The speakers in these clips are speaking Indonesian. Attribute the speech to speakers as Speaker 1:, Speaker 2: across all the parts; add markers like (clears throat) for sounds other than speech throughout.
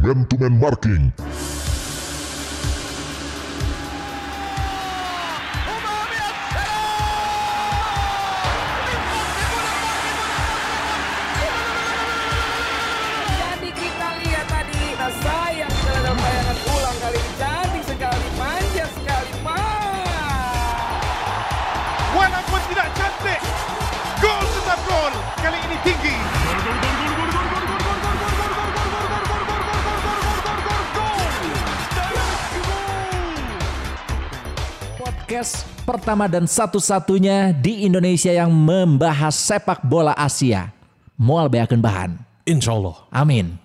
Speaker 1: man to man marking.
Speaker 2: Jadi kita lihat tadi, nah sayang kita dalam bayangan ulang kali ini cantik sekali, manja sekali, mah.
Speaker 3: Walaupun tidak cantik, gol tetap gol. Kali ini tinggi.
Speaker 4: Podcast pertama dan satu-satunya di Indonesia yang membahas sepak bola Asia. Mual beakeun bahan.
Speaker 5: Insya Allah.
Speaker 4: Amin.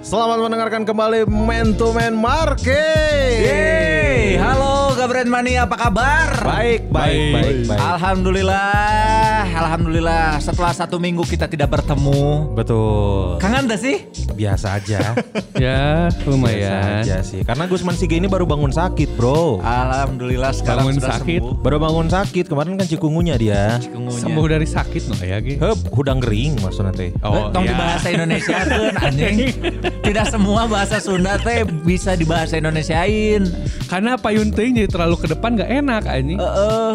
Speaker 5: Selamat mendengarkan kembali Man to Man Market.
Speaker 4: Hey, halo Gabret Mania, apa kabar?
Speaker 5: Baik, baik, baik, baik.
Speaker 4: Alhamdulillah, alhamdulillah. Setelah satu minggu kita tidak bertemu.
Speaker 6: Betul.
Speaker 4: Kangen gak sih?
Speaker 6: Biasa aja.
Speaker 5: Ya,
Speaker 6: Biasa aja sih. Karena Gusman Sige ini baru bangun sakit, Bro.
Speaker 4: Alhamdulillah sekarang
Speaker 5: Bangun
Speaker 4: sudah
Speaker 5: sakit.
Speaker 4: sembuh.
Speaker 6: Baru bangun sakit. Kemarin kan cikungunya dia.
Speaker 4: Cikungunya.
Speaker 5: Sembuh dari sakit no ya Gi?
Speaker 6: Hep, hudang kering maksudnya teh.
Speaker 4: Oh, Tong
Speaker 5: ya.
Speaker 4: dibahasa Indonesia kan
Speaker 5: (laughs)
Speaker 4: anjing. Tidak semua bahasa Sunda teh bisa dibahasa Indonesiain.
Speaker 5: Karena payun teuing jadi terlalu ke depan gak enak anjing.
Speaker 4: Heeh.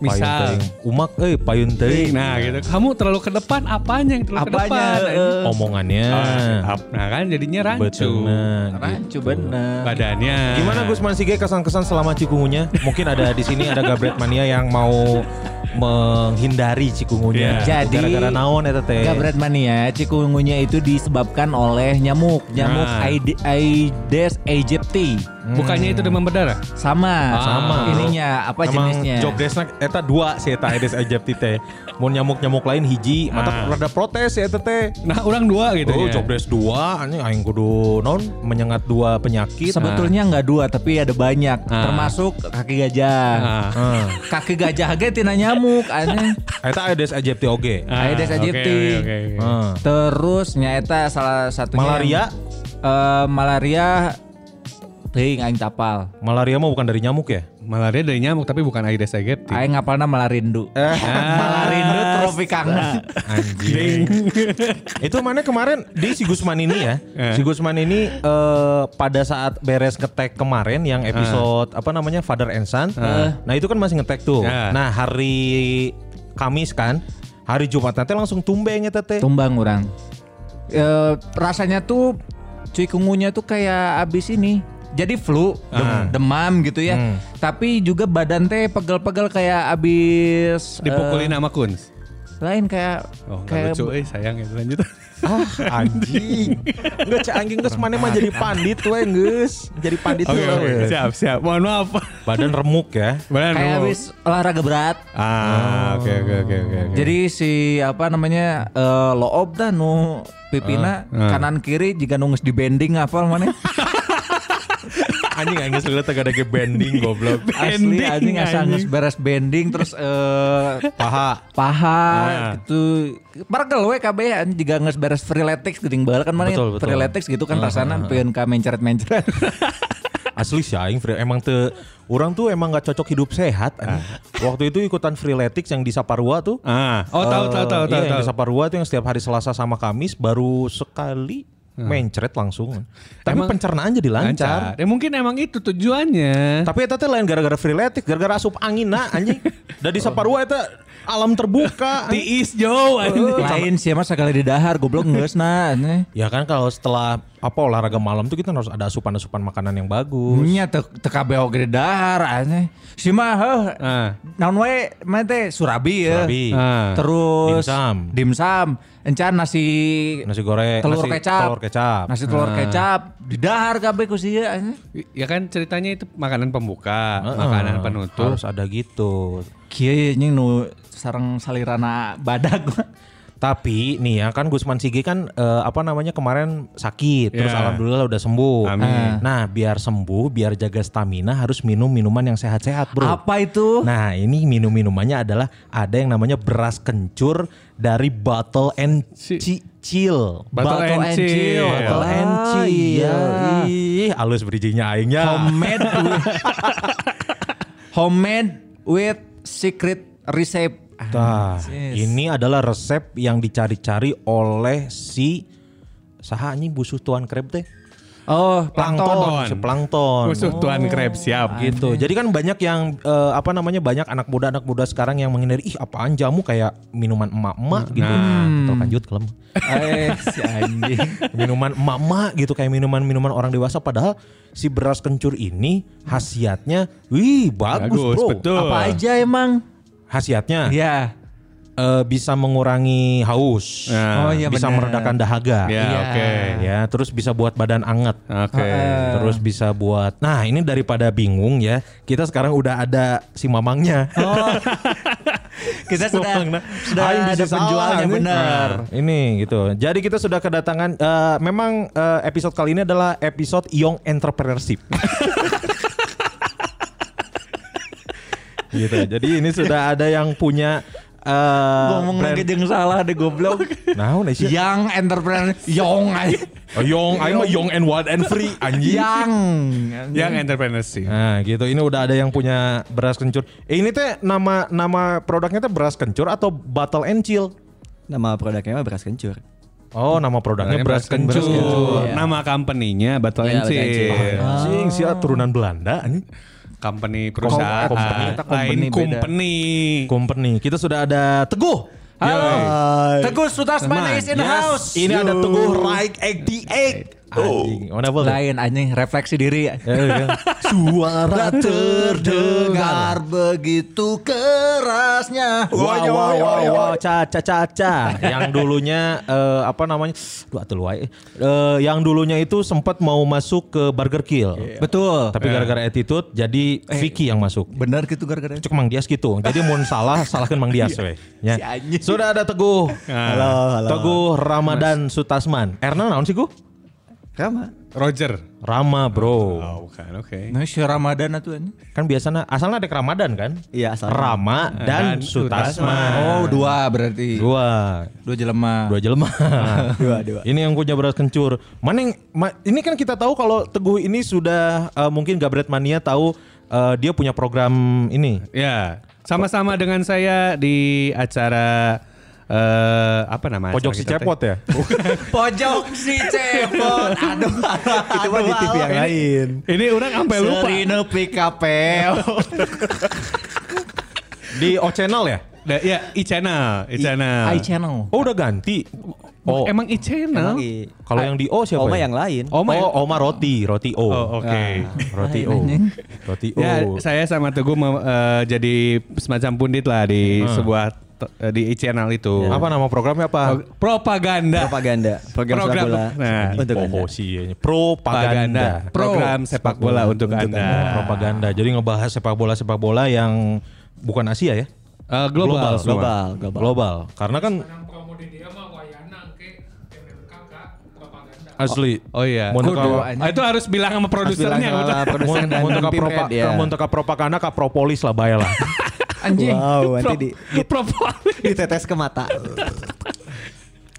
Speaker 5: Misal.
Speaker 6: Payun teuing. Umak eh payun teuing.
Speaker 5: Nah gitu, kamu terlalu ke depan apanya yang terlalu ke
Speaker 4: Apanya,
Speaker 5: depan? anjing?
Speaker 4: eh.
Speaker 6: Omongannya.
Speaker 5: Ah, Nah kan jadinya rancu.
Speaker 6: Betul. nah,
Speaker 4: Rancu
Speaker 6: gitu.
Speaker 4: bener.
Speaker 5: Badannya.
Speaker 6: Gimana Gusman Sige kesan-kesan selama cikungunya? Mungkin ada di sini ada Gabret Mania yang mau menghindari cikungunya.
Speaker 4: Iya. Jadi,
Speaker 6: gara-gara naon eta teh?
Speaker 4: Gabret mania, ya. cikungunya itu disebabkan oleh nyamuk, nyamuk
Speaker 5: Nah.
Speaker 4: Aide- Aedes aegypti.
Speaker 5: Hmm. Bukannya itu demam berdarah?
Speaker 4: Sama,
Speaker 5: Ah.
Speaker 6: sama
Speaker 4: Ininya apa jenisnya?
Speaker 6: job desknya eta dua sih eta Aedes aegypti teh mau nyamuk nyamuk lain hiji mata
Speaker 5: Ah.
Speaker 6: rada protes ya eta teh
Speaker 5: Nah orang dua gitu
Speaker 6: oh
Speaker 5: ya.
Speaker 6: job desk dua anjing aing kudu non menyengat dua
Speaker 5: gitu.
Speaker 6: penyakit
Speaker 5: Nah.
Speaker 4: Sebetulnya nggak dua, tapi ada banyak,
Speaker 5: Ah.
Speaker 4: termasuk kaki gajah.
Speaker 5: Ah.
Speaker 6: Heeh.
Speaker 4: Kaki gajah ge tina nyamuk, aneh.
Speaker 6: Ah. eta Aedes aegypti oge Ah.
Speaker 5: Ah,
Speaker 4: Aedes
Speaker 5: oke,
Speaker 4: aegypti. Hmm.
Speaker 5: oke, oke, oke.
Speaker 6: Heeh.
Speaker 4: Terus nyaeta salah satunya
Speaker 6: Malaria?
Speaker 4: yang- Eh, malaria teuing aing tapal.
Speaker 6: malaria mah bukan dari nyamuk ya
Speaker 5: Malaria dari nyamuk tapi bukan Aedes aegypti.
Speaker 4: Aing ngapalna malarindu.
Speaker 5: Ya,
Speaker 4: malarindu tropicana.
Speaker 6: Eh. anjing itu mana kemarin di si Gusman ini ya
Speaker 5: Eh.
Speaker 6: si Gusman ini eh, pada saat beres ngetek kemarin yang
Speaker 5: Eh.
Speaker 6: episode apa namanya Father and Son nah itu kan masih ngetek tuh
Speaker 5: Ya.
Speaker 6: nah hari Kamis kan hari Jumat nanti langsung tumbeng ya teh
Speaker 4: Tumbang orang. Eh, rasanya tuh cuy kungunya tuh kayak abis ini. Jadi flu, dem- demam gitu ya.
Speaker 6: Hmm.
Speaker 4: Tapi juga badan teh pegel-pegel kayak abis eh,
Speaker 5: Dipukulin sama Kun.
Speaker 4: lain kayak
Speaker 5: Oh,
Speaker 4: kayak
Speaker 5: nggak lucu, eh sayang ya lanjut.
Speaker 6: ah anjing nggak cek anjing geus mana mah jadi pandit we geus jadi pandit
Speaker 5: Oke,
Speaker 6: we.
Speaker 5: oke, siap, siap. Mohon maaf.
Speaker 6: badan remuk ya
Speaker 5: Benar.
Speaker 4: kayak
Speaker 5: Romo.
Speaker 4: abis olahraga berat.
Speaker 5: Ah, oke, oke, oke, oke. oke.
Speaker 4: Jadi si apa namanya eh, loob dah nu pipina
Speaker 5: Ah, ah.
Speaker 4: kanan kiri jika nunggus di bending hafal mana
Speaker 6: anjing anjing geus lihat ada ge bending goblok
Speaker 4: asli
Speaker 5: (laughs) Bending,
Speaker 4: anjing asa
Speaker 5: anjing.
Speaker 4: nges beres bending terus eh
Speaker 6: paha
Speaker 4: paha
Speaker 6: Ah.
Speaker 4: gitu parkel we KB anjing jika nges beres freeletics geuting baheula kan mana
Speaker 6: Betul, Ah, betul.
Speaker 4: freeletics gitu kan rasana pengen ka
Speaker 6: (laughs)
Speaker 4: mencret-mencret
Speaker 6: Asli sih aing free emang te orang tuh emang nggak cocok hidup sehat. anjing. Waktu itu ikutan freeletics yang di Saparua tuh.
Speaker 5: Ah, oh
Speaker 6: Eh,
Speaker 5: tahu tahu
Speaker 6: iya,
Speaker 5: tahu tahu.
Speaker 6: yang
Speaker 5: tahu.
Speaker 6: di Saparua tuh yang setiap hari Selasa sama Kamis baru sekali mencret langsung. Tapi
Speaker 5: Ah. Emang-
Speaker 6: pencernaan jadi lancar.
Speaker 5: Ya mungkin emang itu tujuannya.
Speaker 6: Tapi itu lain gara-gara freeletics, gara-gara asup angin nah anjing. Dan di Saparua itu alam terbuka. anjing.
Speaker 5: Oh. Tiis Joe. anjing.
Speaker 4: lain sih mah sakali di dahar goblok Nah, ngeusna anjing.
Speaker 6: ya kan kalau setelah apa olahraga malam tuh kita harus ada asupan-asupan makanan yang bagus.
Speaker 4: Nya te te KBO gede dahar aneh. Si mah heuh.
Speaker 5: Ah.
Speaker 4: Naon wae mah teh Surabi ya.
Speaker 6: Surabi.
Speaker 5: Ah.
Speaker 4: Terus
Speaker 6: Dimsum.
Speaker 4: Dimsum, encan nasi
Speaker 6: Nasi goreng,
Speaker 4: telur
Speaker 6: nasi
Speaker 4: kecap.
Speaker 6: telur kecap. Ah.
Speaker 4: Nasi telur kecap di dahar kabeh ku sia aneh.
Speaker 5: Ya kan ceritanya itu makanan pembuka,
Speaker 6: Heeh.
Speaker 5: makanan
Speaker 6: Ah,
Speaker 5: penutup.
Speaker 6: Harus ada gitu.
Speaker 4: Kieu anjing nu sareng salirana badag. (laughs)
Speaker 6: Tapi nih ya kan Gusman Sige kan eh, apa namanya kemarin
Speaker 4: Iya.
Speaker 6: sakit terus
Speaker 5: Ya.
Speaker 6: alhamdulillah udah sembuh.
Speaker 5: Amin.
Speaker 6: Nah, biar sembuh, biar jaga stamina harus minum minuman yang sehat-sehat, Bro.
Speaker 4: Apa itu?
Speaker 6: Nah, ini minum-minumannya adalah ada yang namanya beras kencur dari Bottle and
Speaker 5: Si-
Speaker 6: Ci- Chill.
Speaker 5: Bottle and Chill.
Speaker 6: Bottle
Speaker 4: Ah,
Speaker 6: and Chill.
Speaker 4: iya.
Speaker 6: Ih, halus bridgingnya aingnya.
Speaker 4: Homemade. with- Homemade with secret recipe.
Speaker 6: Tah,
Speaker 4: Anjing.
Speaker 6: ini adalah resep yang dicari-cari oleh si saha anjing busuh tuan krep teh?
Speaker 7: Oh,
Speaker 5: Plankton.
Speaker 6: Si plankton. Oh,
Speaker 5: Khusus Tuan Crab siap
Speaker 6: gitu.
Speaker 5: gitu.
Speaker 6: Jadi kan banyak yang eh, apa namanya banyak anak muda anak muda sekarang yang menghindari ih apaan jamu kayak minuman emak-emak gitu.
Speaker 5: Nah.
Speaker 6: Atau lanjut
Speaker 5: (laughs)
Speaker 6: kelem.
Speaker 7: eh, si anjing.
Speaker 6: minuman emak-emak gitu kayak minuman-minuman orang dewasa padahal si beras kencur ini khasiatnya wih bagus,
Speaker 5: Bagus,
Speaker 6: bro.
Speaker 5: betul. Iya.
Speaker 7: Apa aja emang?
Speaker 6: Khasiatnya
Speaker 4: Iya.
Speaker 7: Ya.
Speaker 6: eh, bisa mengurangi haus.
Speaker 5: Nah.
Speaker 7: Oh, iya
Speaker 6: bisa
Speaker 7: benar.
Speaker 6: meredakan dahaga.
Speaker 5: Ya,
Speaker 7: Iya.
Speaker 5: oke.
Speaker 6: Ya, terus bisa buat badan anget.
Speaker 5: Oke.
Speaker 6: Terus bisa buat. Nah, ini daripada bingung ya. Kita sekarang udah ada si mamangnya.
Speaker 7: Oh.
Speaker 6: (laughs)
Speaker 7: Kita sudah
Speaker 6: Mamang, nah.
Speaker 7: sudah
Speaker 6: Aing bisa
Speaker 7: ada
Speaker 6: salah,
Speaker 7: penjualnya
Speaker 6: ini.
Speaker 7: benar.
Speaker 6: Nah, ini gitu. Jadi kita sudah kedatangan eh, memang eh, episode kali ini adalah episode Young Entrepreneurship. (laughs) gitu. Jadi ini sudah ada yang punya eh,
Speaker 7: Ngomong gitu.
Speaker 6: brand-
Speaker 7: lagi jeung salah deh (laughs) goblok.
Speaker 6: Naon eh, sih?
Speaker 7: Yang entrepreneur, young aja.
Speaker 6: Oh, Young, I'm a young and wild and free anjing.
Speaker 7: Yang.
Speaker 5: Yang entrepreneurship.
Speaker 6: Nah, gitu. Ini udah ada yang punya beras kencur. Eh, ini teh nama nama produknya teh beras kencur atau Battle and Chill?
Speaker 8: Nama produknya mah beras kencur.
Speaker 6: Oh, nama produknya beras, kencur.
Speaker 5: Kencur. gitu. Nama company-nya Battle
Speaker 8: Iya,
Speaker 5: and
Speaker 8: Battle and
Speaker 5: Chill.
Speaker 8: Chill.
Speaker 6: Anjing, sih ah, turunan Belanda anjing.
Speaker 5: Company perusahaan.
Speaker 6: company,
Speaker 5: Lain
Speaker 6: tak
Speaker 5: company.
Speaker 7: company beda.
Speaker 6: Company. Kita sudah ada Teguh.
Speaker 7: Halo. Teguh Sutasmana is in
Speaker 6: Yes,
Speaker 7: house.
Speaker 6: Ini ada Teguh Raik 88. Anjing, mana boleh?
Speaker 7: lain anjing refleksi diri.
Speaker 6: Eh, kan.
Speaker 7: Suara terdengar begitu kerasnya.
Speaker 6: Wah, wah, wah, wah, ca, ca, ca, ca. yang dulunya eh, apa namanya? Duh, atuh luai. Eh, yang dulunya itu sempat mau masuk ke Burger Kill.
Speaker 7: Betul.
Speaker 6: Tapi gara-gara attitude jadi Vicky yang masuk.
Speaker 7: Benar gitu gara-gara.
Speaker 8: ya?
Speaker 6: Cuk Mang Dias gitu. Jadi mau salah salahkan Mang Dias we. Ya. Sudah ada Teguh. halo, halo. Teguh Ramadan Sutasman. Erna naon sih Gu?
Speaker 8: Rama.
Speaker 5: Roger.
Speaker 6: Rama, Bro.
Speaker 5: Oh, bukan. Oke.
Speaker 7: Nah, si Ramadan atuh anjing.
Speaker 6: Kan biasanya asalnya ada Ramadan kan?
Speaker 8: Iya, asalnya.
Speaker 6: Rama Eh, dan,
Speaker 5: Dan
Speaker 6: Sutasman.
Speaker 7: Oh, dua berarti.
Speaker 6: Dua.
Speaker 7: Dua jelema.
Speaker 6: Dua jelema.
Speaker 8: Dua, dua.
Speaker 6: Ini yang punya beras kencur. Mana yang- ma- ini kan kita tahu kalau Teguh ini sudah eh, mungkin Gabret Mania tahu eh, dia punya program ini.
Speaker 5: Ya, sama-sama dengan saya di acara eh apa namanya?
Speaker 6: Pojok si cepot ya.
Speaker 7: (laughs) Pojok si
Speaker 4: (laughs)
Speaker 7: cepot. Aduh.
Speaker 8: Itu mah di TV yang lain.
Speaker 5: Ini orang sampai lupa.
Speaker 7: Serine pikapeo.
Speaker 6: (laughs) Di O Channel ya?
Speaker 5: Da- ya, i-channel, i-channel.
Speaker 7: I channel.
Speaker 6: Oh udah ganti. Oh,
Speaker 5: Emang i-channel?
Speaker 8: Emang i-
Speaker 6: kalau yang di O siapa?
Speaker 8: Oma
Speaker 6: ya?
Speaker 8: yang lain.
Speaker 6: Oma, oh, Oma roti, roti O.
Speaker 5: Oh, oke.
Speaker 6: Roti O. Roti O.
Speaker 5: Ya, saya sama Teguh mem- eh, jadi semacam pundit lah di sebuah t- eh, di i-channel itu.
Speaker 6: Hmm. Apa nama programnya
Speaker 5: Oh,
Speaker 6: apa?
Speaker 5: Propaganda.
Speaker 8: Propaganda. Program,
Speaker 5: Program.
Speaker 8: sepak bola.
Speaker 5: Nah.
Speaker 8: untuk
Speaker 6: Oh,
Speaker 8: Anda.
Speaker 4: (laughs)
Speaker 6: sih, iya. propaganda.
Speaker 5: Propaganda. Program sepak bola untuk, Anda.
Speaker 6: Propaganda. Jadi ngebahas sepak bola sepak bola yang bukan Asia ya?
Speaker 5: Eh, global.
Speaker 6: semua.
Speaker 8: global, global.
Speaker 6: Global. Karena kan asli
Speaker 5: Oh iya.
Speaker 6: Mau
Speaker 5: Kudu.
Speaker 6: neka-
Speaker 5: Ah, itu harus bilang sama produsernya.
Speaker 8: bilang
Speaker 5: betul.
Speaker 8: sama produser
Speaker 6: Mun
Speaker 8: dan pimpin, ya.
Speaker 6: untuk propaganda ka propolis lah
Speaker 5: (laughs)
Speaker 6: bae lah.
Speaker 7: Anjing.
Speaker 8: Wow, nanti di, di-
Speaker 5: Propaganda.
Speaker 8: ditetes ke mata.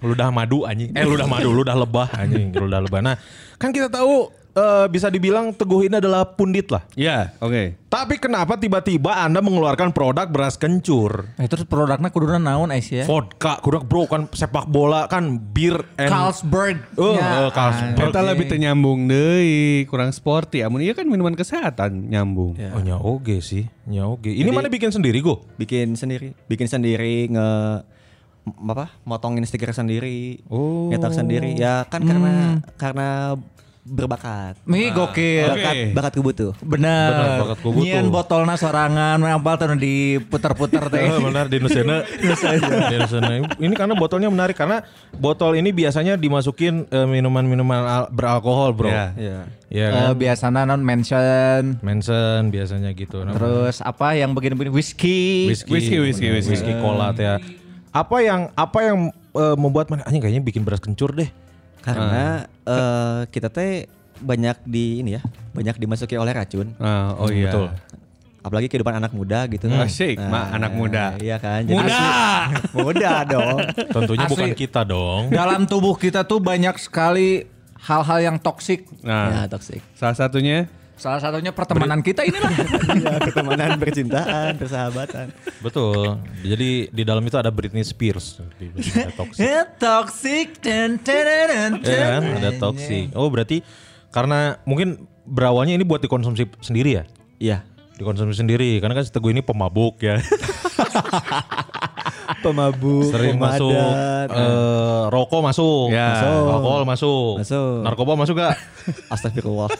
Speaker 6: ludah madu anjing. Eh ludah madu, ludah lebah anjing, ludah lebah. Nah, kan kita tahu eh, bisa dibilang Teguh ini adalah pundit lah.
Speaker 5: Ya, oke.
Speaker 6: Tapi kenapa tiba-tiba Anda mengeluarkan produk beras kencur?
Speaker 7: Eh, terus produknya kuduna naon
Speaker 5: Ya.
Speaker 7: Aisyah?
Speaker 6: Vodka, kudak bro kan sepak bola kan bir and
Speaker 7: Carlsberg.
Speaker 4: Oh,
Speaker 6: Eh, eh,
Speaker 7: Ya.
Speaker 6: Carlsberg.
Speaker 5: Kita lebih ternyambung deh, kurang sporty. Amun iya kan minuman kesehatan nyambung.
Speaker 6: Oh nya oge sih, nya oge. Ini mana bikin sendiri
Speaker 5: (laughs)
Speaker 6: go?
Speaker 8: Bikin sendiri. Bikin sendiri nge m- apa? Motongin stiker sendiri.
Speaker 5: Oh.
Speaker 8: Nyetak sendiri. Ya kan karena
Speaker 5: Hmm.
Speaker 8: karena berbakat.
Speaker 7: Ini gokil.
Speaker 5: Oke.
Speaker 8: Bakat, bakat kebutuh.
Speaker 7: Bener.
Speaker 6: Bener, bakat gua butuh.
Speaker 7: Nyian botolna sorangan, apal tuh
Speaker 6: (laughs)
Speaker 7: diputer-puter teh.
Speaker 6: Eh, benar di
Speaker 5: (laughs)
Speaker 6: Nusena. Di Nusena. Ini karena botolnya menarik karena botol ini biasanya dimasukin eh, minuman-minuman al- beralkohol, Bro.
Speaker 5: Iya.
Speaker 6: Iya.
Speaker 7: Eh,
Speaker 6: kan?
Speaker 4: nah,
Speaker 7: biasanya non mention.
Speaker 6: Manson biasanya gitu. Nah,
Speaker 7: Terus apa yang begini-begini whiskey.
Speaker 5: Whisky, whisky,
Speaker 6: bener,
Speaker 5: whisky.
Speaker 6: cola teh ya. Apa yang apa yang eh, membuat mana anjing kayaknya bikin beras kencur deh.
Speaker 8: Karena
Speaker 5: Ah.
Speaker 8: eh, kita teh banyak di ini ya, banyak dimasuki oleh racun.
Speaker 5: Ah, oh iya.
Speaker 6: Betul.
Speaker 8: Apalagi kehidupan anak muda gitu.
Speaker 5: Asik, mah anak muda.
Speaker 8: Iya kan. jadi-
Speaker 5: Muda.
Speaker 8: (laughs) muda dong.
Speaker 6: Tentunya
Speaker 7: Asli.
Speaker 6: bukan kita
Speaker 5: (laughs)
Speaker 6: dong.
Speaker 7: Dalam tubuh kita tuh banyak sekali hal-hal yang toksik.
Speaker 5: Nah,
Speaker 8: Ya, toxic.
Speaker 5: salah satunya
Speaker 4: Salah satunya pertemanan kita inilah.
Speaker 6: (laughs)
Speaker 8: Iya, pertemanan, percintaan, persahabatan.
Speaker 6: Betul. Jadi di dalam itu ada Britney Spears. Di- Ada
Speaker 5: Ya,
Speaker 6: toxic.
Speaker 4: Eh,
Speaker 7: toxic dan
Speaker 6: Iya kan? Ada toxic. Oh berarti karena mungkin berawalnya ini buat dikonsumsi sendiri ya?
Speaker 8: Iya.
Speaker 6: Dikonsumsi sendiri. Karena kan si Teguh ini pemabuk ya.
Speaker 8: Pemabuk,
Speaker 6: Sering
Speaker 8: pemadat.
Speaker 6: masuk. eh, rokok masuk. Nah,
Speaker 5: Ya.
Speaker 8: Nah. Masuk.
Speaker 6: Alkohol masuk.
Speaker 8: Masuk.
Speaker 6: Narkoba masuk gak?
Speaker 8: Astagfirullah.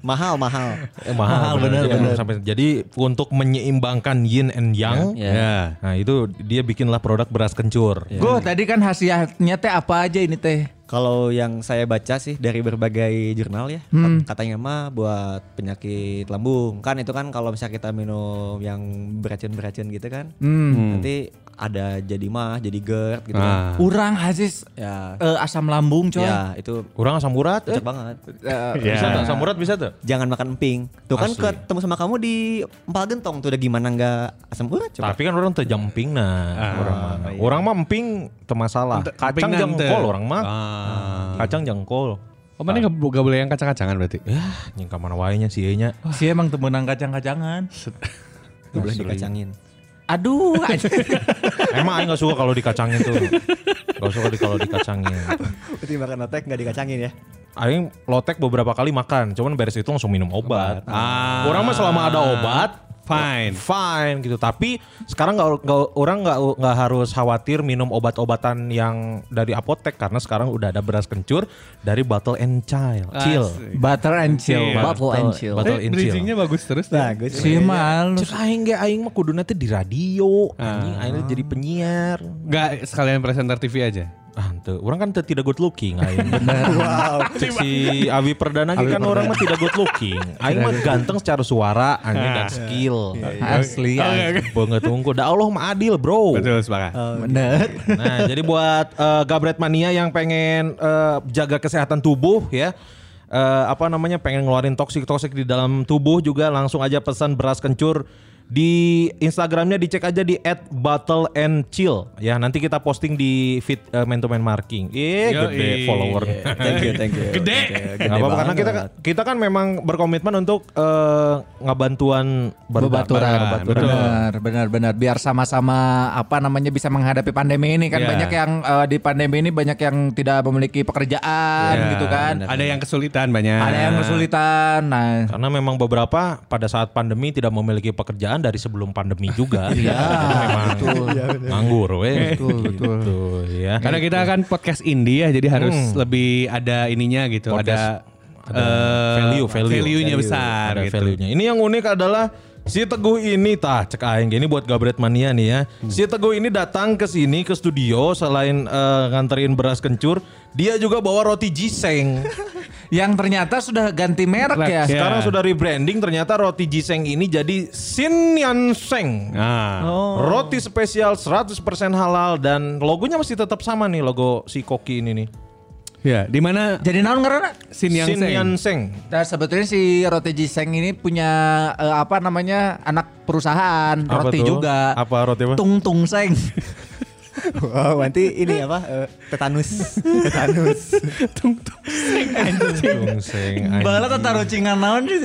Speaker 8: mahal, mahal.
Speaker 6: Eh, mahal, bener,
Speaker 8: iya.
Speaker 6: bener. Sampai, jadi untuk menyeimbangkan yin and yang,
Speaker 8: Ya.
Speaker 6: ya. nah itu dia bikinlah produk beras kencur.
Speaker 4: Gue tadi kan hasiatnya teh apa aja ini
Speaker 6: Iya.
Speaker 4: teh?
Speaker 8: Kalau yang saya baca sih dari berbagai jurnal ya, katanya mah buat penyakit lambung. Kan itu kan kalau misalnya kita minum yang beracun-beracun gitu kan,
Speaker 6: Hmm.
Speaker 8: nanti ada jadi mah, jadi GERD gitu
Speaker 6: Ah.
Speaker 8: kan.
Speaker 5: Nah.
Speaker 4: Urang Aziz
Speaker 8: Ya.
Speaker 4: eh, asam lambung coy.
Speaker 6: Iya.
Speaker 8: Ya, itu
Speaker 6: Kurang asam urat, eh.
Speaker 8: cocok banget.
Speaker 4: Eh,
Speaker 5: Ya.
Speaker 6: bisa tuh asam urat bisa tuh.
Speaker 8: Jangan makan emping. Tuh kan
Speaker 6: Asli.
Speaker 8: ketemu sama kamu di empal gentong tuh udah gimana nggak asam urat coba.
Speaker 6: Tapi kan orang teu emping nah, orang mah.
Speaker 8: iya.
Speaker 6: Orang mah emping teu masalah.
Speaker 5: Ah, Ente-
Speaker 6: Kacang
Speaker 5: empingan teu.
Speaker 6: jengkol orang mah.
Speaker 5: Ah.
Speaker 6: Kacang jengkol.
Speaker 5: Oh, mana gak, gak boleh yang kacang-kacangan berarti?
Speaker 6: Yah, nyingka mana wae nya si
Speaker 5: (laughs)
Speaker 6: ieu nya.
Speaker 4: Si emang temenang kacang-kacangan.
Speaker 8: Tuh boleh dikacangin.
Speaker 4: Aduh, anjing.
Speaker 6: (laughs) Emang aing gak suka kalau dikacangin tuh. Gak suka di- kalau dikacangin.
Speaker 8: Berarti makan otek nggak dikacangin ya?
Speaker 6: Aing lotek beberapa kali makan, cuman beres itu langsung minum obat.
Speaker 5: Ah.
Speaker 6: Orang mah selama ada obat
Speaker 5: Fine.
Speaker 6: fine gitu. Tapi sekarang nggak nggak- orang nggak nggak harus khawatir minum obat-obatan yang dari apotek karena sekarang udah ada beras kencur dari Battle and Child. Chill.
Speaker 5: Ah,
Speaker 4: Butter and chill.
Speaker 6: Iya,
Speaker 5: Chill.
Speaker 8: Oh,
Speaker 4: Bottle and chill.
Speaker 6: Battle and Chill.
Speaker 5: Bridgingnya bagus terus. ya.
Speaker 8: Nah, gue
Speaker 4: Si
Speaker 6: Iya.
Speaker 4: mal.
Speaker 6: Cek aing ge aing mah kudu nanti di radio.
Speaker 5: Ah.
Speaker 6: Anjing aing teh jadi penyiar.
Speaker 5: Gak sekalian presenter TV aja.
Speaker 6: Ah, teu. Orang kan teu tidak good looking aing. (laughs) wow. Cek si Abi Perdana ge kan orang mah tidak good (laughs) looking. Aing mah ganteng secara suara anjing
Speaker 5: Ah.
Speaker 6: dan skill.
Speaker 5: Iya,
Speaker 4: Asli.
Speaker 6: Iya,
Speaker 4: asli.
Speaker 6: Banget unggul. Da Allah mah adil, Bro.
Speaker 5: Betul sepakat.
Speaker 6: Iya. Oh,
Speaker 4: Bener.
Speaker 6: Nah, jadi buat eh, Gabret Mania yang pengen eh, jaga kesehatan tubuh ya. eh, apa namanya pengen ngeluarin toksik-toksik di dalam tubuh juga langsung aja pesan beras kencur di Instagramnya dicek aja di @battle and chill ya nanti kita posting di feed eh, man to man marking eh
Speaker 5: Yoi.
Speaker 6: gede follower
Speaker 8: Thank you, thank you.
Speaker 5: Gede.
Speaker 8: Thank you.
Speaker 6: Nggak apa-apa, karena kita kita kan memang berkomitmen untuk eh, ngebantuan berda-
Speaker 4: Bebaturan.
Speaker 6: betul.
Speaker 4: Benar, benar, benar. Biar sama-sama apa namanya bisa menghadapi pandemi ini kan
Speaker 5: Iya.
Speaker 4: banyak yang eh, di pandemi ini banyak yang tidak memiliki pekerjaan
Speaker 6: Iya,
Speaker 5: Ya,
Speaker 4: gitu kan.
Speaker 5: Ada yang kesulitan banyak.
Speaker 4: Ada yang kesulitan. Nah,
Speaker 6: Karena memang beberapa pada saat pandemi tidak memiliki pekerjaan dari sebelum pandemi
Speaker 5: (laughs)
Speaker 6: juga. Iya, memang
Speaker 5: Iya,
Speaker 6: nganggur weh. Betul, betul. ya.
Speaker 5: Karena kita kan podcast indie ya, jadi harus lebih ada ininya gitu,
Speaker 6: Hmm. Podcast-
Speaker 5: ada, eh,
Speaker 6: value, value,
Speaker 5: value-nya
Speaker 6: Value,
Speaker 5: besar
Speaker 6: ada
Speaker 5: gitu.
Speaker 6: value-nya. Ini yang unik adalah si Teguh ini tah cek aing ini buat Gabret Mania nih ya.
Speaker 5: Hmm.
Speaker 6: Si Teguh ini datang ke sini ke studio selain eh, nganterin beras kencur, dia juga bawa roti
Speaker 5: (laughs)
Speaker 6: giseng.
Speaker 4: yang ternyata sudah ganti merek ya.
Speaker 5: Ya.
Speaker 6: Sekarang sudah rebranding ternyata roti giseng ini jadi Sinian Seng.
Speaker 5: Nah,
Speaker 8: Oh.
Speaker 6: Roti spesial 100% halal dan logonya masih tetap sama nih logo si Koki ini nih.
Speaker 5: ya di mana
Speaker 4: Jadi naon karena
Speaker 5: Sin Yang
Speaker 6: Sin
Speaker 5: Seng.
Speaker 6: Yan Seng.
Speaker 4: Nah, sebetulnya si roti Jiseng ini punya eh, apa namanya anak perusahaan
Speaker 6: Apa
Speaker 4: roti
Speaker 6: tuh?
Speaker 4: juga.
Speaker 6: Apa roti apa?
Speaker 4: Tung Tung Seng.
Speaker 8: Wow, nanti ini apa? eh, tetanus. Tetanus.
Speaker 6: Tung Seng. anjing.
Speaker 4: Bala tata rocingan naon sih?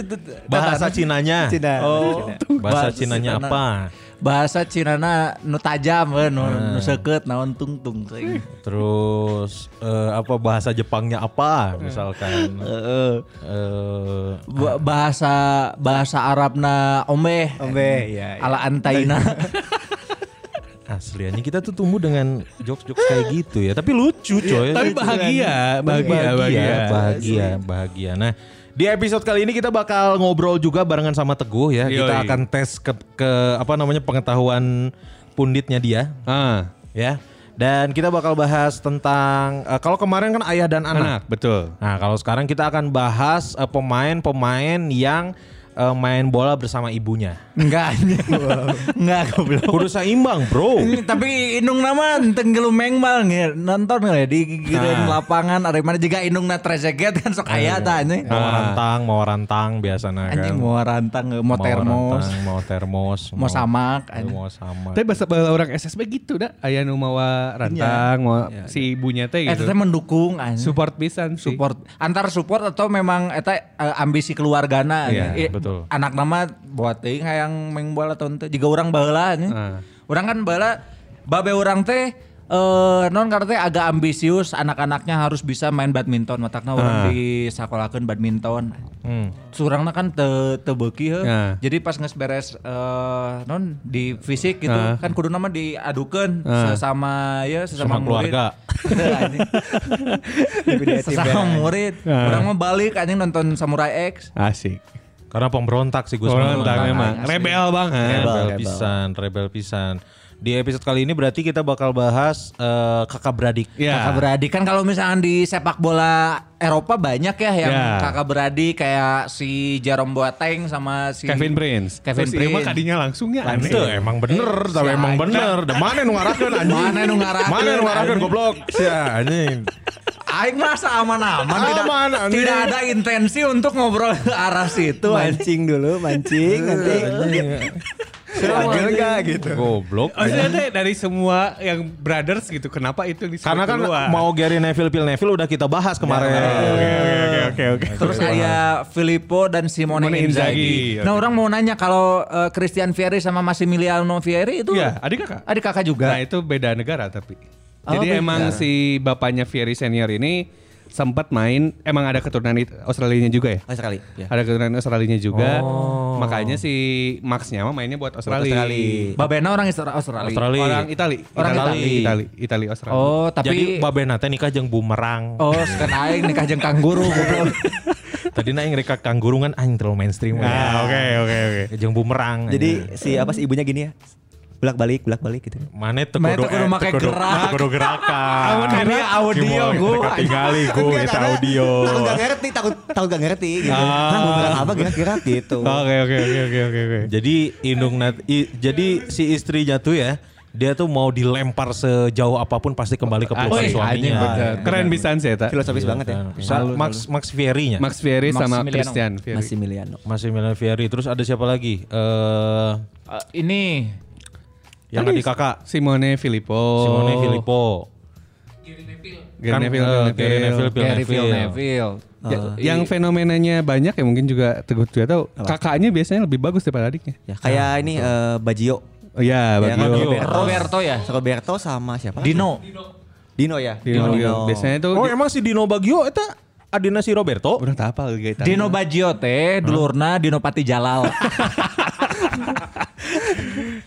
Speaker 6: Bahasa Cinanya.
Speaker 8: Cina.
Speaker 6: Oh, bahasa
Speaker 4: Bahasa
Speaker 6: Cinanya
Speaker 4: Cina.
Speaker 6: apa?
Speaker 4: Bahasa Cinana nu tajam eh, nu, nu seukeut naon Tung Tung Seng.
Speaker 6: Terus eh, apa bahasa Jepangnya apa
Speaker 8: Eh.
Speaker 6: misalkan?
Speaker 4: Heeh.
Speaker 6: Eh,
Speaker 4: Ba- bahasa bahasa Arabna omeh
Speaker 8: Ombe, ya. ya.
Speaker 4: ala (laughs) antaina.
Speaker 6: aslinya kita tuh tumbuh dengan jokes-jokes kayak gitu ya, tapi lucu coy.
Speaker 5: Iya, tapi bahagia, bahagia, bahagia.
Speaker 6: bahagia, bahagia. Nah, di episode kali ini kita bakal ngobrol juga barengan sama Teguh ya. Kita
Speaker 5: Yoi.
Speaker 6: akan tes ke, ke apa namanya pengetahuan punditnya dia,
Speaker 5: Ah,
Speaker 6: ya. Dan kita bakal bahas tentang eh, kalau kemarin kan ayah dan anak.
Speaker 5: anak, betul.
Speaker 6: Nah, kalau sekarang kita akan bahas eh, pemain-pemain yang eh, main bola bersama
Speaker 5: (laughs)
Speaker 6: ibunya.
Speaker 4: Enggak anjing. Enggak goblok.
Speaker 6: Kudu seimbang,
Speaker 5: (laughs)
Speaker 6: Bro.
Speaker 4: Ini, tapi Inung nama tenggelu mengmal nge, nonton nggak ya di gigireun lapangan aremana juga Inung na treseget kan sok aya ta anjing.
Speaker 6: Mau rantang, mau rantang biasanya kan.
Speaker 4: Anjing mau rantang mau termos,
Speaker 6: rantang, mau termos,
Speaker 4: mau samak
Speaker 6: Aduh,
Speaker 4: anjing.
Speaker 6: mau sama.
Speaker 5: Tapi bahasa bahasa orang SSB gitu dah. Aya nu mawa rantang, mawa si ibunya teh
Speaker 4: Eta Eh,
Speaker 5: gitu.
Speaker 4: teh mendukung anjing.
Speaker 5: Support pisan sih.
Speaker 4: support antar support atau memang eta eh, ambisi keluargana
Speaker 6: Iya,
Speaker 4: anjing. Eh,
Speaker 6: betul.
Speaker 4: anak nama buat teuing hayang main bola atau henteu jiga urang baheula anjing
Speaker 5: Ah.
Speaker 4: urang kan baheula babe urang teh eh, non karena teh agak ambisius anak-anaknya harus bisa main badminton otakna urang di sakolakeun badminton surangna kan te tebeki heuh.
Speaker 5: Ya.
Speaker 4: jadi pas nges beres eh, non di fisik gitu kan kudu nama diadukeun sesama ya sesama,
Speaker 6: Sama keluarga.
Speaker 4: murid. Teu, (laughs) anjing. sesama murid orang mau balik anjing nonton Samurai X
Speaker 5: Asik.
Speaker 6: Karena pemberontak sih gue
Speaker 5: Pemberontak memang. Rebel banget.
Speaker 6: Rebel,
Speaker 8: Rebel.
Speaker 6: pisan, rebel pisan. Di episode kali ini berarti kita bakal bahas eh, kakak beradik.
Speaker 5: Ya.
Speaker 4: kakak beradik kan kalau misalkan di sepak bola Eropa banyak ya yang
Speaker 5: Ya.
Speaker 4: kakak beradik kayak si Jerome Boateng sama si
Speaker 5: Iya. Kevin Prince. Iya.
Speaker 4: Kevin
Speaker 5: Terus ieu mah
Speaker 4: Prince.
Speaker 5: kadinya langsung ya aneh.
Speaker 6: nah, Itu emang bener, tapi
Speaker 4: Si
Speaker 6: emang
Speaker 4: anjing.
Speaker 6: bener. Da mana nu ngarakeun
Speaker 4: Iya,
Speaker 6: anjing?
Speaker 4: Mana nu ngarakeun,
Speaker 6: Mana nu ngarakeun
Speaker 4: anjing.
Speaker 6: goblok? Si
Speaker 4: (laughs)
Speaker 6: anjing.
Speaker 4: Aing merasa aman-aman tidak,
Speaker 6: Aman, anjing.
Speaker 4: tidak ada intensi untuk ngobrol ke arah situ anjing.
Speaker 8: mancing dulu Eh, mancing nanti Agak
Speaker 4: Nah,
Speaker 8: enggak gitu
Speaker 6: Goblok.
Speaker 5: Oh, Maksudnya teh dari semua yang brothers gitu, kenapa itu yang disebut Iya,
Speaker 6: Karena kan
Speaker 5: duluan?
Speaker 6: mau Gary Neville Phil Neville udah kita bahas kemarin.
Speaker 4: Iya,
Speaker 5: Oke oke oke.
Speaker 4: Terus ada Filippo dan Simone
Speaker 5: Simone
Speaker 4: Inzaghi.
Speaker 5: Inzaghi,
Speaker 4: Nah
Speaker 5: oke.
Speaker 4: orang mau nanya kalau eh, Christian Vieri sama Massimiliano Vieri itu
Speaker 5: Iya, adik kakak.
Speaker 4: adik kakak juga.
Speaker 5: Nah itu beda negara tapi.
Speaker 4: Oh,
Speaker 5: Jadi
Speaker 4: beda.
Speaker 5: emang si bapaknya Fieri senior ini sempat main, emang ada keturunan it- Australianya juga ya?
Speaker 8: Oh, sekali ya
Speaker 5: Ada keturunan Australianya juga. Makanya si Maxnya mah mainnya buat Australia.
Speaker 8: Australia.
Speaker 4: Babena orang Isra- Australia.
Speaker 6: Australia.
Speaker 5: Orang Itali.
Speaker 4: Orang
Speaker 5: Itali.
Speaker 6: Itali.
Speaker 5: Itali, Itali, Australia.
Speaker 4: Oh tapi
Speaker 6: Jadi Babena teh nikah jeung bumerang.
Speaker 4: Oh, sekarang aing nikah jeung
Speaker 6: (laughs)
Speaker 4: kangguru goblok.
Speaker 6: Tadi naik reka kanggurungan anjing terlalu mainstream.
Speaker 5: Ah, oke oke oke.
Speaker 6: Jeung bumerang.
Speaker 8: jadi si apa sih ibunya gini ya bolak balik bolak balik gitu
Speaker 6: Mana tuh
Speaker 4: Mana teu kudu make gerak.
Speaker 6: Kudu gerakan.
Speaker 5: Amun
Speaker 4: Karena audio gua.
Speaker 6: Tinggali gue itu audio. Ah.
Speaker 8: Takut gak ngerti, takut takut gak ngerti gitu. Nah, bukan apa gerak-gerak gitu.
Speaker 6: Oh,
Speaker 5: Oke oke oke oke oke oke.
Speaker 6: Jadi Indung Nat, i- jadi si istrinya tuh ya, dia tuh mau dilempar sejauh apapun pasti kembali ke pelukan
Speaker 5: Woi,
Speaker 4: iya,
Speaker 6: suaminya.
Speaker 5: Keren pisan sih eta.
Speaker 8: Filosofis banget ya.
Speaker 6: Sa- Max Max Fieri-nya.
Speaker 5: Max Fieri sama
Speaker 4: Maximiliano.
Speaker 5: Christian Fieri.
Speaker 8: Massimiliano.
Speaker 6: Massimiliano Fieri. Terus ada siapa lagi? Eh
Speaker 4: Eh, ini
Speaker 6: yang adik kakak
Speaker 5: Simone Filippo.
Speaker 6: Simone Filippo.
Speaker 5: Gary
Speaker 6: Kan, eh,
Speaker 5: Neville. Gary
Speaker 6: Gary
Speaker 5: Neville.
Speaker 6: Neville, Phil
Speaker 4: Gary
Speaker 6: Neville.
Speaker 4: Villeneuve.
Speaker 5: Ya, yang fenomenanya banyak ya mungkin juga Teguh juga tahu. Kakaknya biasanya lebih bagus daripada adiknya.
Speaker 8: Ya, kayak
Speaker 6: Nah,
Speaker 8: ini eh, Bajio.
Speaker 5: Oh iya,
Speaker 8: Ya, kan,
Speaker 5: Bagio.
Speaker 8: Roberto.
Speaker 4: Roberto ya?
Speaker 8: Roberto sama siapa? lagi?
Speaker 4: Dino.
Speaker 8: Dino ya.
Speaker 5: Dino, Dino. Biasanya itu
Speaker 6: Oh emang si Dino Bagio itu adina si Roberto?
Speaker 5: udah tak apa lagi kayak
Speaker 4: Dino Baggio teh dulurna Dino Pati Jalal.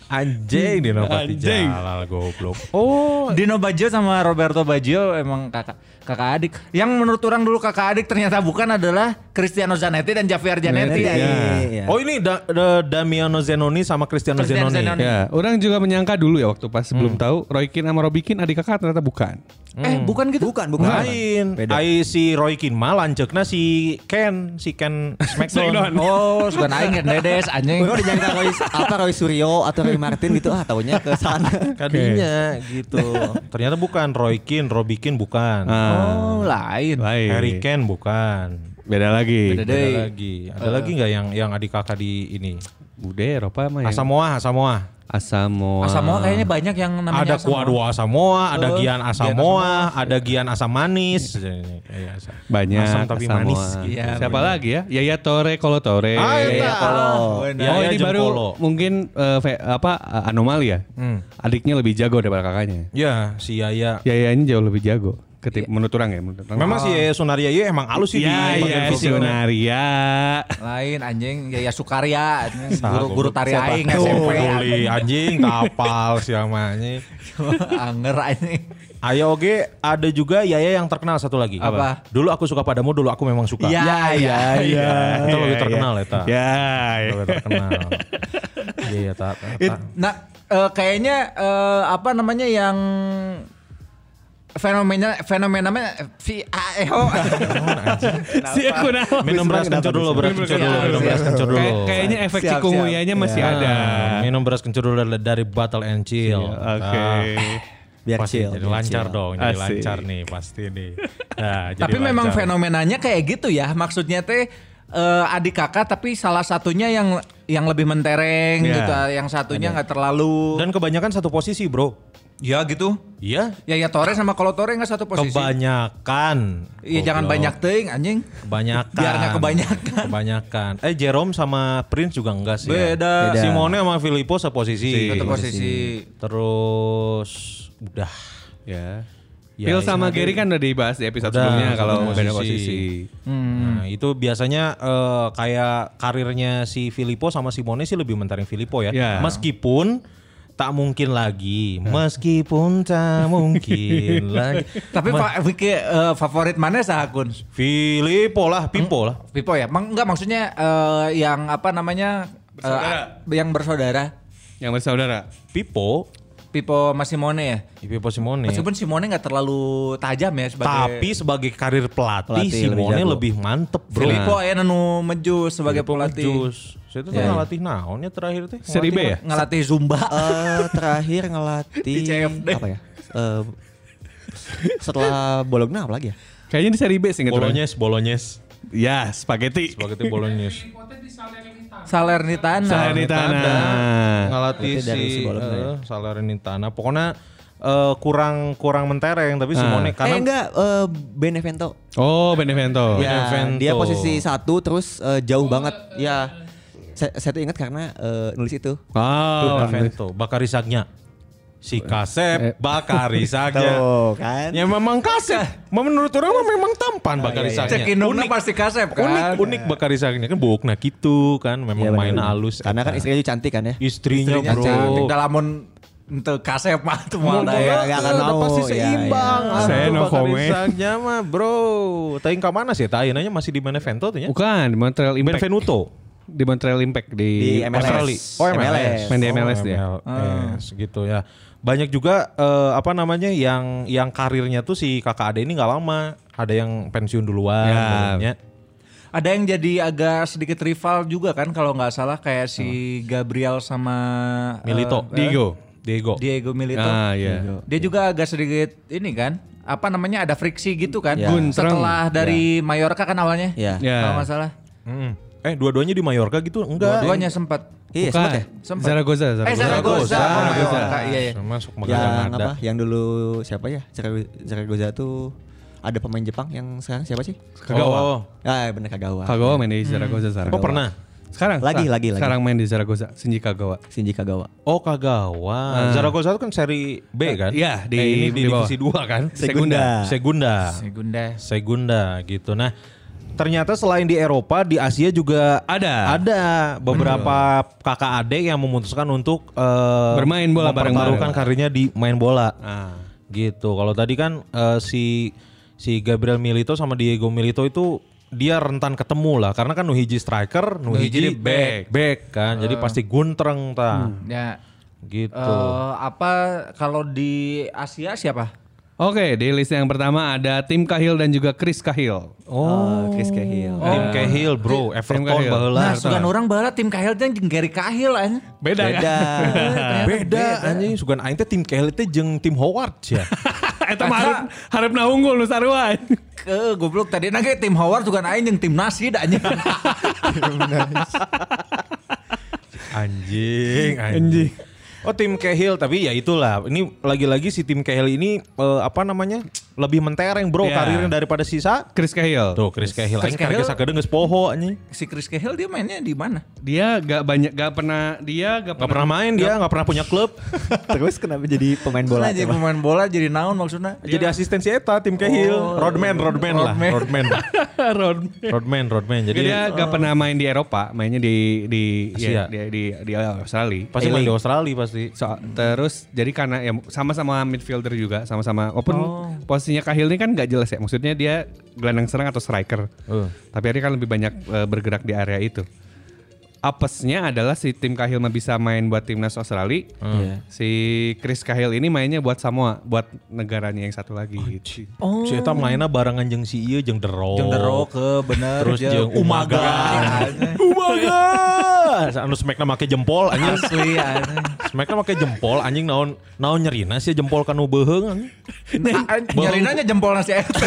Speaker 6: Anjing Dino Pati
Speaker 5: Anjing.
Speaker 6: Jalal goblok.
Speaker 5: Oh,
Speaker 4: Dino Baggio sama Roberto Baggio emang kakak kakak adik. Yang menurut orang dulu kakak adik ternyata bukan adalah Cristiano Zanetti dan Javier Zanetti.
Speaker 8: Iya, iya, iya.
Speaker 6: Oh ini Da- Da- Damiano Zenoni sama Cristiano
Speaker 4: Cristiano Zanoni.
Speaker 6: Zenoni.
Speaker 5: ya, orang juga menyangka dulu ya waktu pas belum tahu Roy Keane sama Robbie Keane adik kakak ternyata bukan.
Speaker 6: Hmm.
Speaker 4: Eh, bukan gitu.
Speaker 8: Bukan, bukan.
Speaker 6: Lain.
Speaker 8: Beda.
Speaker 6: Ai si Roy Keane mah lanceukna si Ken, si Ken (laughs) Smackdown.
Speaker 4: Oh, sugan aing ngeun dedes anjing.
Speaker 8: Gue dijangka Roy, apa Roy Suryo atau Roy Martin gitu ah taunya ke sana.
Speaker 6: Kadinya gitu. Ternyata bukan Roy Keane, Robbie Keane bukan.
Speaker 4: Oh, lain.
Speaker 5: Lain.
Speaker 6: Harry Kane bukan.
Speaker 5: Beda lagi.
Speaker 4: Beda
Speaker 6: Ada
Speaker 4: deui.
Speaker 6: lagi. Ada lagi nggak yang yang adik kakak di ini?
Speaker 5: Udah Eropa mah ya. yang
Speaker 6: Asamoah, Asamoah.
Speaker 5: Asamoah.
Speaker 4: Samoa kayaknya banyak yang namanya
Speaker 6: Ada
Speaker 4: Samoa.
Speaker 6: Kuadwa Asamoa, ada
Speaker 4: Eh,
Speaker 6: Gian
Speaker 4: Gian
Speaker 6: Asamoa, ada Gian Asam Manis. Iya, asam.
Speaker 5: banyak
Speaker 6: Asam tapi
Speaker 5: Asamoah.
Speaker 6: manis.
Speaker 5: Iya, Siapa lagi ya? Yaya Tore, Kolo Tore.
Speaker 4: Iya,
Speaker 6: Ah, itu.
Speaker 8: Kalau
Speaker 5: oh
Speaker 6: Yaya
Speaker 5: ini
Speaker 6: jeung
Speaker 5: baru
Speaker 6: Kolo.
Speaker 5: mungkin eh, fe- apa eh, anomali ya?
Speaker 6: Hmm.
Speaker 5: Adiknya lebih jago daripada kakaknya.
Speaker 6: Ya, si Yaya.
Speaker 5: Yayanya jauh lebih jago. Ketip menurut orang ya, menurut orang.
Speaker 6: Iya. Memang si
Speaker 4: Iya.
Speaker 6: Yaya Sunaria Yaya emang halus sih
Speaker 5: ya,
Speaker 6: di bagian
Speaker 5: ya,
Speaker 6: fisiknya.
Speaker 5: visionaria.
Speaker 4: Lain anjing Yaya Sukarya anjing. guru-guru tari aing SMP.
Speaker 6: Peduli anjing tapal siamanya.
Speaker 4: (laughs) Anger anjing.
Speaker 6: Ayo oke, ada juga Yaya yang terkenal satu lagi.
Speaker 4: Apa?
Speaker 6: Dulu aku suka padamu, dulu aku memang suka.
Speaker 4: Ya
Speaker 6: Iya,
Speaker 4: ya ya.
Speaker 6: Itu lebih terkenal
Speaker 4: iya.
Speaker 6: ya, Ta.
Speaker 5: Ya.
Speaker 6: Lebih terkenal. Iya, iya, Ta. ta- ta.
Speaker 4: Nah, eh, kayaknya eh, apa namanya yang fenomena fenomenanya E vi aeho
Speaker 5: Si aku
Speaker 4: E
Speaker 6: (laughs)
Speaker 5: naon?
Speaker 6: Minum beras kencur dulu, beras kencur dulu, minum beras kencur dulu.
Speaker 5: Kayak- Kayaknya efek
Speaker 8: Siap, siap.
Speaker 5: cikunguyanya masih
Speaker 6: Ah,
Speaker 5: ada.
Speaker 6: Minum beras kencur dulu dari- dari bottle and chill.
Speaker 5: Oke.
Speaker 6: Ah,
Speaker 8: biar
Speaker 6: pasti
Speaker 8: chill.
Speaker 6: Jadi
Speaker 8: biar
Speaker 6: lancar
Speaker 8: chill.
Speaker 6: dong, jadi
Speaker 5: Asik.
Speaker 6: lancar nih pasti (laughs) nih. Nah, jadi
Speaker 4: tapi memang
Speaker 6: lancar.
Speaker 4: fenomenanya kayak gitu ya maksudnya teh eh, adik kakak tapi salah satunya yang yang lebih mentereng
Speaker 5: Iya.
Speaker 4: gitu yang satunya nggak terlalu
Speaker 6: Dan kebanyakan satu posisi bro.
Speaker 4: ya gitu
Speaker 6: Iya.
Speaker 4: ya ya Torres sama Kolo Torres nggak satu posisi
Speaker 6: Kebanyakan.
Speaker 4: Iya jangan
Speaker 6: Goblok.
Speaker 4: banyak ting anjing.
Speaker 6: Kebanyakan.
Speaker 4: Biar nggak kebanyakan.
Speaker 6: Kebanyakan. Eh Jerome sama Prince juga enggak sih. ya?
Speaker 4: Beda.
Speaker 8: Beda.
Speaker 6: Simone sama Filippo seposisi.
Speaker 4: Satu posisi.
Speaker 6: Terus udah.
Speaker 5: Ya.
Speaker 6: Ya,
Speaker 5: Phil
Speaker 6: ya.
Speaker 5: sama Gary kan udah dibahas di episode
Speaker 6: Udah,
Speaker 5: sebelumnya
Speaker 6: satu
Speaker 5: kalau
Speaker 6: posisi.
Speaker 5: beda posisi.
Speaker 6: Nah, itu biasanya eh, kayak karirnya si Filippo sama Simone sih lebih mentareng Filippo ya.
Speaker 5: Ya.
Speaker 6: Meskipun tak mungkin lagi, meskipun tak mungkin lagi.
Speaker 4: Tapi
Speaker 6: Ma-
Speaker 4: fa- Vicky, eh, favorit mana sah akun?
Speaker 6: Filippo lah, Pipo lah.
Speaker 4: Pipo ya? Mang, enggak maksudnya eh, yang apa namanya? eh,
Speaker 5: Bersaudara.
Speaker 4: a- yang bersaudara.
Speaker 5: Yang bersaudara.
Speaker 6: Pipo,
Speaker 4: Pipo sama Simone ya?
Speaker 6: Pipo Simone.
Speaker 4: Meskipun Simone nggak terlalu tajam ya sebagai
Speaker 6: Tapi sebagai karir pelatih,
Speaker 8: Pelatih lebih
Speaker 6: Simone
Speaker 8: jago.
Speaker 6: lebih, mantep bro. Nah,
Speaker 4: Filippo ya nu meju sebagai pelatih.
Speaker 6: Jus. Saya tuh ngelatih naonnya terakhir teh.
Speaker 5: Seri B ya?
Speaker 4: Ngelatih Zumba.
Speaker 8: Eh, terakhir ngelatih
Speaker 4: Di CFD.
Speaker 8: apa ya? Eh, setelah Bologna apa lagi ya?
Speaker 5: Kayaknya di seri B sih ingat orang.
Speaker 6: Bolonyes, Bolonyes.
Speaker 5: Ya, spaghetti.
Speaker 6: Spaghetti Bolonyes.
Speaker 4: Salernitana.
Speaker 5: Salernitana.
Speaker 4: Nah,
Speaker 6: Ngelatih
Speaker 8: Berarti dari si
Speaker 6: si
Speaker 8: Bologna ya?
Speaker 6: eh, Salernitana. Pokoknya eh, kurang kurang mentereng
Speaker 4: Nah.
Speaker 6: tapi Simone
Speaker 8: eh
Speaker 6: karena
Speaker 8: enggak, eh, Benevento.
Speaker 5: Oh, Benevento.
Speaker 8: Ya,
Speaker 6: Benevento.
Speaker 8: dia posisi satu terus eh, jauh banget. Ya, saya, saya tuh ingat karena eh, nulis itu.
Speaker 5: Oh,
Speaker 6: Benevento, Bakari Sagnya. Si
Speaker 8: Eh.
Speaker 6: Kasep,
Speaker 8: (laughs)
Speaker 6: Bakari Sagnya.
Speaker 8: Tuh kan.
Speaker 6: Ya memang Kasep. Menurut orang mah memang
Speaker 8: Ah,
Speaker 6: tampan
Speaker 8: iya,
Speaker 6: Bakari Sagnya.
Speaker 4: Cek Indomnya pasti kasep kan.
Speaker 6: unik unik Bakari Sagna kan bokna gitu kan memang
Speaker 8: Iya,
Speaker 6: main
Speaker 8: bener.
Speaker 6: halus
Speaker 8: Karena kan istrinya juga cantik kan ya.
Speaker 6: istrinya,
Speaker 4: Istrinya
Speaker 6: bro
Speaker 4: cantik. Dalamun ente kasep mah tuh mau
Speaker 8: Nggak- Iya, nggak akan
Speaker 6: iya. Udah
Speaker 8: mau,
Speaker 6: pasti
Speaker 8: ya,
Speaker 6: seimbang
Speaker 8: ya.
Speaker 6: Aduh,
Speaker 5: Saya no
Speaker 6: Bakari
Speaker 5: comment.
Speaker 6: Sagna mah bro Taing ke mana sih Taing aja masih di Benevento tuh ya
Speaker 5: Bukan, di Montreal Impact.
Speaker 6: Benvenuto
Speaker 5: Di Montreal Impact di,
Speaker 8: Di MLS.
Speaker 5: Australia.
Speaker 8: Oh, MLS.
Speaker 5: Main di MLS
Speaker 6: Oh,
Speaker 5: dia.
Speaker 6: MLS, gitu ya banyak juga eh, apa namanya yang yang karirnya tuh si kakak Ade ini nggak lama ada yang pensiun duluan
Speaker 5: Ya.
Speaker 6: ya.
Speaker 4: Ada yang jadi agak sedikit rival juga kan kalau nggak salah kayak si Gabriel sama eh,
Speaker 6: Eh. Milito
Speaker 4: eh,
Speaker 5: Diego.
Speaker 6: Diego
Speaker 4: Diego Milito.
Speaker 5: Ah, iya.
Speaker 4: Diego. Dia juga agak sedikit ini kan apa namanya ada friksi gitu kan
Speaker 8: Ya.
Speaker 5: Guntreng.
Speaker 4: setelah dari Mallorca kan awalnya
Speaker 8: Ya.
Speaker 5: Ya.
Speaker 4: kalau nggak salah
Speaker 6: Mm-mm. eh dua-duanya di Mallorca gitu enggak
Speaker 4: dua-duanya sempat
Speaker 8: Iya, sempat ya.
Speaker 4: Sempat.
Speaker 5: Zaragoza,
Speaker 4: eh Zaragoza sama
Speaker 5: Zaragoza.
Speaker 4: Mallorca iya iya.
Speaker 6: Ah, masuk
Speaker 8: Yang
Speaker 6: Magadang ada
Speaker 8: apa? Yang dulu siapa ya? Zara- Zaragoza tuh ada pemain Jepang yang sekarang siapa sih?
Speaker 5: Kagawa.
Speaker 6: Oh.
Speaker 8: Ah, bener Kagawa.
Speaker 5: Kagawa main di Zaragoza sekarang.
Speaker 6: Oh pernah?
Speaker 5: Sekarang.
Speaker 8: Lagi,
Speaker 5: sekarang.
Speaker 8: lagi, lagi.
Speaker 5: Sekarang main di Zaragoza, Shinji Kagawa.
Speaker 8: Shinji Kagawa.
Speaker 6: Oh Kagawa. Zaragoza itu kan seri B kan?
Speaker 5: Iya, di-
Speaker 6: ini di,
Speaker 5: di bawah.
Speaker 6: divisi 2 kan?
Speaker 8: Segunda.
Speaker 6: Segunda.
Speaker 4: Segunda
Speaker 6: Segunda gitu. Nah, ternyata selain di Eropa, di Asia juga
Speaker 5: Ada.
Speaker 6: Ada beberapa kakak adik yang memutuskan untuk eh,
Speaker 5: Bermain bola
Speaker 6: mempertaruhkan
Speaker 5: bareng-bareng.
Speaker 6: karirnya di main bola. Gitu. Kalau tadi kan eh, si si Gabriel Milito sama Diego Milito itu dia rentan ketemu lah karena kan nu hiji striker, nu
Speaker 4: Nu hiji
Speaker 6: hiji
Speaker 4: di back.
Speaker 6: back kan. Jadi pasti guntreng ta.
Speaker 4: ya
Speaker 6: Gitu.
Speaker 4: eh, apa kalau di Asia siapa
Speaker 5: Oke, di list yang pertama ada Tim Cahill dan juga Chris Cahill.
Speaker 8: Oh, Chris Cahill.
Speaker 6: Tim Cahill bro, Everton
Speaker 5: Cahill.
Speaker 4: nah
Speaker 6: baheula.
Speaker 4: sugan orang barat tim Cahill dan jeung Gary Cahill an
Speaker 5: Beda,
Speaker 8: Beda.
Speaker 6: Eh, beda anjing sugan aing teh tim Cahill teh jeung tim Howard (laughs) ya.
Speaker 5: kan? Eta mah harap, harap nah unggul nu sarua.
Speaker 4: ke goblok tadi nage tim Howard sugan aing jeung tim Nasid anjing (laughs)
Speaker 6: anjing,
Speaker 5: Anjing.
Speaker 6: Oh tim Cahill tapi ya itulah. Ini lagi-lagi si tim Cahill ini eh, apa namanya? lebih mentereng bro
Speaker 5: Iya.
Speaker 6: karirnya daripada sisa.
Speaker 5: Chris
Speaker 6: Ya.
Speaker 5: Cahill.
Speaker 6: Tuh Chris Cahill
Speaker 4: Chris
Speaker 6: aing karirnya
Speaker 4: Cahill-
Speaker 6: sakeudeung geus poho anjing.
Speaker 4: si Chris Cahill dia mainnya di mana
Speaker 5: Dia gak banyak, gak pernah, dia gak
Speaker 6: Gak
Speaker 5: pernah.
Speaker 6: pernah main dia, gak pernah punya (laughs) klub.
Speaker 8: Terus kenapa jadi pemain bola?
Speaker 4: Nah, jadi
Speaker 8: coba?
Speaker 4: pemain bola jadi naon maksudnya?
Speaker 6: Jadi asisten si Eta, tim Cahill. Rodman, Rodman, lah. Iya. Oh. Rodman.
Speaker 5: Ron.
Speaker 6: (laughs) Rodman, Rodman. Jadi eh,
Speaker 5: dia gak pernah main di Eropa, mainnya di di
Speaker 6: Asia.
Speaker 5: ya, di, di, di Australia. Iya.
Speaker 6: pasti main di Australia pasti.
Speaker 5: So, terus jadi karena ya sama-sama midfielder juga sama-sama walaupun
Speaker 6: Oh.
Speaker 5: posisinya Cahill ini kan nggak jelas ya maksudnya dia gelandang serang atau striker
Speaker 6: Eh.
Speaker 5: tapi dia kan lebih banyak eh, bergerak di area itu apesnya adalah si tim Cahill mah bisa main buat timnas Australia.
Speaker 6: Hmm. Iya.
Speaker 5: Si Chris Cahill ini mainnya buat Samoa, buat negaranya yang satu lagi. gitu.
Speaker 6: Oh. Si eta mainna barengan jeung si ieu jeung The Rock.
Speaker 4: Jeung The Rock, eh, bener.
Speaker 6: Terus jeung Umaga.
Speaker 8: Iya,
Speaker 6: Umaga. Anu smackna make jempol anjing.
Speaker 4: Asli
Speaker 8: Iya.
Speaker 4: aneh.
Speaker 6: Smackna make jempol anjing naon naon nyerina sih jempol kanu beuheung anjing.
Speaker 4: Nah, Nyarinanya jempolnya si Eta.
Speaker 8: (laughs)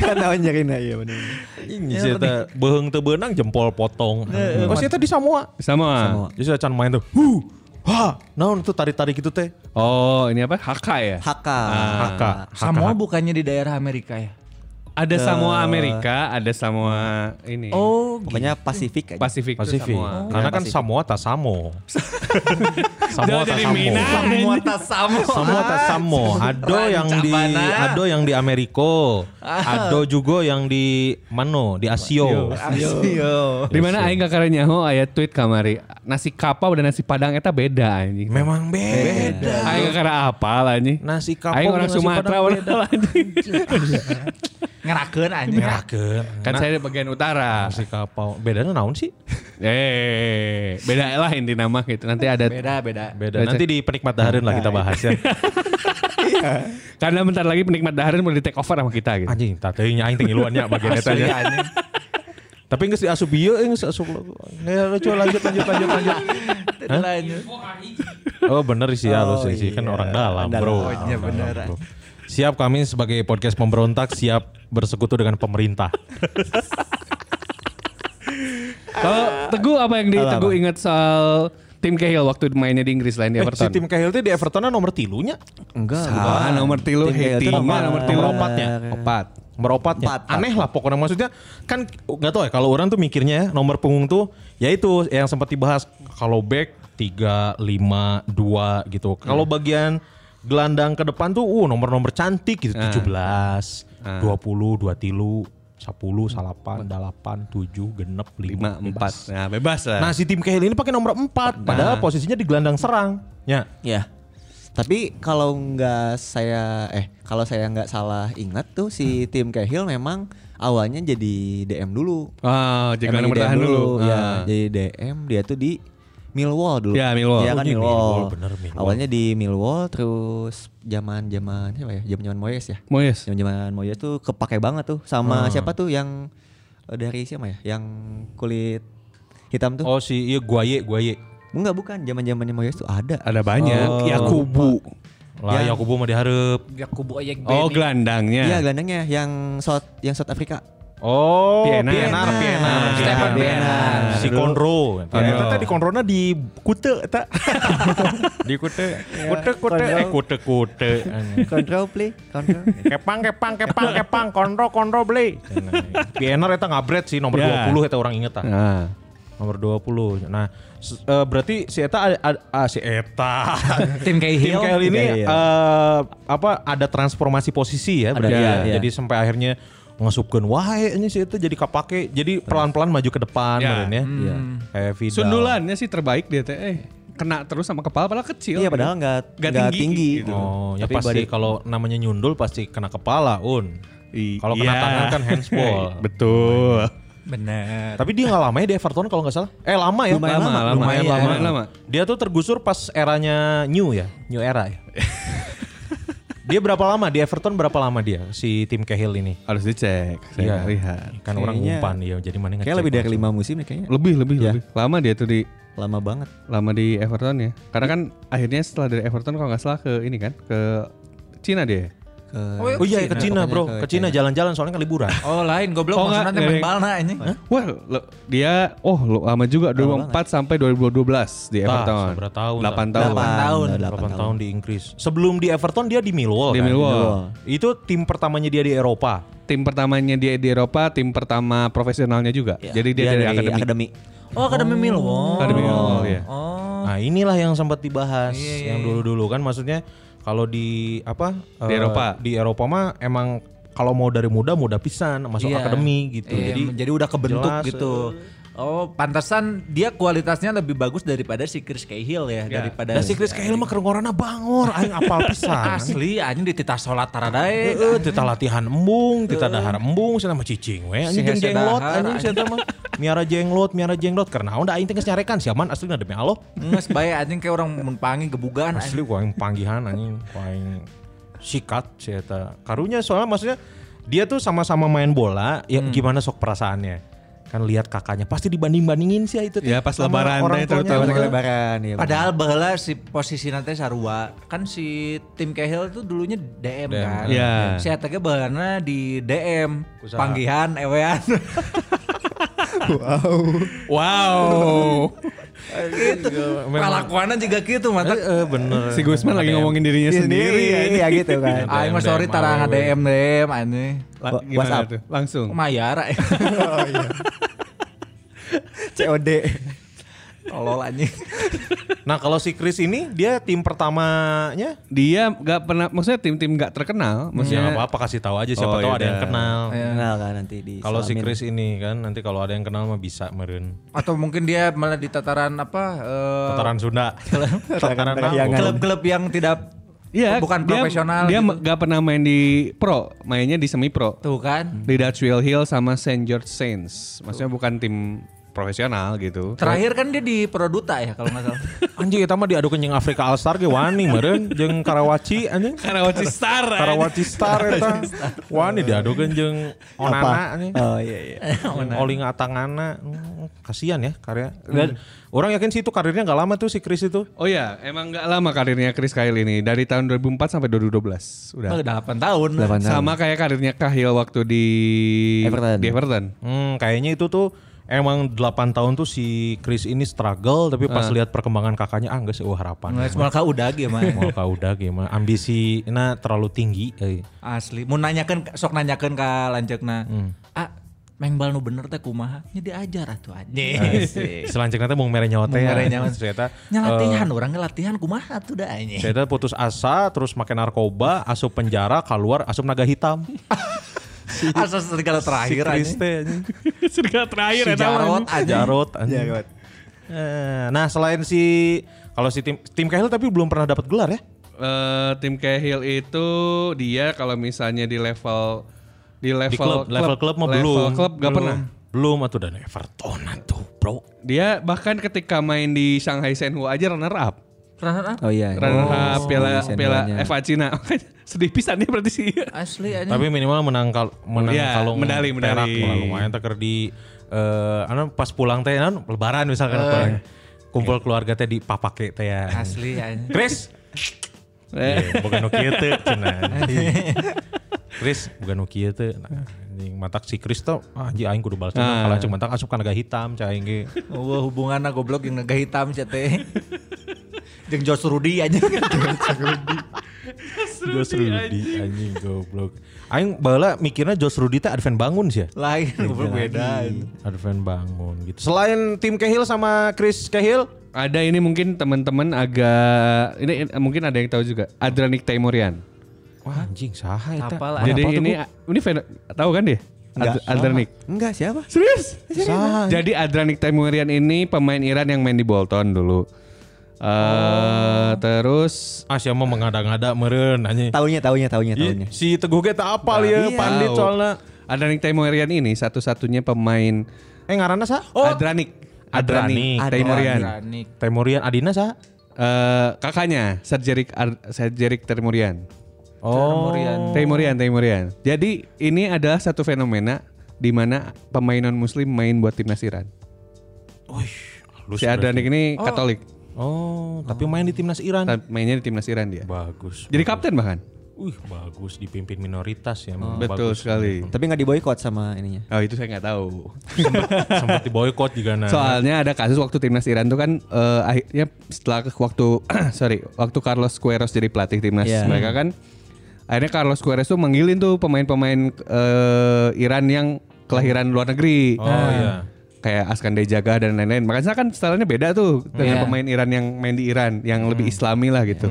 Speaker 8: kan lawan nyariin
Speaker 6: Nah, iya,
Speaker 8: ya bener.
Speaker 6: Anjing
Speaker 5: Iya,
Speaker 6: si Iya, eta beuheung teu beunang jempol potong. Oh si eta di Samoa.
Speaker 5: Samoa.
Speaker 6: Jadi si can main tuh. Hu. Wah, naon tuh tarik-tarik gitu teh.
Speaker 5: Oh, ini apa? Haka ya?
Speaker 8: Haka.
Speaker 6: Haka.
Speaker 4: Samoa bukannya di daerah Amerika ya?
Speaker 5: Ada Samoa Amerika, ada Samoa ini.
Speaker 4: Oh,
Speaker 8: Pokoknya Pasifik aja.
Speaker 5: gitu. Pasifik, tuh
Speaker 6: Pasifik.
Speaker 5: Samoa. Iya,
Speaker 6: Karena kan Samoa tak
Speaker 5: (laughs)
Speaker 6: Samo. Samoa
Speaker 5: Jangan
Speaker 6: tak
Speaker 5: jadi
Speaker 6: Samo.
Speaker 5: Mina.
Speaker 4: Samoa tas Samoa.
Speaker 6: Samoa tak
Speaker 5: (laughs)
Speaker 6: Samo. Ado yang di
Speaker 4: Rancabana.
Speaker 6: Ado yang di Ameriko.
Speaker 5: Ah.
Speaker 6: Ado juga yang di mano di Asio. Iya.
Speaker 5: Di mana aing kakara nyaho aya tweet kamari. Nasi kapau dan nasi padang eta beda anjing.
Speaker 6: Memang beda.
Speaker 5: Aing kakara apal anjing.
Speaker 6: Nasi kapau
Speaker 5: Aing orang
Speaker 6: nasi
Speaker 5: Sumatera
Speaker 6: Padang
Speaker 5: orang
Speaker 6: beda.
Speaker 5: anjing.
Speaker 4: Ngerakeun anjing.
Speaker 6: Ngerakeun.
Speaker 5: Kan
Speaker 6: Na-
Speaker 5: saya di bagian utara.
Speaker 6: nasi kapau. Bedanya naon sih?
Speaker 5: Eh, beda lah inti nama gitu. Nanti ada
Speaker 4: Beda, beda.
Speaker 6: Beda. Nanti di penikmat dahareun lah kita bahas ya.
Speaker 5: karena bentar lagi penikmat daharin mau di take over sama kita gitu.
Speaker 6: (laughs) Anjing, tateunya aing teh ngiluannya bagian eta
Speaker 4: Asli
Speaker 6: nya.
Speaker 4: anjing.
Speaker 6: Tapi geus diasup ieu eh, geus asup. Ya coba lanjut lanjut lanjut lanjut. Hah?
Speaker 4: Lanjut.
Speaker 6: Oh bener sih ya lu
Speaker 8: Oh,
Speaker 6: sih, sih. kan
Speaker 8: iya.
Speaker 6: orang dalam iya, bro.
Speaker 8: Oh,
Speaker 6: Orang dalam, bro. Siap kami sebagai podcast pemberontak siap bersekutu dengan pemerintah.
Speaker 5: Kalau Teguh apa yang di Teguh ingat soal tim Cahill waktu mainnya di Inggris lain di
Speaker 6: Eh, si
Speaker 5: Everton?
Speaker 6: tim Cahill teh di Evertonnya nomor tilunya,
Speaker 8: Enggak.
Speaker 6: Ah,
Speaker 5: Salah, nomor tilu Haiti. Mah nomor ya. tilu
Speaker 6: Meropatnya.
Speaker 5: Opat.
Speaker 6: meropatnya.
Speaker 8: Empat.
Speaker 6: Aneh lah pokoknya maksudnya kan nggak tahu ya kalau orang tuh mikirnya nomor punggung tuh yaitu yang sempat dibahas kalau back 3 5 2 gitu. Kalau
Speaker 5: Iya.
Speaker 6: bagian gelandang ke depan tuh uh nomor-nomor cantik gitu
Speaker 5: Ah.
Speaker 6: 17, 20, 2 tilu, 10, salapan, 8, 7, genep, 5,
Speaker 5: Lima empat. Nah bebas lah.
Speaker 6: Nah si tim Cahill ini pakai nomor 4 padahal
Speaker 5: Nah.
Speaker 6: posisinya di gelandang serang. Ya.
Speaker 8: Ya. Tapi kalau nggak saya eh kalau saya nggak salah ingat tuh si tim Cahill memang awalnya jadi DM dulu.
Speaker 5: Ah, jadi
Speaker 8: Emang
Speaker 5: nomor
Speaker 8: di DM
Speaker 5: bertahan dulu.
Speaker 6: Iya.
Speaker 8: Ya,
Speaker 5: Ah.
Speaker 8: jadi DM dia tuh di Millwall dulu.
Speaker 5: Ya, Millwall.
Speaker 8: Iya kan
Speaker 6: Oh, di
Speaker 8: Millwall.
Speaker 6: Millwall, bener, Millwall.
Speaker 8: Awalnya di Millwall terus zaman-zaman siapa ya? Zaman-zaman Moyes ya.
Speaker 5: Moyes.
Speaker 8: Zaman-zaman Moyes tuh kepake banget tuh sama siapa tuh yang eh, dari siapa ya? Yang kulit hitam tuh.
Speaker 6: Oh si iya Guaye, Guaye.
Speaker 8: Enggak bukan, zaman-zamannya Moyes tuh ada.
Speaker 5: Ada banyak.
Speaker 8: Oh,
Speaker 5: Yakubu.
Speaker 6: Lah
Speaker 8: Ya.
Speaker 6: Yakubo mah diharap.
Speaker 4: Ya kubu oyek
Speaker 5: Oh
Speaker 4: Benny.
Speaker 5: gelandangnya.
Speaker 8: Iya, gelandangnya yang South yang South Afrika.
Speaker 6: Oh,
Speaker 5: Pienaar. Iya.
Speaker 6: Pienaar, Pienaar.
Speaker 4: Stefan Pienaar.
Speaker 6: Si Konro.
Speaker 5: Konro.
Speaker 6: Eta teh di Konrona di Kute eta. (laughs) di Kute. Kute Kute eh Kute Kute.
Speaker 8: Control play, control.
Speaker 6: Kepang kepang kepang kepang Konro Konro beli. Pienaar eta ngabret sih nomor
Speaker 5: Ya.
Speaker 6: 20 eta orang inget ah.
Speaker 5: Nah.
Speaker 6: Nomor 20. Nah, s- eh, berarti si eta ada- ada- ah, si eta.
Speaker 4: Tim
Speaker 6: Tim
Speaker 4: Cahill.
Speaker 6: KL ini
Speaker 8: Cahill.
Speaker 6: eh, apa ada transformasi posisi ya berarti
Speaker 8: iya,
Speaker 6: ya.
Speaker 8: iya.
Speaker 6: Jadi sampai akhirnya ngesupkeun wae ini sih itu jadi kapake. Jadi pelan-pelan maju ke depan
Speaker 5: Ya.
Speaker 6: meureun ya.
Speaker 8: Iya.
Speaker 6: Kayak Vidal.
Speaker 5: Sundulannya sih terbaik dia teh. Eh, kena terus sama kepala padahal kecil.
Speaker 8: Iya, padahal nggak
Speaker 5: Nggak
Speaker 8: nggak
Speaker 5: tinggi
Speaker 8: tinggi.
Speaker 5: gitu.
Speaker 6: Oh, ya
Speaker 8: Tapi
Speaker 6: pasti
Speaker 8: body-
Speaker 6: kalau namanya nyundul pasti kena kepala, Un.
Speaker 5: I-
Speaker 6: Kalau kena
Speaker 5: iya.
Speaker 6: tangan kan handsball.
Speaker 5: (laughs) Betul.
Speaker 4: Bener.
Speaker 6: Tapi dia nggak lama ya di Everton kalau nggak salah. Eh lama ya.
Speaker 5: Lumayan lama, lama.
Speaker 6: Lumayan
Speaker 5: Iya,
Speaker 6: lama.
Speaker 5: lumayan lama.
Speaker 6: Dia tuh tergusur pas eranya New ya. New era ya. dia berapa lama? Di Everton berapa lama dia si tim Cahill ini?
Speaker 5: Harus dicek. Saya lihat.
Speaker 6: Kan orang
Speaker 8: Kayaknya-
Speaker 6: umpan ya. Jadi mana ngecek.
Speaker 8: Kayak lebih dari
Speaker 6: langsung.
Speaker 8: lima musim nih kayaknya.
Speaker 5: Lebih lebih
Speaker 8: Ya.
Speaker 5: lebih. Lama dia tuh di
Speaker 8: Lama banget.
Speaker 5: lama di Everton ya. Karena kan akhirnya setelah dari Everton kalau nggak salah ke ini kan ke Cina dia.
Speaker 8: Ke
Speaker 6: Oh iya ke Cina bro,
Speaker 8: Pokoknya
Speaker 6: ke Cina jalan-jalan soalnya kan liburan.
Speaker 4: Oh lain goblok
Speaker 5: Oh,
Speaker 4: maksudnya
Speaker 5: nggak,
Speaker 4: nanti main
Speaker 5: nggak.
Speaker 4: balna anjing.
Speaker 5: Wah, lo- dia oh lo- lama juga 2004 sampai 2012
Speaker 6: Tah,
Speaker 5: di Everton.
Speaker 6: seberapa tahun,
Speaker 5: 8
Speaker 6: tah.
Speaker 5: tahun.
Speaker 8: Delapan tahun.
Speaker 6: Delapan tahun di Inggris. Sebelum di Everton dia di Millwall.
Speaker 5: Di
Speaker 6: kan?
Speaker 5: Millwall.
Speaker 6: Itu tim pertamanya dia di Eropa.
Speaker 5: Tim pertamanya dia di Eropa, tim pertama profesionalnya juga. Jadi
Speaker 8: Iya,
Speaker 5: dia, Iya. dari, akademi.
Speaker 4: Oh Akademi Millwall.
Speaker 5: Akademi Millwall, ya.
Speaker 4: Oh.
Speaker 6: Nah inilah yang sempat dibahas
Speaker 4: Iya,
Speaker 6: yang dulu-dulu kan maksudnya kalau di apa
Speaker 5: Di
Speaker 6: eh,
Speaker 5: Eropa.
Speaker 6: di Eropa mah emang kalau mau dari muda muda pisan masuk
Speaker 4: Iya.
Speaker 6: akademi gitu
Speaker 4: Iya,
Speaker 6: jadi
Speaker 4: jadi udah kebentuk
Speaker 6: jelas,
Speaker 4: gitu. Oh, pantesan dia kualitasnya lebih bagus daripada si Chris Cahill ya, daripada
Speaker 6: Iya. Lah si Chris Cahill
Speaker 4: iya.
Speaker 6: mah kerengorana bangor aing apal pisan
Speaker 4: asli anjing dititah salat taradae.
Speaker 6: (laughs) Heeh, tita latihan embung, tita dahar embung, saya mah cicing we anjing jeung
Speaker 4: hese
Speaker 6: jenglot
Speaker 4: dahar,
Speaker 6: anjing saya mah. miara jenglot miara jenglot karena naon da aing teh geus nyarekan siaman asli demi Allah
Speaker 4: Nges bae anjing kayak orang mun panggil gebugan
Speaker 5: Nah.
Speaker 6: asli ku aing panggihan anjing ku aing sikat si eta karunya soalnya maksudnya dia tuh sama-sama main bola ya
Speaker 5: Hmm.
Speaker 6: gimana sok perasaannya kan lihat kakaknya pasti dibanding-bandingin sih itu teh
Speaker 5: Ya, pas
Speaker 6: sama
Speaker 5: lebaran
Speaker 6: orang
Speaker 5: teh,
Speaker 6: tuanya.
Speaker 5: terutama pas
Speaker 8: Pas
Speaker 5: Kan
Speaker 8: lebaran
Speaker 5: iya,
Speaker 8: ya.
Speaker 4: Padahal baheula si posisi nanti Sarua kan si tim Cahill tuh dulunya DM, kan.
Speaker 5: Iya.
Speaker 4: Si Eta ge baheulana di DM
Speaker 6: Usaha.
Speaker 4: panggihan
Speaker 5: (laughs)
Speaker 4: ewean.
Speaker 5: Wow.
Speaker 4: Kalakuanna juga gitu Iya,
Speaker 6: Eh,
Speaker 4: mantap.
Speaker 6: eh, bener
Speaker 5: si Gusman lagi ngomongin dirinya sendiri. ya ini.
Speaker 8: ya gitu kan.
Speaker 5: (laughs)
Speaker 4: Aing mah sorry tarang DM DM aneh.
Speaker 5: La-
Speaker 8: Wa-
Speaker 5: gimana
Speaker 8: WhatsApp.
Speaker 5: tuh? Langsung. (laughs)
Speaker 4: Mayara. (laughs) Oh, iya.
Speaker 8: COD.
Speaker 4: Tolol anjing.
Speaker 6: (laughs) nah kalau si Chris ini dia tim pertamanya
Speaker 5: Dia nggak pernah, maksudnya tim-tim nggak terkenal,
Speaker 6: ya
Speaker 5: maksudnya
Speaker 6: nggak apa-apa kasih tahu aja siapa
Speaker 5: Iya. Oh,
Speaker 6: tahu
Speaker 5: iya
Speaker 6: ada yang
Speaker 5: dah.
Speaker 6: kenal
Speaker 8: Kenal kan nanti di
Speaker 6: kalau si
Speaker 8: salamin.
Speaker 6: Chris ini kan nanti kalau ada yang kenal mah bisa meren
Speaker 4: Atau mungkin dia malah di tataran apa
Speaker 5: Oh.
Speaker 4: eh,
Speaker 6: tataran
Speaker 5: (laughs)
Speaker 6: Sunda tataran
Speaker 8: Kahyangan.
Speaker 6: Nanggung.
Speaker 4: klub-klub yang tidak
Speaker 5: Iya,
Speaker 6: Oh,
Speaker 4: bukan
Speaker 5: dia-
Speaker 4: profesional.
Speaker 5: Dia
Speaker 4: gitu.
Speaker 5: nggak pernah main di pro, mainnya di semi pro.
Speaker 4: tuh kan.
Speaker 5: Di Dutchville Hill sama St. George Saints. Maksudnya bukan tim profesional gitu.
Speaker 6: (laughs)
Speaker 4: Terakhir kan dia di Produta ya kalau nggak salah.
Speaker 6: anjing eta mah diadu jeung Afrika All Star ge wani meureun jeung Karawaci anjing
Speaker 5: Karawaci Star.
Speaker 6: Karawaci Star eta wani diadukeun jeung Onana anjing
Speaker 8: Oh iya iya.
Speaker 6: Yang Oling Atangana Hmm, kasihan ya karya dan orang yakin sih itu karirnya nggak lama tuh si Chris itu
Speaker 5: Oh iya, emang nggak lama karirnya Chris Kyle ini. Dari tahun 2004 sampai 2012. Udah.
Speaker 6: Oh, iya.
Speaker 4: Udah 8 Oh, tahun.
Speaker 8: 8 tahun.
Speaker 5: Sama kayak karirnya Cahill waktu di
Speaker 8: Everton.
Speaker 5: Di Everton.
Speaker 6: Hmm, kayaknya itu tuh emang 8 tahun tuh si Chris ini struggle tapi pas lihat perkembangan kakaknya ah enggak Eh. sih wah harapan.
Speaker 4: Nggak semua kau udah gimana?
Speaker 6: Mau kau udah gimana ambisi nah terlalu tinggi eh.
Speaker 4: Asli. Mau nanyakan sok nanyakan ke lanceukna. Ah, mengbal nu bener teh kumaha? Nya diajar atuh anjing.
Speaker 6: Selanjutnya tuh mau mere nyawa teh. ya.
Speaker 4: Mun mere nyawa.
Speaker 6: Ternyata
Speaker 4: Nya latihan orang ge latihan kumaha tuh da anjing.
Speaker 6: Saya putus asa, terus makin narkoba, asup penjara, keluar, asup naga hitam.
Speaker 4: (laughs) Asas serigala terakhir
Speaker 6: Chris
Speaker 4: anjing.
Speaker 6: teh anjing.
Speaker 5: Serigala terakhir
Speaker 4: Si Jarot anjing. Iya,
Speaker 6: Jarot anjing. Eh, Nah selain si kalau si tim tim Cahill tapi belum pernah dapat gelar ya?
Speaker 5: Eh, tim Cahill itu dia kalau misalnya di level di level
Speaker 6: Di klub, level klub mah
Speaker 5: level
Speaker 6: belum.
Speaker 5: klub nggak
Speaker 6: Belum.
Speaker 5: pernah.
Speaker 6: Belum atau dan Everton tuh bro.
Speaker 5: Dia bahkan ketika main di Shanghai Shenhua aja runner up.
Speaker 4: Perasaan ah,
Speaker 8: Oh iya.
Speaker 5: Runner up piala
Speaker 8: si
Speaker 5: piala
Speaker 8: Shenhua-nya.
Speaker 5: FA Cina. (laughs) Makanya Sedih pisan dia berarti sih.
Speaker 4: asli anjing.
Speaker 6: Tapi minimal menang kal menang
Speaker 5: Iya,
Speaker 6: kalau
Speaker 5: medali, medali.
Speaker 6: perak lah, lumayan teker di eh anu pas pulang teh anu lebaran misalkan pulang. kumpul keluarga teh di papake teh ya.
Speaker 4: Asli anjing.
Speaker 6: Chris Iya, bukan nu kieu teh cenah. Chris bukan nu kieu teh. Nah, anjing, matak si Chris tuh ah, anjing aing kudu balas dendam. Kalau cuma matak asup kan naga hitam cah aing (laughs) ge.
Speaker 4: Oh, Wah hubunganna goblok yang naga hitam sia teh. Jeung Josh Rudy anjing.
Speaker 6: Josh Rudy anjing goblok. Aing bala mikirnya Josh Rudy teh Advent bangun sih. ya.
Speaker 4: Lain goblok beda. anjing.
Speaker 6: Advent bangun gitu. Selain tim Cahill sama Chris Cahill,
Speaker 5: Ada ini mungkin teman-teman agak ini eh, mungkin ada yang tahu juga. Adranik Taimorian.
Speaker 6: wah anjing saha eta.
Speaker 4: Apal,
Speaker 6: Mana
Speaker 5: Jadi
Speaker 6: apal tuh
Speaker 5: ini
Speaker 6: gua?
Speaker 5: ini fan, tahu kan dia? Ad- Adranik.
Speaker 8: Enggak siapa?
Speaker 5: Serius?
Speaker 6: saha.
Speaker 5: Jadi Adranik Taimurian ini pemain Iran yang main di Bolton dulu. Eh terus
Speaker 6: Ah siapa mengada-ngada meureun anjing.
Speaker 8: Taunya taunya taunya
Speaker 6: Iya,
Speaker 8: taunya.
Speaker 6: Si Teguh ge teu apal ya pandit
Speaker 5: tahu.
Speaker 6: soalnya.
Speaker 5: Adranik Taimurian ini satu-satunya pemain
Speaker 6: Eh ngaranna sa?
Speaker 5: Adranik
Speaker 6: Adranik.
Speaker 5: Adranik, Taimurian.
Speaker 4: Berani.
Speaker 6: Temurian Adina sa?
Speaker 5: Eh, kakaknya Serjerik Ar- Serjerik Taimurian.
Speaker 6: Oh.
Speaker 5: Taimurian, Taimurian. Jadi ini adalah satu fenomena di mana pemain non muslim main buat timnas Iran.
Speaker 6: Halus
Speaker 5: si Adranik ini Katolik,
Speaker 6: Oh, tapi main di timnas Iran.
Speaker 5: tapi mainnya di timnas Iran dia.
Speaker 6: Bagus.
Speaker 5: Jadi kapten bahkan.
Speaker 6: Wih, bagus dipimpin minoritas ya. memang
Speaker 5: Betul
Speaker 6: bagus.
Speaker 5: sekali.
Speaker 8: Tapi nggak diboykot sama ininya.
Speaker 5: Oh itu saya nggak tahu.
Speaker 6: (laughs) Sempat diboykot juga nah.
Speaker 5: Soalnya ada kasus waktu timnas Iran tuh kan eh, akhirnya setelah ke- waktu (clears throat) sorry waktu Carlos Queiroz jadi pelatih timnas
Speaker 8: Iya.
Speaker 5: mereka kan akhirnya Carlos Queiroz tuh manggilin tuh pemain-pemain eh, Iran yang kelahiran luar negeri.
Speaker 6: Oh iya.
Speaker 5: Kayak Askandai Jaga dan lain-lain. Makanya kan stylenya beda tuh dengan
Speaker 4: Iya.
Speaker 5: pemain Iran yang main di Iran, yang lebih Islami lah gitu.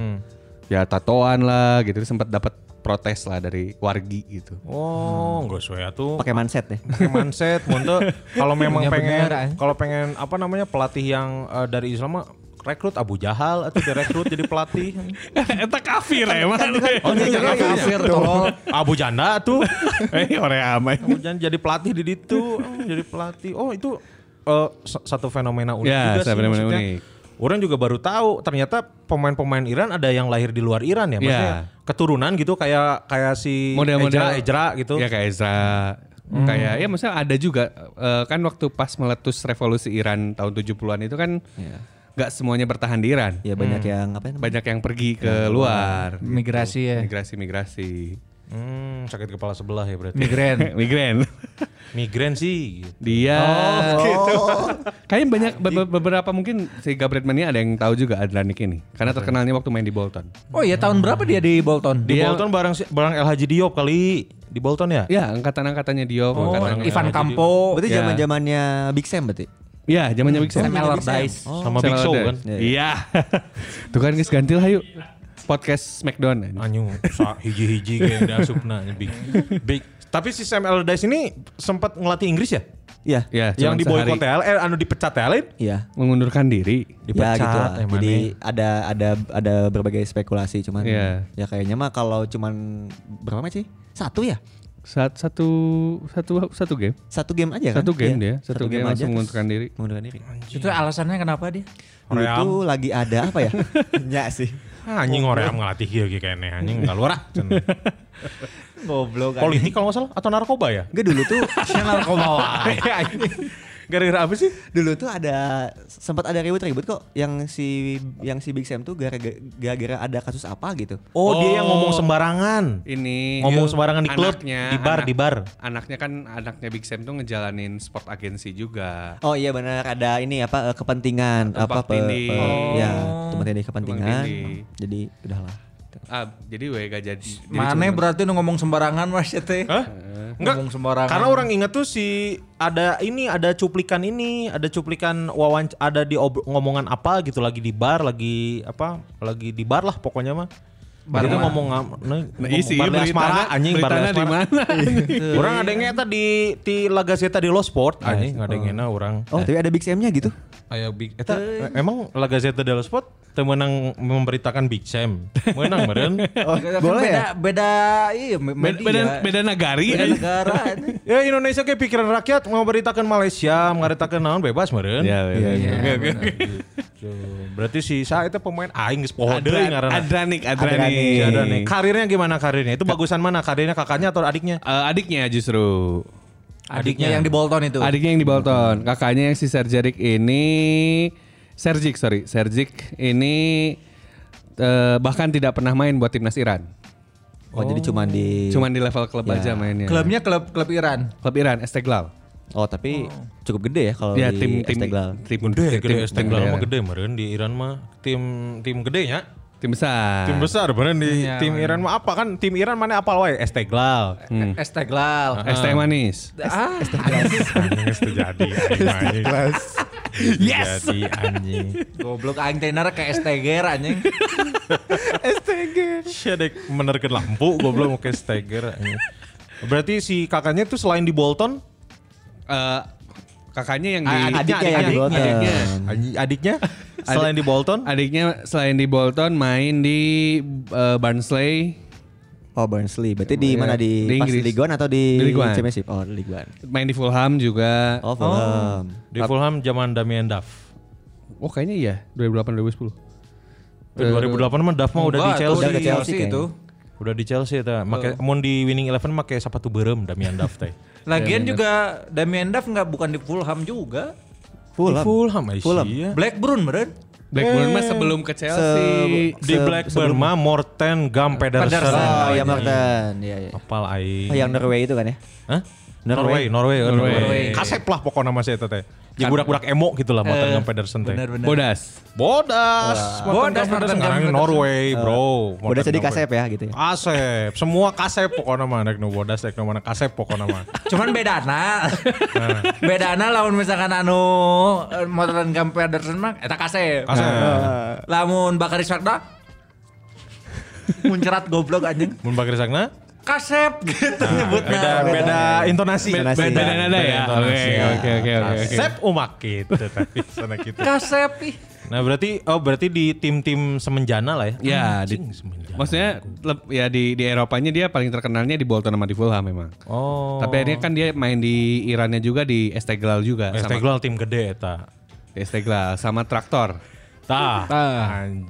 Speaker 5: Ya tatoan lah gitu, sempat dapat protes lah dari wargi gitu.
Speaker 6: Oh, enggak sesuai tuh.
Speaker 8: Pakai ya. manset deh.
Speaker 6: Pakai (laughs) mindset, Monte. Kalau memang
Speaker 4: Punya
Speaker 6: pengen
Speaker 4: beneran.
Speaker 6: kalau pengen apa namanya pelatih yang eh, dari Islam mah rekrut Abu Jahal atau direkrut jadi pelatih.
Speaker 5: (laughs) Eta kafir ya, emang.
Speaker 6: Oh, dia jadi kafir tolol. (laughs) Abu Janda tuh.
Speaker 5: (laughs) Eh, ore amai.
Speaker 6: Abu Janda jadi pelatih di
Speaker 5: (laughs)
Speaker 6: ditu, Oh, jadi pelatih. Oh, itu eh, sa- satu fenomena unik
Speaker 5: Ya,
Speaker 6: juga sih.
Speaker 5: satu fenomena
Speaker 6: maksudnya.
Speaker 5: unik.
Speaker 6: Orang juga baru tahu ternyata pemain-pemain Iran ada yang lahir di luar Iran ya, maksudnya
Speaker 5: Ya.
Speaker 6: keturunan gitu kayak kayak si Ezra,
Speaker 5: Model-model
Speaker 6: Ezra gitu.
Speaker 5: Ya kayak Ezra. Kayak ya maksudnya ada juga eh, kan waktu pas meletus revolusi Iran tahun 70-an itu kan nggak semuanya bertahan di Iran.
Speaker 8: Ya banyak yang apa namanya?
Speaker 5: Hmm. Banyak yang pergi ke luar.
Speaker 4: Migrasi ya.
Speaker 5: (laughs) Migrasi-migrasi.
Speaker 6: Hmm, sakit kepala sebelah ya berarti.
Speaker 4: Migren.
Speaker 5: Migren.
Speaker 6: Migrain sih. gitu.
Speaker 5: Dia (laughs) Kayaknya banyak be- beberapa mungkin si Gabriel Mania ada yang tahu juga Adlanik ini. Karena terkenalnya waktu main di Bolton.
Speaker 4: Oh iya tahun berapa dia di Bolton?
Speaker 6: Di
Speaker 5: Dia-
Speaker 6: Bolton barang si- barang LHJ Diop kali di Bolton ya?
Speaker 5: Ya, angkatan-angkatannya Dio,
Speaker 4: Oh,
Speaker 5: angkatan
Speaker 4: Ivan Campo,
Speaker 8: Berarti
Speaker 5: Ya.
Speaker 8: zaman-zamannya Big Sam berarti.
Speaker 5: Ya, zamannya Big Sam.
Speaker 4: Sam Allardyce.
Speaker 5: Oh.
Speaker 6: Sama Big Show kan.
Speaker 5: Iya. (laughs) Tuh kan guys ganti lah yuk. Podcast Smackdown.
Speaker 6: Anyu Nah, sa- hiji-hiji kayak ada supna big. big. Tapi si Sam Allardyce ini sempat ngelatih Inggris ya?
Speaker 8: Iya.
Speaker 5: Ya,
Speaker 6: yang
Speaker 5: cuman
Speaker 6: di boykot
Speaker 5: sehari
Speaker 6: TL, eh anu dipecat TL.
Speaker 8: Iya.
Speaker 5: mengundurkan diri.
Speaker 8: Ya
Speaker 6: Dipecat, eh,
Speaker 8: gitu lah.
Speaker 6: emangnya.
Speaker 8: Jadi ada ada ada berbagai spekulasi cuman
Speaker 5: Iya.
Speaker 8: ya kayaknya mah kalau cuman berapa match sih? Satu ya?
Speaker 5: Saat satu satu satu game.
Speaker 8: Satu game aja kan?
Speaker 5: Satu game
Speaker 8: Iya.
Speaker 5: dia, satu game langsung
Speaker 8: terus
Speaker 5: mengundurkan diri.
Speaker 8: Mengundurkan diri.
Speaker 4: Itu alasannya kenapa dia?
Speaker 8: Dulu
Speaker 6: Ream.
Speaker 8: tuh lagi ada apa ya? Nyak sih.
Speaker 6: Ah, Anjing orang ngelatih kieu ge kene anjing enggak luar ah. Cen.
Speaker 8: Goblok kan.
Speaker 6: Politik kalau enggak salah atau narkoba ya? Oh,
Speaker 8: Enggak dulu tuh
Speaker 4: Channel
Speaker 6: (laughs)
Speaker 4: Komawa.
Speaker 6: Gara-gara apa sih?
Speaker 8: (laughs) dulu tuh ada sempat ada ribut-ribut kok yang si yang si Big Sam tuh gara-gara gara-gara ada kasus apa gitu.
Speaker 6: Oh, dia yang ngomong sembarangan.
Speaker 5: Ini
Speaker 6: Ngomong sembarangan di klub,
Speaker 5: anaknya-
Speaker 6: di bar, di bar.
Speaker 5: Anaknya kan anaknya Big Sam tuh ngejalanin sport agensi juga.
Speaker 8: Oh iya benar ada ini apa eh, kepentingan
Speaker 5: Tempat
Speaker 8: apa pe,
Speaker 5: tindih.
Speaker 8: pe- ya tempat tindih kepentingan.
Speaker 5: tindih.
Speaker 8: Jadi udahlah.
Speaker 5: Ah, jadi gue gak jadi. jadi
Speaker 4: Mana
Speaker 5: cuman-
Speaker 4: berarti nu ngomong sembarangan Mas ya, teh.
Speaker 6: Hah?
Speaker 4: Ngomong sembarangan.
Speaker 6: Karena orang inget tuh si ada ini ada cuplikan ini, ada cuplikan wawanc ada di ob- ngomongan apa gitu lagi di bar, lagi apa? Lagi di bar lah pokoknya mah. Bar itu ngomong nah,
Speaker 5: Nah, isi
Speaker 6: bar di asmara
Speaker 5: beritana,
Speaker 6: anjing bar di
Speaker 5: beritana di
Speaker 6: asmara.
Speaker 5: (laughs) mana?
Speaker 6: Orang ada yang eta di di La Gazzetta dello Sport anjing ada yang enak orang.
Speaker 8: Oh tapi ada Big Sam-nya gitu.
Speaker 6: Ayo Big eta emang La Gazzetta dello Sport temenang memberitakan Big Sam. Menang meren.
Speaker 4: Kan
Speaker 8: Boleh
Speaker 4: beda,
Speaker 8: ya?
Speaker 4: beda iya
Speaker 5: Beda,
Speaker 4: media.
Speaker 5: beda, beda nagari.
Speaker 4: Beda
Speaker 5: anjing.
Speaker 4: negara. ini.
Speaker 6: Ya Indonesia kayak pikiran rakyat mau beritakan Malaysia, mengaritakan naon bebas meren.
Speaker 5: Ya, beda.
Speaker 6: Oke, oke, oke. Gitu. Berarti si Sa itu pemain aing geus poho deui
Speaker 5: Adran-
Speaker 6: ngaranna.
Speaker 5: Adranik,
Speaker 6: Si
Speaker 5: Adranik.
Speaker 6: Adranik. Karirnya gimana karirnya? Itu bagusan mana? Karirnya kakaknya atau adiknya?
Speaker 5: Eh, adiknya justru.
Speaker 4: Adiknya yang di Bolton itu.
Speaker 5: Adiknya yang di Bolton, kakaknya yang si Sergerik ini Sergik sorry, Sergik ini eh, bahkan tidak pernah main buat timnas Iran.
Speaker 8: (laughs) Oh, jadi cuman di
Speaker 5: Cuman di level klub aja mainnya.
Speaker 4: Klubnya klub klub Iran.
Speaker 5: klub Iran, Esteglal.
Speaker 8: Oh tapi cukup gede ya kalau
Speaker 5: Ya
Speaker 8: di
Speaker 5: tim tim
Speaker 8: Istiqlal.
Speaker 5: tim
Speaker 6: Gede,
Speaker 5: tim- tim-
Speaker 6: gede. Istiqlal
Speaker 5: tim-
Speaker 6: mah gede meren di Iran mah. Tim tim gedenya.
Speaker 5: Tim besar.
Speaker 6: Tim besar meren di tim Iran mah apa kan? Tim Iran mana apal wae? Esteglal.
Speaker 4: Eh, Esteglal.
Speaker 5: Es teh Ah. manis.
Speaker 4: Ah,
Speaker 6: (laughs) Anjing geus (laughs) terjadi anjing. Yes. Jadi anjing.
Speaker 4: goblok aing teh nara ke Esteger anjing.
Speaker 6: Steger. Syedek menerkin lampu goblok pakai Steger. Berarti si kakaknya tuh selain di Bolton,
Speaker 5: Eh, kakaknya yang di
Speaker 8: (laughs) Adiknya, ya? yang di
Speaker 5: adiknya,
Speaker 8: Bolton.
Speaker 6: Iya. adi-
Speaker 5: adiknya.
Speaker 6: eh, adiknya selain di Bolton,
Speaker 5: Adiknya selain di Bolton main di eh, Barnsley,
Speaker 8: Oh Barnsley. Berarti di
Speaker 5: Iya,
Speaker 8: mana di,
Speaker 5: di
Speaker 8: pas di
Speaker 5: Inggris.
Speaker 8: Ligue 1 atau di,
Speaker 5: Di Ligue 1.
Speaker 8: Championship? Oh di Ligue 1.
Speaker 5: main di Fulham juga.
Speaker 8: Oh Fulham.
Speaker 6: di Fulham zaman Damien Duff.
Speaker 5: Oh kayaknya iya 2008 2010.
Speaker 6: Tuh, 2008 mah Duff mah Oh, udah di
Speaker 4: Enggak,
Speaker 6: Chelsea.
Speaker 4: udah
Speaker 8: Udah
Speaker 4: di
Speaker 8: ke Chelsea
Speaker 4: Chelsea itu.
Speaker 6: Udah di Chelsea eta. Make mun di Winning Eleven make sepatu beureum Damien Duff teh.
Speaker 4: Lagian juga Damien Duff nggak bukan di Fulham juga.
Speaker 8: Fulham.
Speaker 6: Di Fulham eh, iya.
Speaker 8: Fulham.
Speaker 6: Aisyah.
Speaker 4: Blackburn beren.
Speaker 5: Blackburn
Speaker 6: Eh,
Speaker 5: mah sebelum ke Chelsea.
Speaker 6: Di
Speaker 8: Se-
Speaker 6: Blackburn mah Morten Gam Pedersen. Iya,
Speaker 8: Oh ya Martin. Iya iya.
Speaker 6: Apal aing.
Speaker 8: Oh, yang Norway itu kan ya?
Speaker 6: Hah?
Speaker 8: Norway.
Speaker 6: Norway, Norway, eh,
Speaker 5: Norway.
Speaker 6: Kasep lah pokoknya nama saya teh. Ya budak-budak emo gitu lah Morten Gam Pedersen teh.
Speaker 4: Benar benar.
Speaker 5: Bodas.
Speaker 6: Bodas.
Speaker 4: Bodas,
Speaker 6: Morten Gam Pedersen
Speaker 4: Morten Gam
Speaker 6: sekarang
Speaker 4: Pedersen.
Speaker 6: Norway, bro.
Speaker 8: Udah jadi kasep
Speaker 6: Kasep
Speaker 8: ya gitu ya.
Speaker 6: Kasep, semua kasep pokoknya mah rek nu bodas rek nu mana kasep pokoknya mah.
Speaker 4: Cuman bedana.
Speaker 6: Nah.
Speaker 4: bedana lamun misalkan anu eh, Modern Gam Pedersen mah eta Nah. kasep.
Speaker 6: Kasep.
Speaker 4: Lamun Bakari Swagda muncerat goblok anjing.
Speaker 6: Mun bagir sakna
Speaker 4: kasep gitu nyebutnya.
Speaker 6: Nah, Beda beda intonasi.
Speaker 8: Beda- beda
Speaker 5: nada ya?
Speaker 6: intonasi.
Speaker 5: Oke, oke, oke, oke, oke.
Speaker 6: Sep umak gitu (laughs) tapi sana gitu.
Speaker 4: Kasep ih.
Speaker 6: Nah, berarti oh berarti di tim-tim semenjana lah ya.
Speaker 5: Ya, di-
Speaker 6: Anjing, semenjana.
Speaker 5: Maksudnya leb- ya di di Eropanya dia paling terkenalnya di Bolton sama di Fulham memang.
Speaker 6: Oh.
Speaker 5: Tapi akhirnya kan dia main di Irannya juga di Esteglal juga sama
Speaker 6: Esteglal tim gede eta.
Speaker 5: di Esteglal sama Traktor.
Speaker 6: Tah.
Speaker 5: Traktor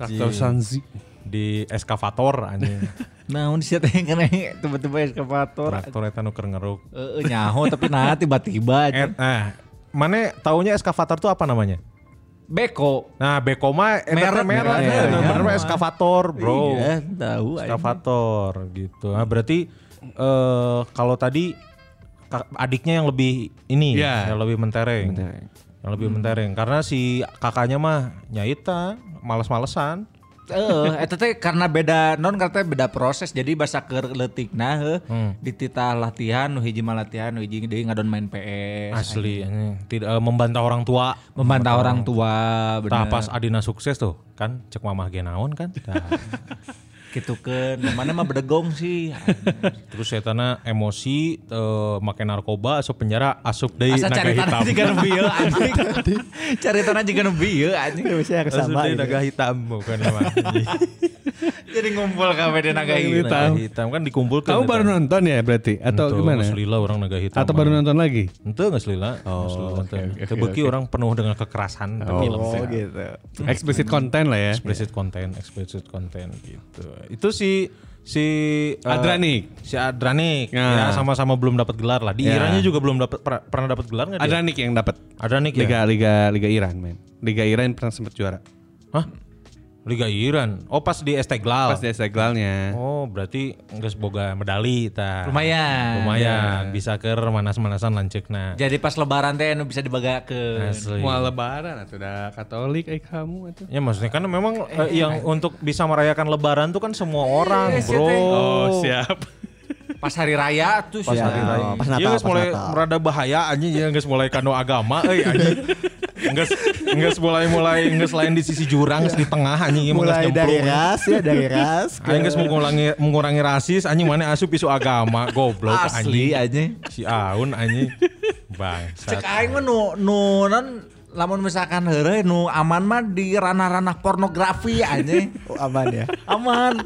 Speaker 6: Anjing.
Speaker 5: Sanzi.
Speaker 6: Di eskavator (laughs) anjing.
Speaker 4: Naon sih teh kena tiba-tiba eskavator.
Speaker 6: Traktor eta nu keur ngeruk.
Speaker 4: Heeh nyaho tapi nah tiba-tiba aja.
Speaker 6: Eh, nah, mana taunya eskavator tuh apa namanya?
Speaker 4: Beko.
Speaker 6: Nah, Bekoma
Speaker 4: Merek,
Speaker 6: merah merah,
Speaker 4: merek,
Speaker 6: ya,
Speaker 4: iya.
Speaker 6: bener mah eskavator, bro.
Speaker 4: Iya, tahu aja.
Speaker 6: Eskavator gitu. Nah, berarti eh kalau tadi kak- adiknya yang lebih ini,
Speaker 5: Iya. Hmm.
Speaker 6: yang lebih mentereng. Yang lebih mentereng karena si kakaknya mah nyaita, males-malesan.
Speaker 4: Eh, eta teh karena beda non karena beda proses jadi basa keur leutikna heuh.
Speaker 6: Hmm.
Speaker 4: Dititah latihan nu hiji mah latihan nu hiji deui ngadon main PS.
Speaker 6: Asli, anjing. tidak eh, membantah orang tua.
Speaker 4: Membantah orang tua
Speaker 6: Tah,
Speaker 4: bener.
Speaker 6: pas Adina sukses tuh, kan cek mamah ge naon kan. Tah.
Speaker 4: Gitu kan. Mana mah bedegong sih.
Speaker 6: Terus setana emosi, eh, make narkoba, asup penjara, asup dari
Speaker 4: Asa
Speaker 6: naga
Speaker 4: caritana
Speaker 6: hitam.
Speaker 4: juga
Speaker 5: kan?
Speaker 4: nu bieu anjing. Caritana juga nu bieu anjing.
Speaker 8: Harusnya harus
Speaker 6: Asup
Speaker 8: sama
Speaker 4: iya.
Speaker 6: deui
Speaker 8: gitu.
Speaker 6: naga hitam bukan emang.
Speaker 4: Jadi ngumpul kabeh di naga
Speaker 5: Naga
Speaker 4: hitam.
Speaker 5: hitam.
Speaker 6: naga hitam kan dikumpulkan.
Speaker 5: Kamu baru nonton ya berarti atau gimana? ya?
Speaker 6: Selila orang naga hitam. gitu.
Speaker 5: Atau baru nonton lagi?
Speaker 6: Itu nggak selila. Oh, Kebeki orang penuh dengan kekerasan. Oh, film
Speaker 8: Oh
Speaker 6: teh.
Speaker 8: gitu.
Speaker 5: Explicit konten lah ya.
Speaker 6: Hmm. Explicit content, explicit content gitu. Itu si si eh,
Speaker 5: Adranik.
Speaker 6: si Adranik
Speaker 5: Nah.
Speaker 6: ya sama-sama belum dapat gelar lah. Di
Speaker 5: Ya.
Speaker 6: Irannya juga belum dapat pra- pernah dapat gelar nggak dia?
Speaker 5: Adranik yang dapat.
Speaker 6: Adranik ya.
Speaker 5: Liga Liga Liga Iran men. Liga Iran pernah sempat juara.
Speaker 6: Hah? Liga Iran. Oh pas di Esteglal.
Speaker 5: Pas di Esteglalnya.
Speaker 6: Oh berarti nggak boga medali ta.
Speaker 4: Lumayan.
Speaker 5: Ya.
Speaker 6: Lumayan. Bisa ke manas-manasan lancekna.
Speaker 4: Jadi pas lebaran teh nu bisa dibagakeun.
Speaker 6: Asli.
Speaker 5: Mau lebaran atau udah Katolik eh kamu atau
Speaker 6: Ya maksudnya karena memang eh,
Speaker 8: iya.
Speaker 6: yang untuk bisa merayakan Lebaran tuh kan semua orang bro.
Speaker 5: Oh, siap.
Speaker 4: Pas hari raya tuh sih.
Speaker 8: Oh, pas
Speaker 6: Iya
Speaker 8: Natal,
Speaker 6: guys
Speaker 8: pas
Speaker 6: mulai
Speaker 8: Natal.
Speaker 6: merada bahaya anjing ya guys mulai kano agama euy anjing. Nges, nges mulai mulai nges lain di sisi jurang nges di tengah anjing emang nges
Speaker 8: Mulai dari
Speaker 6: nyemplung.
Speaker 8: ras ya dari ras. ke-
Speaker 6: Anjing nges mengurangi mengurangi rasis anjing mana asup isu agama goblok
Speaker 4: Asli
Speaker 6: anjing.
Speaker 4: aja.
Speaker 6: Si Aun anjing. Bangsat.
Speaker 4: Cek aing mah nu nu non lamun misalkan heureuy nu aman mah di ranah-ranah pornografi aja.
Speaker 8: Oh, aman ya.
Speaker 4: aman.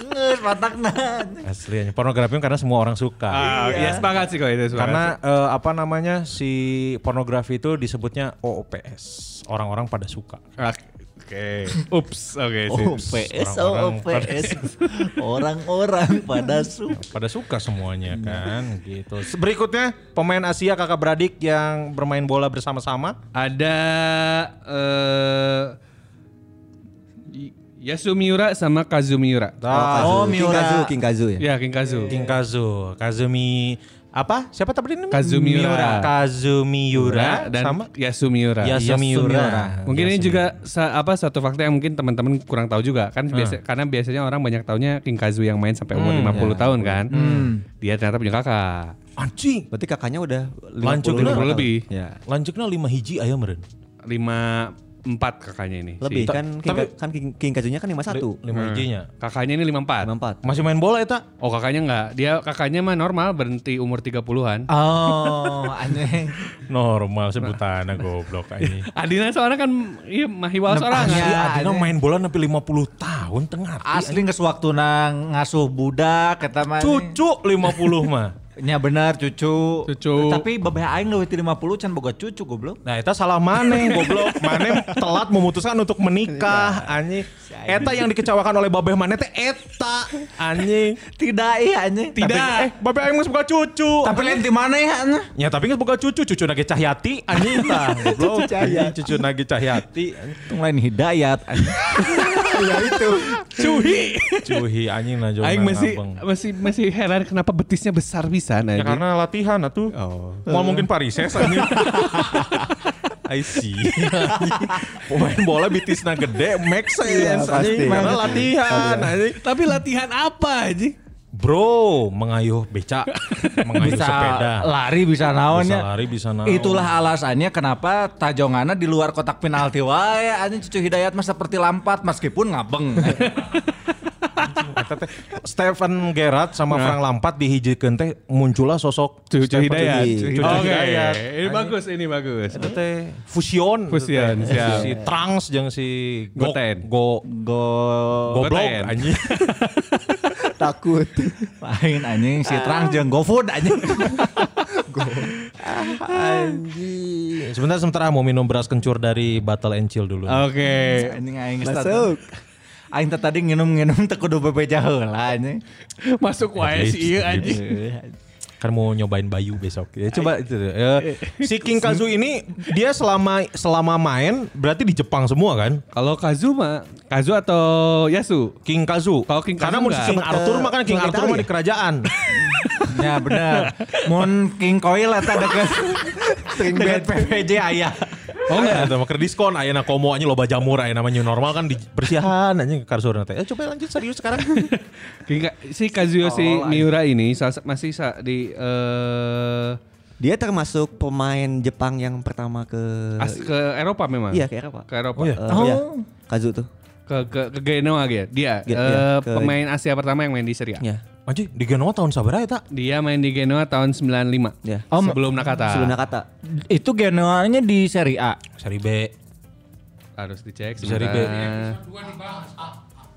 Speaker 4: Ngeus patakna. anjing.
Speaker 6: Asli anjing pornografi karena semua orang suka.
Speaker 5: Ah, ya sepakat sih kalau itu sepakat.
Speaker 6: Karena eh, apa namanya si pornografi itu disebutnya OOPS. Orang-orang pada suka.
Speaker 5: Oke. Ups, oke sih.
Speaker 4: OPS,
Speaker 6: orang-orang
Speaker 4: OPS.
Speaker 8: (laughs)
Speaker 4: Orang-orang pada suka.
Speaker 6: Pada suka semuanya kan gitu. Berikutnya pemain Asia kakak beradik yang bermain bola bersama-sama.
Speaker 5: Ada eh Y- Yasumiura sama Kazumiura.
Speaker 8: Oh, King
Speaker 4: Miura.
Speaker 8: Kazu, King Kazu ya.
Speaker 5: Ya, King Kazu.
Speaker 6: King Kazu, Kazumi apa? Siapa tadi namanya?
Speaker 5: Kazumiura.
Speaker 6: Kazumiura
Speaker 5: Miura dan
Speaker 6: sama
Speaker 5: Yasumiura.
Speaker 6: Yasumiura.
Speaker 5: Mungkin ini
Speaker 6: Yasumiura.
Speaker 5: juga sa- apa satu fakta yang mungkin teman-teman kurang tahu juga kan biasa, karena biasanya orang banyak taunya King Kazu yang main sampai umur 50 tahun kan. Dia ternyata punya kakak.
Speaker 6: anjing.
Speaker 8: Berarti kakaknya udah 50
Speaker 6: Lanjut lah.
Speaker 5: 50
Speaker 8: tahun.
Speaker 5: lebih.
Speaker 8: Ya.
Speaker 6: Lanjutnya lima hiji ayam meren.
Speaker 5: 5 4 kakaknya ini. si-
Speaker 8: Lebih kan King,
Speaker 6: tapi-
Speaker 8: kan King, King Kazunya kan 51.
Speaker 6: Lima hijinya.
Speaker 5: Kakaknya ini
Speaker 6: (laughs)
Speaker 5: 54.
Speaker 8: 54.
Speaker 6: Masih main bola ya, eta?
Speaker 5: Oh kakaknya enggak, dia kakaknya mah normal berhenti umur 30-an.
Speaker 4: Oh, anjing.
Speaker 6: Normal sebutannya goblok anjing.
Speaker 5: Adina soalnya kan iya mah hiwal
Speaker 8: Nah,
Speaker 6: Orang
Speaker 5: sorangan.
Speaker 4: Asli,
Speaker 6: Adina
Speaker 4: Adina
Speaker 6: main bola sampai 50 tahun tengah.
Speaker 4: Asli geus waktuna ngasuh budak kata mah. anjing.
Speaker 6: Cucu 50 mah.
Speaker 4: Nya benar cucu.
Speaker 5: Cucu.
Speaker 4: Tapi babeh aing leuwih ti 50 can boga cucu goblok.
Speaker 6: Nah, itu salah maneh goblok. Maneh telat memutuskan untuk menikah anjing. Eta yang dikecewakan oleh babeh maneh teh eta (laughs) anjing.
Speaker 4: Tidak iya anjing.
Speaker 6: Tapi, eh, babeh aing geus boga cucu.
Speaker 4: Tapi lain di mana ya? anjing?
Speaker 6: Ya tapi geus boga cucu, cucu nage Cahyati (laughs) anjing tah. Goblok. Anjing, Cucu nage Cahyati.
Speaker 4: Itu lain hidayat. anjing.
Speaker 8: ya itu.
Speaker 5: Cuhi.
Speaker 6: Cuhi anjing nah jauh
Speaker 5: Aing
Speaker 6: nah,
Speaker 5: masih
Speaker 6: ngabeng.
Speaker 5: masih masih heran kenapa betisnya besar bisa nah.
Speaker 6: Ya karena latihan atuh.
Speaker 5: oh.
Speaker 6: Mau mungkin Parises
Speaker 5: (laughs)
Speaker 6: anjing. I see. Pemain bola bitisna gede, make sense
Speaker 8: Iya, pasti.
Speaker 6: anjing. Karena latihan anjing.
Speaker 5: Iya. Tapi latihan apa anjing?
Speaker 6: Bro, mengayuh
Speaker 5: (laughs)
Speaker 6: beca, mengayuh
Speaker 4: bisa
Speaker 6: sepeda.
Speaker 4: lari Nah, bisa naonnya.
Speaker 6: Bisa lari, bisa naon.
Speaker 4: Itulah alasannya kenapa tajongana di luar kotak ya, penalti wae anjing cucu hidayat mah seperti lampat meskipun ngabeng.
Speaker 6: Eta teh Stephen Gerrard sama Frank Lampard dihijikeun teh muncullah sosok
Speaker 5: Nah. Cucu
Speaker 6: Stephen
Speaker 5: Hidayat.
Speaker 6: Gerrard.
Speaker 5: Cucu
Speaker 6: Cucu
Speaker 5: Hidayat.
Speaker 6: Hidayat.
Speaker 5: Ini bagus, ini bagus.
Speaker 6: Eta teh fusion. Eta
Speaker 5: Fusion,
Speaker 6: teh.
Speaker 5: siap.
Speaker 6: Si Trunks jeung si Go-
Speaker 5: Goten.
Speaker 6: Go
Speaker 4: Go
Speaker 6: Goblok
Speaker 5: Goten. (laughs)
Speaker 6: anjing.
Speaker 8: (laughs) Takut.
Speaker 4: (laughs) lain anjing si Trang jeung GoFood anjing.
Speaker 8: Anjing.
Speaker 6: Sebentar sementara mau minum beras kencur dari Battle and Chill dulu.
Speaker 5: Oke.
Speaker 4: Anjing aing start.
Speaker 8: Masuk.
Speaker 4: Aing teh tadi nginum-nginum teh kudu bebeja heula anjing.
Speaker 5: Masuk wae si ieu anjing.
Speaker 6: Iya. Kan mau nyobain Bayu besok. Ya, coba itu. deh. Eh, si King Kazu ini dia selama selama main berarti di Jepang semua kan?
Speaker 5: Kalau Kazu mah, Kazu atau Yasu?
Speaker 6: King Kazu.
Speaker 5: Kalau King
Speaker 6: Karena
Speaker 5: Kazu
Speaker 6: mau
Speaker 5: enggak.
Speaker 6: King Arthur mah kan King
Speaker 8: King
Speaker 6: Arthur mah
Speaker 8: Italia.
Speaker 6: di (laughs) kerajaan.
Speaker 4: Ya benar. Mun King Koil eta deket deket PPJ aya.
Speaker 6: Oh enggak, ada maker diskon ayeuna komo anjing loba jamur ayeuna mah new normal kan di bersihan anjing ke karsurna teh. Eh, coba lanjut serius sekarang.
Speaker 5: King Ka- si Kazuyoshi Miura ini sa- masih sa- di eh,
Speaker 8: Dia termasuk pemain Jepang yang pertama ke
Speaker 5: as- ke Eropa memang.
Speaker 8: Iya, ke Eropa.
Speaker 5: Ah. Ke Eropa.
Speaker 6: Oh iya.
Speaker 8: Eh, iya, Kazu tuh.
Speaker 5: Ke ke ke Genoa gitu ya. Dia
Speaker 8: Ge-
Speaker 5: eh,
Speaker 8: iya, ke-
Speaker 5: pemain Asia pertama yang main di Serie A.
Speaker 8: Ya.
Speaker 6: Anjing di Genoa tahun sabaraha eta?
Speaker 5: Dia main di Genoa tahun 95.
Speaker 8: Ya.
Speaker 4: Oh,
Speaker 5: sebelum Nakata.
Speaker 8: Sebelum kata.
Speaker 4: Itu genuannya di Serie A.
Speaker 6: Seri B.
Speaker 5: Harus dicek
Speaker 6: Seri B.
Speaker 5: sebentar.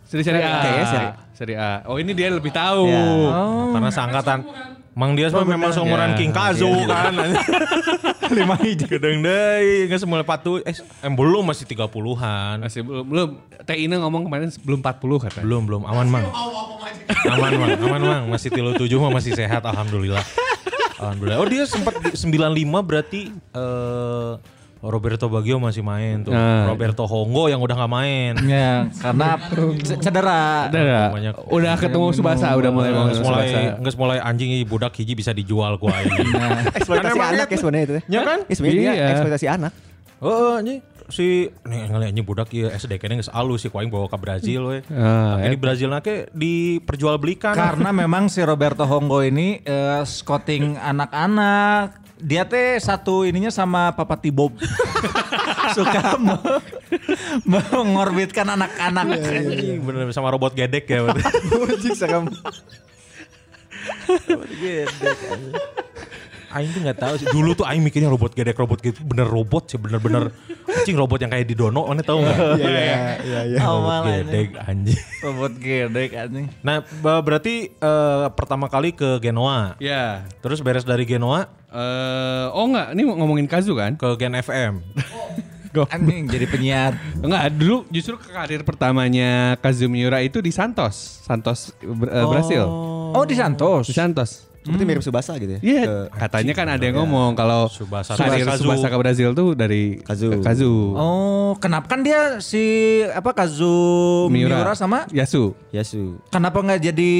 Speaker 5: Seri Seri A.
Speaker 8: Kayaknya Seri ya, A.
Speaker 5: Seri A. Oh ini dia lebih tahu.
Speaker 8: Ya.
Speaker 6: Oh. Karena seangkatan Mang Dias mah memang seumuran
Speaker 5: Ya.
Speaker 6: King Kazu kan. (laughs) Lima hiji gedeng deui, geus mulai patu. Eh, em, belum masih 30-an.
Speaker 5: Masih belum belum. Teh Ina E ngomong kemarin sebelum 40 katanya.
Speaker 6: Belum, belum. Aman, Mang. Aman, Mang. Aman, Mang. Masih 37 mah masih sehat alhamdulillah. Alhamdulillah. Oh, dia sempat di 95 berarti eh Roberto Baggio masih main tuh.
Speaker 5: Nah.
Speaker 6: Roberto Hongo yang udah nggak main.
Speaker 4: Ya, karena c- cedera.
Speaker 5: Udah, udah.
Speaker 6: Banyak.
Speaker 5: udah ketemu Subasa, udah mulai
Speaker 6: Nggak
Speaker 5: mau
Speaker 6: mulai,
Speaker 5: Subasa.
Speaker 6: nggak mulai anjing ini budak hiji bisa dijual ku aing.
Speaker 8: Eksploitasi anak ya sebenarnya itu.
Speaker 6: Ya kan?
Speaker 8: Eh, sebenarnya dia
Speaker 5: Iya.
Speaker 8: eksploitasi anak.
Speaker 6: Oh, anjing si nih ngeliat anjing budak iya, ieu SD kene geus alus si ku aing bawa ke Brazil we.
Speaker 5: Ah,
Speaker 6: Tapi di Brazil nake diperjualbelikan.
Speaker 4: Karena memang si Roberto Honggo ini eh, scouting anak-anak. Dia teh satu ininya sama Papa Bob. (laughs) Suka me- mengorbitkan anak-anak.
Speaker 6: Anjing, bener sama robot gedek ya. bener.
Speaker 8: Anjing serem.
Speaker 6: Aing tuh nggak tahu sih. Dulu tuh Aing mikirnya robot gedek, robot gedek bener robot sih, bener-bener anjing robot yang kayak di Dono, mana tahu nggak?
Speaker 8: Iya, iya.
Speaker 5: Oh,
Speaker 6: Robot
Speaker 4: Awalnya.
Speaker 6: gedek anjing.
Speaker 4: Robot gedek anjing.
Speaker 6: Nah, be- berarti eh, pertama kali ke Genoa.
Speaker 5: Ya.
Speaker 6: Terus beres dari Genoa
Speaker 5: Eh, oh enggak, ini mau ngomongin Kazu kan?
Speaker 6: ke Gen FM.
Speaker 4: Anjing jadi penyiar.
Speaker 5: Enggak, dulu justru karir pertamanya Kazu Miura itu di Santos, Santos eh, Bra- eh, Brasil.
Speaker 4: Oh di Santos.
Speaker 5: Di Santos.
Speaker 8: Seperti mirip Subasa gitu ya. Ke
Speaker 5: Iya, katanya kan ada yang ngomong kalau
Speaker 6: Tsubasa-
Speaker 5: karir
Speaker 6: Tsubasa-
Speaker 5: Subasa ke Brasil tuh dari ke
Speaker 8: Kazu.
Speaker 5: Kazu.
Speaker 4: Oh kenapa kan dia si apa Kazu Oh, Miura, sama
Speaker 5: Yasu.
Speaker 8: Yasu.
Speaker 4: kenapa nggak jadi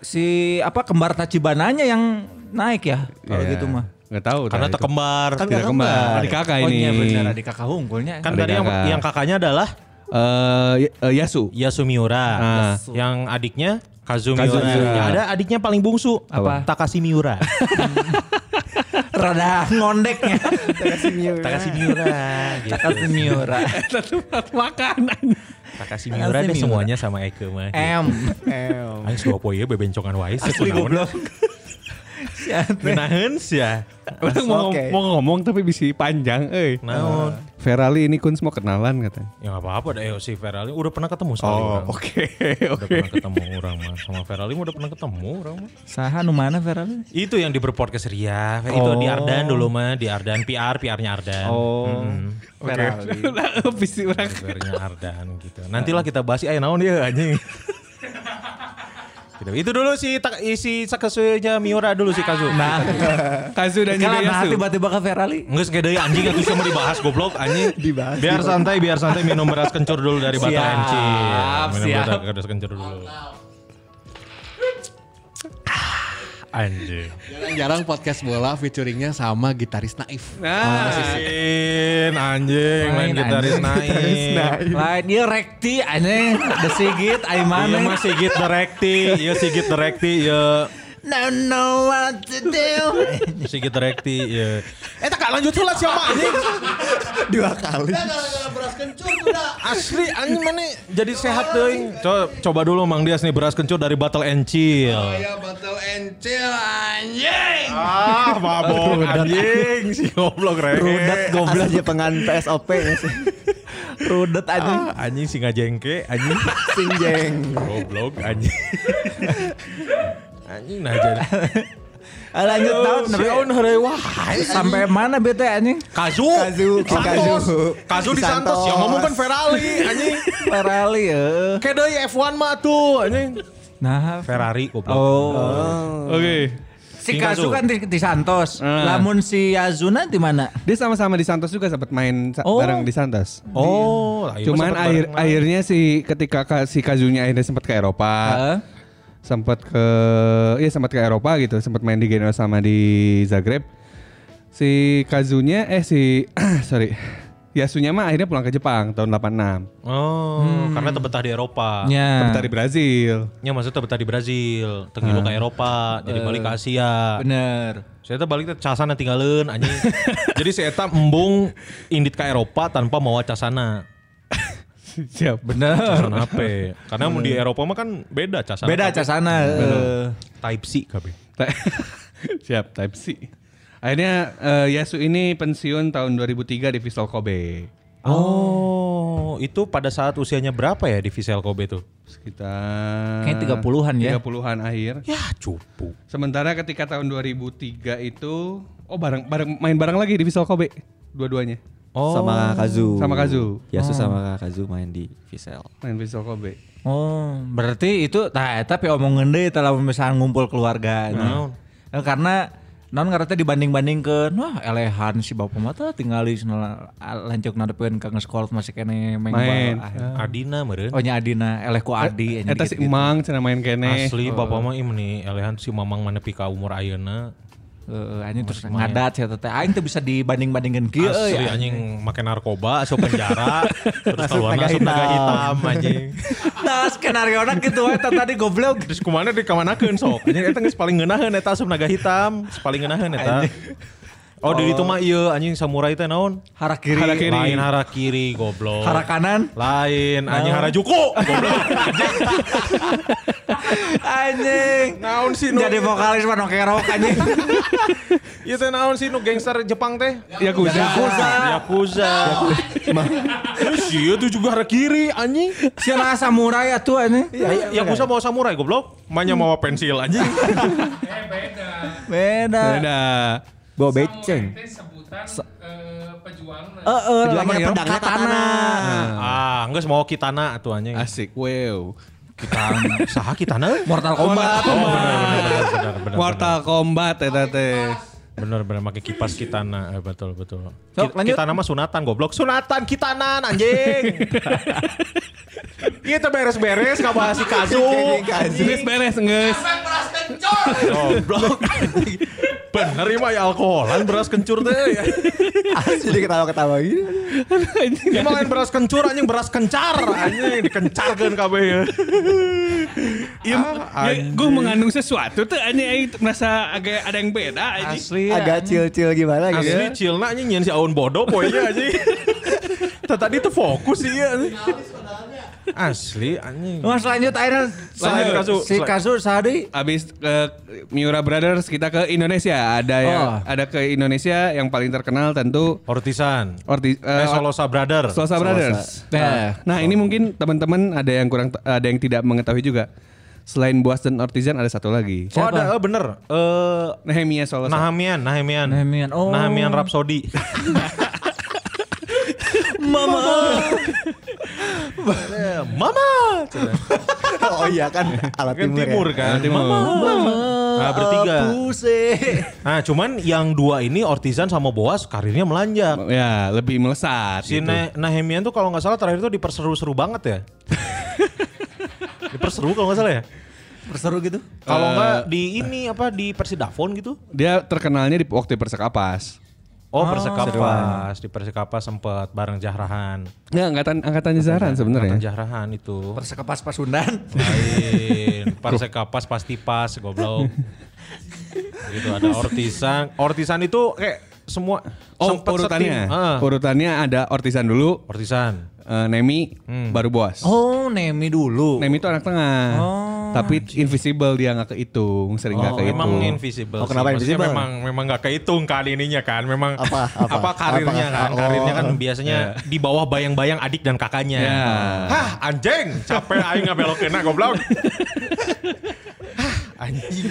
Speaker 4: si apa kembar Tachibananya yang naik ya kalau
Speaker 5: Iya.
Speaker 4: gitu mah.
Speaker 5: Nggak tahu.
Speaker 6: Karena
Speaker 5: dah itu.
Speaker 6: tekembar.
Speaker 8: Kan
Speaker 5: tidak
Speaker 8: nggak
Speaker 5: kembar.
Speaker 8: kembar.
Speaker 5: Adik kakak
Speaker 4: Oh
Speaker 5: ini.
Speaker 4: iya benar adik kakak unggulnya.
Speaker 6: Kan
Speaker 5: Adik
Speaker 6: tadi yang,
Speaker 5: kakak.
Speaker 6: yang kakaknya adalah
Speaker 5: Eh, y- eh, Yasu.
Speaker 6: Yasumiura.
Speaker 5: Ah.
Speaker 6: Yang adiknya Kazu Miura.
Speaker 5: Kazu Miura.
Speaker 6: Yang Ada adiknya paling bungsu.
Speaker 5: Apa?
Speaker 6: Takashi Miura.
Speaker 4: (laughs) rada ngondeknya.
Speaker 6: Takashi Miura. gitu.
Speaker 4: Kazu Miura.
Speaker 5: tempat makan.
Speaker 6: Takashi Miura
Speaker 4: Miura.
Speaker 6: deh semuanya sama Eke mah.
Speaker 4: M.
Speaker 6: Aing suka poe ieu ya, bebencongan wae sih.
Speaker 4: Asli goblok. Si Ate.
Speaker 6: Naon sih ya?
Speaker 5: Orang (laughs) mau,
Speaker 8: Oke.
Speaker 5: mau ngomong tapi bisi panjang, eh.
Speaker 4: Nah.
Speaker 6: Naon?
Speaker 5: Verali ini Kunz mau kenalan katanya.
Speaker 6: Ya nggak apa-apa deh si Ferali udah pernah ketemu sekali orang.
Speaker 5: oke,
Speaker 6: Udah pernah ketemu orang mah sama Ferali mah udah pernah ketemu orang mah.
Speaker 4: Saha nu mana Ferali?
Speaker 6: Itu yang di berpodcast Ria. Itu di Ardan dulu mah, di Ardan PR, PR-nya Ardan. Oh.
Speaker 4: Ferali.
Speaker 5: Udah bisi orang.
Speaker 6: PR-nya Ardan gitu. Nantilah kita bahas ya naon ya anjing. Gitu. Itu dulu si tak- si Sakasunya Miura dulu si Kazu. Nah,
Speaker 5: Kazu dan
Speaker 4: Kalah nah,
Speaker 5: Yasu.
Speaker 4: tiba-tiba ke Ferali.
Speaker 6: enggak segede anjing itu cuma dibahas goblok anjing.
Speaker 8: Dibahas.
Speaker 6: Biar santai, biar santai minum beras kencur dulu dari Bata
Speaker 4: Siap,
Speaker 6: Enci. Minum
Speaker 4: siap.
Speaker 6: beras- beras kencur dulu. Ah, Anjing.
Speaker 9: Jarang podcast bola featuringnya sama gitaris Naif.
Speaker 5: Nah,
Speaker 6: Anjing, anjing,
Speaker 4: Oh,
Speaker 6: main
Speaker 4: Ah. Main
Speaker 6: gitaris
Speaker 4: anjing.
Speaker 6: naik.
Speaker 4: Lain dia rekti anjing, ada sigit, ai
Speaker 6: Iya
Speaker 4: mana.
Speaker 6: mah Sigit Direkti, iya Sigit Direkti, iya
Speaker 4: No know what to do.
Speaker 6: Si gitar ekti, ya. Eh, tak lanjut lah siapa anjing.
Speaker 8: Dua kali.
Speaker 6: Asli anjing mana jadi sehat teuing. Coba, coba dulu Mang Dias nih beras kencur dari Battle and Chill.
Speaker 10: Ya betul encil anjing.
Speaker 6: (laughs) Ah, mabok anjing si goblok rek.
Speaker 8: Rudet goblok aja pengen PSOP ya sih.
Speaker 4: Rudet aja.
Speaker 6: Ah, anjing si ngajengke, anjing
Speaker 8: Sinjeng.
Speaker 6: goblok (laughs) anjing. anjing nah jadi.
Speaker 8: Eh,
Speaker 4: Ah, Lanjut tahun
Speaker 6: Si Aun wah.
Speaker 4: sampai mana bete anjing?
Speaker 6: Kazu.
Speaker 8: Kazu, Ki
Speaker 6: Santos.
Speaker 8: Kazu.
Speaker 6: Kazu di
Speaker 8: Ki
Speaker 6: Santos. Yang ngomong kan
Speaker 8: Santos.
Speaker 6: Ferrari (laughs) anjing.
Speaker 4: Ferrari ya.
Speaker 6: Kayak deui F1 mah tuh anjing.
Speaker 4: Nah,
Speaker 6: Ferrari goblok.
Speaker 4: oh.
Speaker 5: Oke.
Speaker 4: Si
Speaker 6: Singkat,
Speaker 4: Kazu
Speaker 6: Su.
Speaker 4: kan di, di Santos.
Speaker 5: Eh.
Speaker 4: Lamun si Azuna di mana?
Speaker 5: Dia sama-sama di Santos juga sempat main sa-
Speaker 4: Oh.
Speaker 5: bareng di Santos.
Speaker 6: Oh, lah, iya,
Speaker 5: Cuman
Speaker 6: sempet
Speaker 5: akhir
Speaker 6: bareng lah.
Speaker 5: akhirnya si ketika ka- si Kazunya akhirnya sempat ke Eropa.
Speaker 4: Heeh.
Speaker 5: Sempat ke ya sempat ke Eropa gitu, sempat main di Genoa sama di Zagreb. Si Kazunya eh si (clears throat) sorry. Yasunya mah akhirnya pulang ke Jepang tahun 86.
Speaker 6: Oh, karena terbetah di Eropa.
Speaker 4: Ah.
Speaker 5: Tapi dari Brazil. (laughs)
Speaker 6: Ya maksudnya betah di Brazil, tenggilu ke Eropa, jadi balik ke Asia.
Speaker 4: Bener.
Speaker 6: Saya tuh balik ke casana tinggalin anjing. jadi saya tuh embung indit ke Eropa tanpa mau casana.
Speaker 5: Siap.
Speaker 4: Bener.
Speaker 6: Casana HP. Karena mun di Eropa mah kan beda casana.
Speaker 4: Beda
Speaker 6: Tapi
Speaker 4: Casana. eh.
Speaker 6: Type C kabeh.
Speaker 5: Ta- Siap, type C. Akhirnya eh, Yasu ini pensiun tahun 2003 di Vissel Kobe.
Speaker 6: Oh, itu pada saat usianya berapa ya di Vissel Kobe tuh?
Speaker 5: Sekitar
Speaker 4: Kayaknya 30-an ya.
Speaker 5: 30-an akhir.
Speaker 6: Ya cupu.
Speaker 5: Sementara ketika tahun 2003 itu oh bareng bareng main bareng lagi di Vissel Kobe dua-duanya.
Speaker 8: Sama Kazu.
Speaker 5: Sama Kazu.
Speaker 8: Yasu sama Kazu main di Visel.
Speaker 5: Main Vissel Kobe.
Speaker 4: Oh, berarti itu tah eta tapi omongan deui tah lamun misalnya ngumpul keluarga. Nah. Eh, Karena non ngerti dibanding-banding ke wah elehan si bapak mata tinggal di sana lancuk nadepin ke sekolah masih kene main,
Speaker 5: Main. Eh,
Speaker 4: bola.
Speaker 6: Adina meureun.
Speaker 4: Oh nya Adina, eleh ku Adi. Eh, nya
Speaker 5: Eta si
Speaker 4: gitu-gitu.
Speaker 5: Emang cenah main kene.
Speaker 6: Asli bapak mah ieu nih, elehan si Mamang mana pika umur ayeuna.
Speaker 4: Heeh, eh, anjing terus ngadat ya teteh. Aing teh bisa dibanding-bandingkeun kieu ya.
Speaker 6: Asli
Speaker 5: ya.
Speaker 4: euy.
Speaker 6: anjing makan narkoba, asup (laughs) penjara, terus keluar
Speaker 8: naga
Speaker 6: asup naga
Speaker 8: hitam.
Speaker 6: hitam anjing.
Speaker 4: Nah, skenario na kitu wae tah tadi goblok.
Speaker 6: Terus kemana di kamanakeun sok. Anjing eta geus paling ngeunaheun eta asup naga hitam, geus paling ngeunaheun eta. Oh, di ditu mah ieu anjing samurai teh naon?
Speaker 4: Hara kiri,
Speaker 5: Hara kiri.
Speaker 6: Lain hara kiri goblok. Oh.
Speaker 4: hara kan- kanan.
Speaker 6: Lain anjing hara juku goblok.
Speaker 4: Anjing.
Speaker 6: Naon sih nu?
Speaker 4: Jadi vokalis mah nokerok
Speaker 6: (laughs)
Speaker 4: anjing.
Speaker 6: Ieu teh naon sih nu gangster Jepang teh?
Speaker 5: Yakuza.
Speaker 6: Yakuza. Yakuza. Terus ieu tuh juga hara kiri anjing.
Speaker 4: Siapa samurai atuh anjing.
Speaker 6: Iya, Yakuza mau samurai goblok, manya mau pensil anjing.
Speaker 4: Beda.
Speaker 5: Beda.
Speaker 8: Bawa beceng.
Speaker 11: sebutan eh, pejuang
Speaker 4: Eh, eh, lamun ngarep
Speaker 8: Pedangnya pedangnya
Speaker 4: katana.
Speaker 6: Ah, enggak mau kitana tuh anjing.
Speaker 4: Iya.
Speaker 5: Asik. Wow.
Speaker 6: Kitana. Saha (laughs) kitana?
Speaker 4: Mortal Kombat.
Speaker 6: Oh, benar benar benar benar.
Speaker 5: Mortal Kombat eta teh.
Speaker 6: Benar benar pakai kipas kitana. Eh, betul betul.
Speaker 4: Sok,
Speaker 6: Ki-
Speaker 4: lanjut.
Speaker 6: Kitana mah sunatan goblok. Sunatan kitanan (laughs) anjing. Itu beres-beres nggak bahas si (laughs) Kazu.
Speaker 8: (laughs)
Speaker 6: Iya,
Speaker 5: Geus beres geus.
Speaker 6: Goblok. anjing. Bener ya mah ya alkoholan beras kencur teh.
Speaker 8: Jadi ketawa-ketawa gitu.
Speaker 6: Ini Iya, mah lain beras kencur anjing beras kencar anjing dikencarkeun kabeh ya. Ah,
Speaker 5: Iya, gue mengandung sesuatu tuh anjing aing merasa agak ada yang beda anjing.
Speaker 4: Asli.
Speaker 8: Agak chill-chill gimana gitu.
Speaker 6: Asli cilna anjing nyian si Aun bodoh (laughs) poinnya anjing. Tah Tadi tuh fokus sih ya. anjing. Asli anjing.
Speaker 4: Mas lanjut akhirnya
Speaker 6: Selain
Speaker 4: sa-
Speaker 6: Kazu,
Speaker 4: Si
Speaker 6: selain-
Speaker 4: Kazu Sadi.
Speaker 5: Abis ke Miura Brothers kita ke Indonesia ada yang
Speaker 4: Oh.
Speaker 5: ada ke Indonesia yang paling terkenal tentu
Speaker 6: Ortisan. Eh,
Speaker 5: Orti, eh,
Speaker 6: Solosa Brother.
Speaker 5: Sosa Brothers.
Speaker 4: Nah,
Speaker 5: Nah ini mungkin teman-teman ada yang kurang ada yang tidak mengetahui juga. Selain Boas dan Ortizan ada satu lagi.
Speaker 6: Oh
Speaker 5: Nah,
Speaker 6: ada, eh, bener. Eh,
Speaker 5: Nehemia Solosa.
Speaker 6: Nahamian, Nahamian.
Speaker 4: Nahamian, oh.
Speaker 6: Nahamian
Speaker 4: (laughs)
Speaker 6: Rhapsody. Mama. Mama.
Speaker 8: Oh iya kan alat
Speaker 6: Kan
Speaker 8: timur,
Speaker 6: timur
Speaker 8: ya.
Speaker 6: kan. Mama. Nah, bertiga. Nah, cuman yang dua ini Ortizan sama Boas karirnya melanjak.
Speaker 5: Ya lebih melesat.
Speaker 6: Si
Speaker 5: gitu.
Speaker 6: Ne- Nahemian tuh kalau nggak salah terakhir tuh diperseru-seru banget
Speaker 5: (laughs)
Speaker 6: ya. diperseru kalau nggak salah ya.
Speaker 4: berseru gitu.
Speaker 6: Kalau
Speaker 5: Eh,
Speaker 6: nggak di ini apa di Persidafon gitu.
Speaker 5: Dia terkenalnya di waktu Persekapas.
Speaker 6: Oh, Persekapas, di Persekapas sempat bareng Jahrahan.
Speaker 5: Ya angkatan angkatannya Zaran sebenarnya. ya?
Speaker 6: Bareng Jahrahan itu.
Speaker 4: Persekepas Pasundan.
Speaker 5: (laughs)
Speaker 6: Lain, Persekapas pasti pas goblok. Gitu ada Ortisan. Ortisan itu kayak semua
Speaker 5: Oh
Speaker 6: sempet
Speaker 5: urutannya,
Speaker 6: setim. Ah,
Speaker 5: urutannya ada Ortisan dulu,
Speaker 6: Ortisan.
Speaker 5: eh, Nemi, baru Boas.
Speaker 4: Oh, Nemi dulu.
Speaker 5: Nemi itu anak tengah, tapi invisible dia nggak kehitung, sering nggak kehitung.
Speaker 6: Memang invisible.
Speaker 8: Oh,
Speaker 6: sih.
Speaker 8: kenapa
Speaker 6: Maksudnya
Speaker 8: invisible?
Speaker 6: Memang memang nggak kehitung kali ininya kan. Memang
Speaker 8: Apa, apa?
Speaker 6: karirnya
Speaker 8: Apa-
Speaker 6: kan?
Speaker 8: oh.
Speaker 6: Karirnya kan biasanya di bawah bayang-bayang adik dan kakaknya.
Speaker 5: Ya.
Speaker 6: Hah, anjing, capek aing ngebelokeun goblok. Hah, anjing.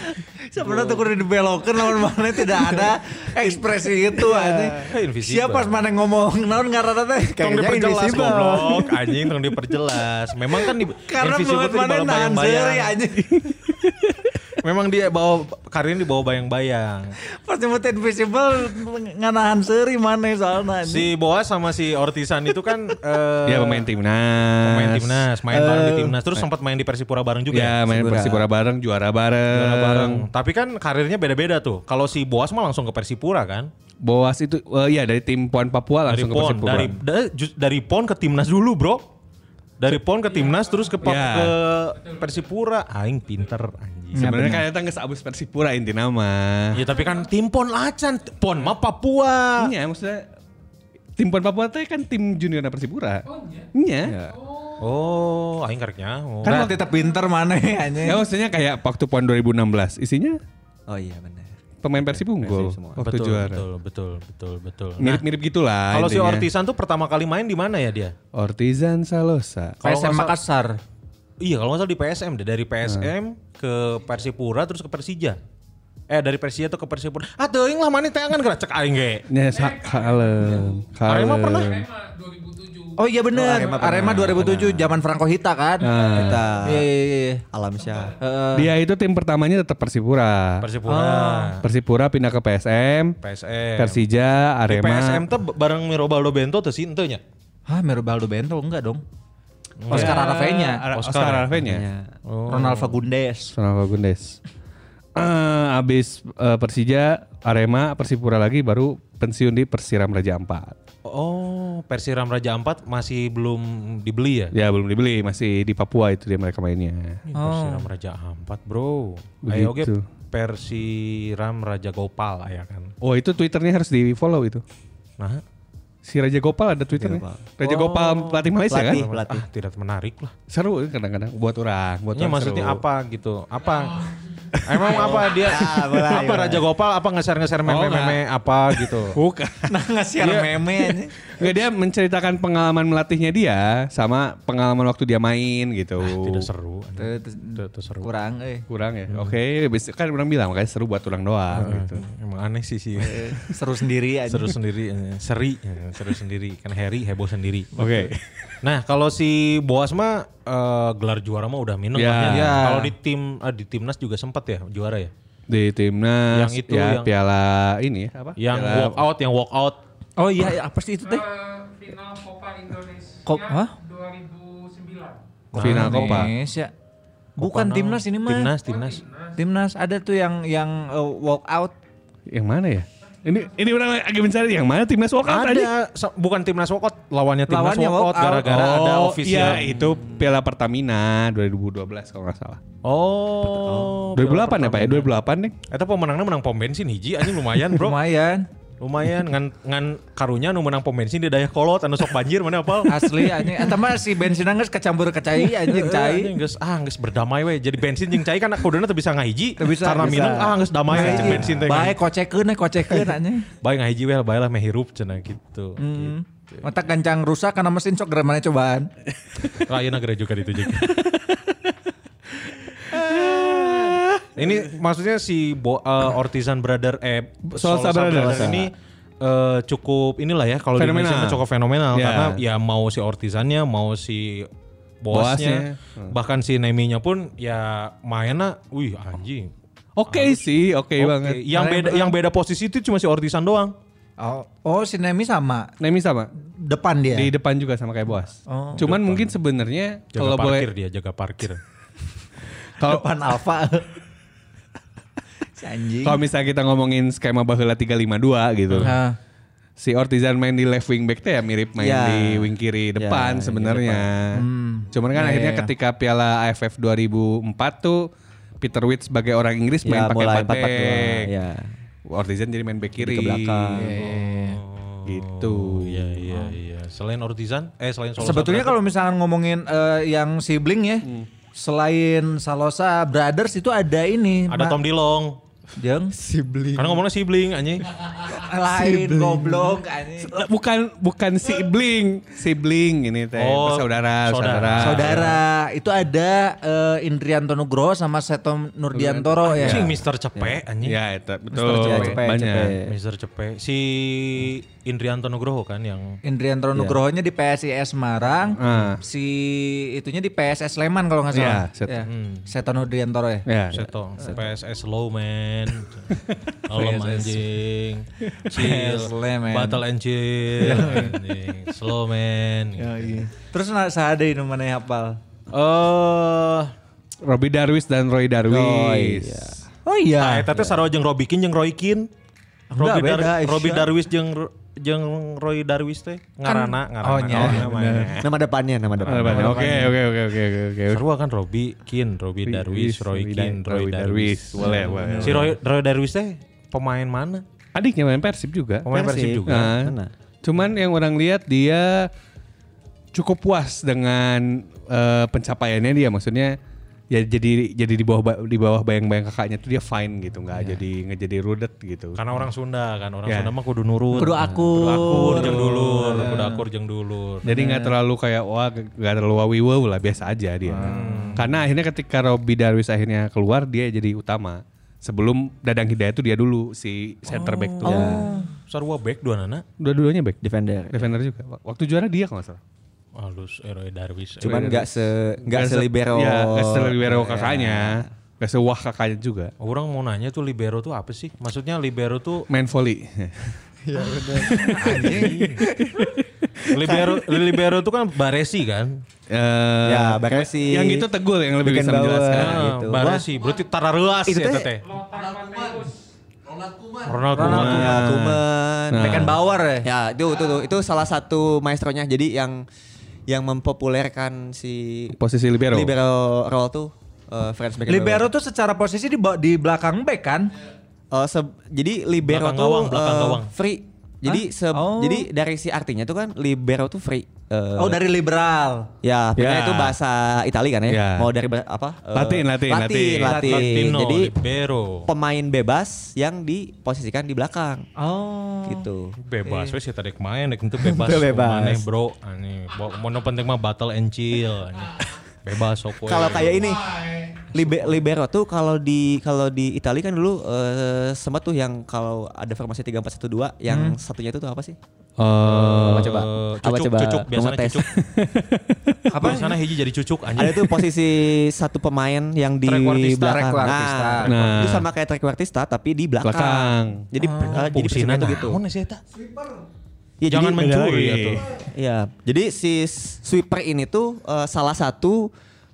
Speaker 4: Sebenarnya tuh kudu dibelokin lawan mana tidak
Speaker 6: (laughs)
Speaker 4: ada ekspresi itu aja.
Speaker 6: Iya. Invisible.
Speaker 4: Siapa mana ngomong naon ngarana teh
Speaker 6: Tong
Speaker 4: kayaknya
Speaker 6: diperjelas
Speaker 4: invisible.
Speaker 6: goblok, anjing tong diperjelas. Memang kan di
Speaker 8: (laughs)
Speaker 4: Karena
Speaker 6: invisible
Speaker 4: buat
Speaker 6: tuh di
Speaker 4: mana
Speaker 6: bawah
Speaker 4: nahan seuri
Speaker 6: bayang-bayang.
Speaker 4: anjing.
Speaker 6: Memang dia bawa karirnya di bawah bayang-bayang.
Speaker 4: Pas nyebut invisible nganahan seuri mana soalnya anjing.
Speaker 6: Si Boas sama si Ortisan itu kan eh,
Speaker 5: Dia Iya, pemain timnas.
Speaker 6: main timnas, main bareng di
Speaker 5: Eh,
Speaker 6: timnas, terus sempat main di Persipura bareng juga.
Speaker 5: Ya main Persipura bareng, juara bareng.
Speaker 6: Juara bareng. Tapi kan karirnya beda-beda tuh. Kalau si Boas mah langsung ke Persipura kan.
Speaker 5: Boas itu, eh, ya dari tim Puan Papua
Speaker 6: Dari
Speaker 5: langsung
Speaker 6: PON,
Speaker 5: ke Persipura. Iya,
Speaker 6: dari da- ju- dari PON ke timnas dulu, Bro. Dari
Speaker 5: Iya.
Speaker 6: PON ke timnas terus ke Pap-
Speaker 5: Ya.
Speaker 6: ke Persipura. Aing pinter anjing.
Speaker 5: Sebenarnya kan datang ke abis Persipura inti nama.
Speaker 6: Ya tapi kan tim PON lacan, PON mah Papua.
Speaker 5: Iya maksudnya tim Puan Papua teh kan tim junior Persipura. Iya.
Speaker 6: Oh, aing kareknya. Oh.
Speaker 4: Kan waktu itu pinter mana anjing.
Speaker 5: Ya maksudnya kayak waktu PON 2016 isinya
Speaker 8: Oh iya benar.
Speaker 5: pemain Persib unggul
Speaker 8: Persib semua.
Speaker 5: waktu
Speaker 6: betul,
Speaker 5: juara.
Speaker 6: betul, betul, betul, betul. Nah,
Speaker 5: Mirip-mirip gitu gitulah.
Speaker 6: kalau si
Speaker 5: intinya.
Speaker 6: Ortisan tuh pertama kali main di mana ya dia?
Speaker 5: Ortizan Salosa.
Speaker 6: Kalau nggak
Speaker 4: PSM
Speaker 6: salah-
Speaker 4: Makassar.
Speaker 6: Iya kalau nggak salah di PSM deh dari PSM ke Persipura terus ke Persija. Eh dari Persija tuh ke Persipura. Ah teuing lah mana teh kan geracek aing ge.
Speaker 5: Ya, sa- kalem.
Speaker 6: Arema
Speaker 5: kalem.
Speaker 6: pernah?
Speaker 12: Arema 2007.
Speaker 4: Oh iya bener, Arema, 2007 zaman Franco Hita kan.
Speaker 8: Kita
Speaker 4: Iya iya iya. Eh,
Speaker 8: alam syah.
Speaker 4: Heeh.
Speaker 5: Dia itu tim pertamanya tetap Persipura.
Speaker 6: Persipura,
Speaker 5: Persipura pindah ke PSM,
Speaker 6: PSM.
Speaker 5: Persija,
Speaker 6: Di
Speaker 5: Arema.
Speaker 6: PSM tuh bareng Mirobaldo Bento tuh sih ente nya.
Speaker 4: Hah, ah, Merubaldo Bento enggak dong? Oscar Aravena,
Speaker 5: Ara-
Speaker 6: Oscar.
Speaker 5: Oscar Arvenya.
Speaker 4: Ronald Fagundes.
Speaker 5: Sonalva Gundes. Eh, abis eh, Persija, Arema, Persipura lagi baru pensiun di Persiram Raja Ampat.
Speaker 6: Oh, Persiram Raja Ampat masih belum dibeli ya?
Speaker 5: Ya belum dibeli, masih di Papua itu dia mereka mainnya.
Speaker 6: Ih, Persiram Raja Ampat, Bro.
Speaker 5: Begitu.
Speaker 6: Ayo oke Persiram Raja Gopal ya kan.
Speaker 5: Oh itu Twitternya harus di follow itu.
Speaker 6: Nah,
Speaker 5: Si Raja Gopal ada Twitternya. Raja Gopal pelatih Malaysia
Speaker 8: Pelatih,
Speaker 5: kan?
Speaker 8: pelatih.
Speaker 6: ah tidak menarik lah.
Speaker 5: Seru kadang-kadang buat orang, buat
Speaker 6: Ini
Speaker 5: orang
Speaker 6: maksudnya
Speaker 5: seru.
Speaker 6: apa gitu?
Speaker 5: (gasps)
Speaker 6: Apa? Emang apa
Speaker 5: (laughs)
Speaker 6: dia?
Speaker 5: Ah,
Speaker 6: apa Raja Gopal? Apa ngeser-ngeser meme-meme apa gitu?
Speaker 5: Oh, (laughs) Bukan.
Speaker 4: Nah, ngasih meme aja. (laughs)
Speaker 5: Nggak, dia menceritakan pengalaman melatihnya dia sama pengalaman waktu dia main gitu.
Speaker 6: Ah, Tidak seru. Tidak tidak seru.
Speaker 4: Kurang eh.
Speaker 5: Kurang ya. Oke, besok kan orang bilang makanya seru buat orang doang
Speaker 6: Ah.
Speaker 5: gitu.
Speaker 6: Emang aneh sih sih.
Speaker 5: Eh,
Speaker 4: Seru sendiri aja.
Speaker 6: seru sendiri, eh, seri, eh, seru sendiri. Kan Harry heboh sendiri. (laughs)
Speaker 5: Oke.
Speaker 6: Nah kalau si Boas mah eh, gelar juara mah udah minum.
Speaker 5: Ya.
Speaker 6: lah
Speaker 5: Ya.
Speaker 6: Kalau di tim eh, di timnas juga sempat ya juara ya.
Speaker 5: Di timnas
Speaker 6: Yang itu, yang-
Speaker 5: ya piala ini ya apa?
Speaker 6: Yang
Speaker 5: Piala-
Speaker 6: walk out, yang walk out.
Speaker 4: Oh iya, apa sih itu teh?
Speaker 12: Eh, final Copa Indonesia
Speaker 4: Kop- hah?
Speaker 12: 2009.
Speaker 5: final Copa.
Speaker 4: Indonesia. Bukan
Speaker 6: Kopa
Speaker 4: timnas ini mah.
Speaker 6: Timnas, timnas.
Speaker 4: Timnas ada tuh yang yang uh, walk out.
Speaker 5: Yang mana ya? Ini ini orang lagi mencari yang mana timnas walk out aja.
Speaker 6: Ada se- bukan timnas walk out, lawannya timnas
Speaker 4: Lawannya
Speaker 6: walk out
Speaker 4: walk out.
Speaker 6: gara-gara ada
Speaker 5: Oh,
Speaker 6: official.
Speaker 5: Iya, itu Piala Pertamina 2012 kalau nggak salah.
Speaker 6: Oh.
Speaker 5: 2008 ya Pak ya? 2008 nih.
Speaker 6: Eta pemenangnya menang pom bensin hiji anjing lumayan bro.
Speaker 4: Lumayan.
Speaker 6: lumayan ngan ngan karunya nu menang pom bensin di daya kolot anu sok banjir
Speaker 4: (laughs)
Speaker 6: mana apal.
Speaker 4: Asli anjing. Eta mah si bensinna geus kecampur kecai anjing cai.
Speaker 6: Anjing, geus ah geus berdamai we. Jadi bensin jeung cai kan kodenya teu bisa ngahiji.
Speaker 4: Teu bisa,
Speaker 6: Karena
Speaker 4: bisa.
Speaker 6: minum ah geus damai we jeung
Speaker 4: Cai.
Speaker 6: bensin teh.
Speaker 4: Bae kocekeun eh kocekeun anjing.
Speaker 6: Bae ngahiji we bae lah meh hirup cenah gitu.
Speaker 4: Hmm. Mata gancang rusak karena mesin sok gara mana cobaan.
Speaker 6: Rayana gara juga itu juga. (laughs) ini maksudnya si Bo, eh, Ortisan Brother eh
Speaker 5: Solsa Brothers.
Speaker 6: ini eh, cukup inilah ya kalau di
Speaker 5: Fenomenal.
Speaker 6: Indonesia mah cukup fenomenal
Speaker 5: Ya.
Speaker 6: karena ya mau si Ortisannya mau si bosnya,
Speaker 5: Boasnya.
Speaker 6: bahkan si Neminya pun ya mainnya wih anjing.
Speaker 5: Oke sih, oke
Speaker 6: Oke, ya.
Speaker 5: banget.
Speaker 6: Yang beda yang beda posisi itu cuma si Ortisan doang.
Speaker 4: Oh, oh si Nemi sama
Speaker 5: Nemi sama
Speaker 4: depan
Speaker 6: Ya.
Speaker 4: dia.
Speaker 5: di depan juga sama kayak Boas. Cuman mungkin sebenarnya
Speaker 6: Oh, Jaga
Speaker 5: kalau
Speaker 6: parkir
Speaker 5: boleh
Speaker 6: dia, jaga parkir.
Speaker 5: kalau
Speaker 4: (laughs) depan Alfa. (laughs) si anjing.
Speaker 5: kalau misalnya kita ngomongin skema baheula 352 gitu.
Speaker 4: Nah,
Speaker 5: Si Ortizan main di left wing back teh ya mirip main
Speaker 8: Ya.
Speaker 5: di wing kiri depan
Speaker 8: Ya,
Speaker 5: sebenarnya. Cuman kan akhirnya ketika Piala AFF 2004 tuh Peter Witt sebagai orang Inggris main
Speaker 8: Ya,
Speaker 5: pakai
Speaker 8: mulai
Speaker 5: empat back.
Speaker 8: 4-4-2, ya.
Speaker 5: Ortizan jadi main back kiri. Oh.
Speaker 8: Jadi ke belakang.
Speaker 5: Gitu.
Speaker 6: Iya iya iya. Selain Ortizan, eh selain Solosa.
Speaker 4: Sebetulnya kalau misalkan ngomongin eh, yang sibling ya,
Speaker 6: Hmm.
Speaker 4: selain Salosa Brothers itu ada ini.
Speaker 6: ada
Speaker 4: Ma-
Speaker 6: Tom Dilong.
Speaker 4: Jeng.
Speaker 5: Sibling.
Speaker 6: Karena ngomongnya sibling anjing.
Speaker 4: Lain goblok anjing.
Speaker 5: Bukan bukan sibling, sibling ini teh
Speaker 6: Oh,
Speaker 5: saudara,
Speaker 6: saudara.
Speaker 5: saudara.
Speaker 4: Saudara, itu ada eh, Indrianto Nugroho sama Setom Nurdiantoro ya.
Speaker 6: Anjing Mister Cepe anjing.
Speaker 5: Ya, itu betul.
Speaker 8: Mister Cepe,
Speaker 5: Banyak.
Speaker 8: Cepe.
Speaker 6: Mister Cepe. Si Indrianto Nugroho kan yang
Speaker 4: Indrianto Nugrohonya di PSIS Semarang,
Speaker 5: Ah.
Speaker 4: si itunya di PSS Sleman kalau nggak salah.
Speaker 5: Iya, Set-
Speaker 4: Ya. Seton Nurdiantoro ya.
Speaker 5: Ya.
Speaker 6: Seto, PSS Lowman, Alam anjing, Chill,
Speaker 4: PSS Lowman.
Speaker 6: Battle and Chill, anjing, Slow man. Eh,
Speaker 4: Terus nah, sehade ini mana yang hafal?
Speaker 6: Eh,
Speaker 5: Robby Darwis dan Roy Darwis.
Speaker 4: Oh
Speaker 6: nah,
Speaker 4: iya.
Speaker 6: eta teh sarua jeung Robikin jeung Roykin. Robi
Speaker 4: beda,
Speaker 6: Dar-
Speaker 4: Aisyah.
Speaker 6: Robi Darwis jeung Ro- jeung Roy Darwis teh ngarana ngarana.
Speaker 4: Oh, nya.
Speaker 5: Nah.
Speaker 6: namanya.
Speaker 8: Nama depannya, nama
Speaker 5: Ada
Speaker 8: depannya.
Speaker 5: banyak. Oke, oke, oke, oke, oke, oke.
Speaker 6: Sarua kan Robi Kin, Robi Darwis, Roy Kin, Roy Darwis. Hmm.
Speaker 5: Boleh, boleh.
Speaker 6: Si Roy, Roy Darwis teh pemain mana?
Speaker 5: Adiknya main Persib juga.
Speaker 6: Pemain Oh, Persib
Speaker 8: Persib.
Speaker 6: juga.
Speaker 5: Nah,
Speaker 8: Mana?
Speaker 5: cuman yang orang lihat dia cukup puas dengan eh, pencapaiannya dia maksudnya ya jadi jadi di bawah ba- di bawah bayang-bayang kakaknya tuh dia fine gitu
Speaker 6: Iya.
Speaker 5: nggak jadi nggak jadi rudet gitu
Speaker 6: Karena orang Sunda kan, orang
Speaker 5: Ya.
Speaker 6: Sunda mah kudu nurut.
Speaker 4: Kudu akur.
Speaker 6: Kudu akur jeung dulur, kudu akur jeung dulur.
Speaker 5: jadi nggak terlalu kayak wah nggak terlalu wawiwew lah biasa aja dia karena akhirnya ketika Robby Darwis akhirnya keluar dia jadi utama sebelum Dadang Hidayat tuh dia dulu si center back tuh
Speaker 8: Ya.
Speaker 6: Sarua back dua nana.
Speaker 5: Oh. dua-duanya back
Speaker 8: Defender.
Speaker 5: defender juga waktu juara dia kalau nggak salah
Speaker 6: Halus eh, Roy Darwis. eh.
Speaker 8: Cuman nggak se nggak Ya. se
Speaker 5: se-
Speaker 8: libero.
Speaker 5: Iya, nggak selibero kakaknya. Nggak sewah kakaknya juga.
Speaker 6: Orang mau nanya tuh libero tuh apa sih? Maksudnya libero tuh
Speaker 5: Main (laughs) volley.
Speaker 6: libero libero tuh kan baresi kan?
Speaker 5: Eh,
Speaker 8: Ya, Baresi.
Speaker 5: Yang itu tegul yang lebih bisa
Speaker 8: Beckenbauer.
Speaker 5: menjelaskan.
Speaker 8: Nah,
Speaker 6: Ah,
Speaker 8: gitu.
Speaker 6: baresi berarti tararelas
Speaker 8: Itu
Speaker 6: ya
Speaker 8: teh-
Speaker 6: teh.
Speaker 12: Lothar Mateus.
Speaker 6: Ronald
Speaker 8: Ronald
Speaker 6: Koeman.
Speaker 5: Nah.
Speaker 8: Koeman, Koeman.
Speaker 4: Beckenbauer ya.
Speaker 8: Ya, itu itu tuh itu salah satu maestronya. Jadi yang yang mempopulerkan si
Speaker 5: Posisi libero.
Speaker 8: libero role tuh eh, Franz Beckenbauer.
Speaker 4: Libero tuh secara posisi di ba- di belakang back kan?
Speaker 8: Eh, se- jadi libero
Speaker 6: Belakang
Speaker 8: tuh
Speaker 6: gawang, belakang
Speaker 8: eh,
Speaker 6: gawang.
Speaker 8: free. Jadi
Speaker 4: Hah?
Speaker 8: se-
Speaker 4: Oh.
Speaker 8: jadi dari si artinya tuh kan libero tuh free. Eh,
Speaker 4: Oh dari liberal.
Speaker 5: Ya.
Speaker 8: Ya, benar itu bahasa Itali kan ya.
Speaker 5: Ya.
Speaker 8: Mau dari ba- apa? Eh,
Speaker 5: Latin, Latin,
Speaker 8: Latin,
Speaker 5: Latin.
Speaker 8: Latin.
Speaker 6: Latino,
Speaker 8: Jadi
Speaker 6: libero.
Speaker 8: pemain bebas yang diposisikan di belakang
Speaker 4: Oh.
Speaker 8: gitu.
Speaker 6: Bebas wes ya tadi main dek itu bebas.
Speaker 8: Bebas.
Speaker 6: Mana bro? Ani, bo- mau no penting mah battle and chill. Ani. Bebas sok we.
Speaker 8: Kalau kayak ini libe- libero tuh kalau di kalau di Italia kan dulu eh, sempat tuh yang kalau ada formasi 3412
Speaker 4: Hmm.
Speaker 8: yang satunya itu tuh apa sih?
Speaker 5: Oh.
Speaker 6: Eh,
Speaker 8: Apa coba? Apa
Speaker 6: cucuk,
Speaker 8: coba?
Speaker 6: cucuk, biasanya
Speaker 8: Mengetes.
Speaker 6: cucuk. apa? Biasanya hiji jadi cucuk anjing.
Speaker 8: ada tuh posisi satu pemain yang di
Speaker 6: Trequartista,
Speaker 8: belakang.
Speaker 4: trequartista.
Speaker 8: Nah,
Speaker 5: Nah.
Speaker 8: itu sama kayak trequartista tapi di belakang.
Speaker 4: Nah,
Speaker 5: Belakang.
Speaker 8: Jadi eh, jadi
Speaker 6: Fungsinya
Speaker 8: posisinya tuh
Speaker 6: nah,
Speaker 8: gitu.
Speaker 6: naon sih eta?
Speaker 8: Ya,
Speaker 6: Jangan
Speaker 8: jadi-
Speaker 6: mencuri ya tuh.
Speaker 8: Iya, jadi si sweeper ini tuh eh, salah satu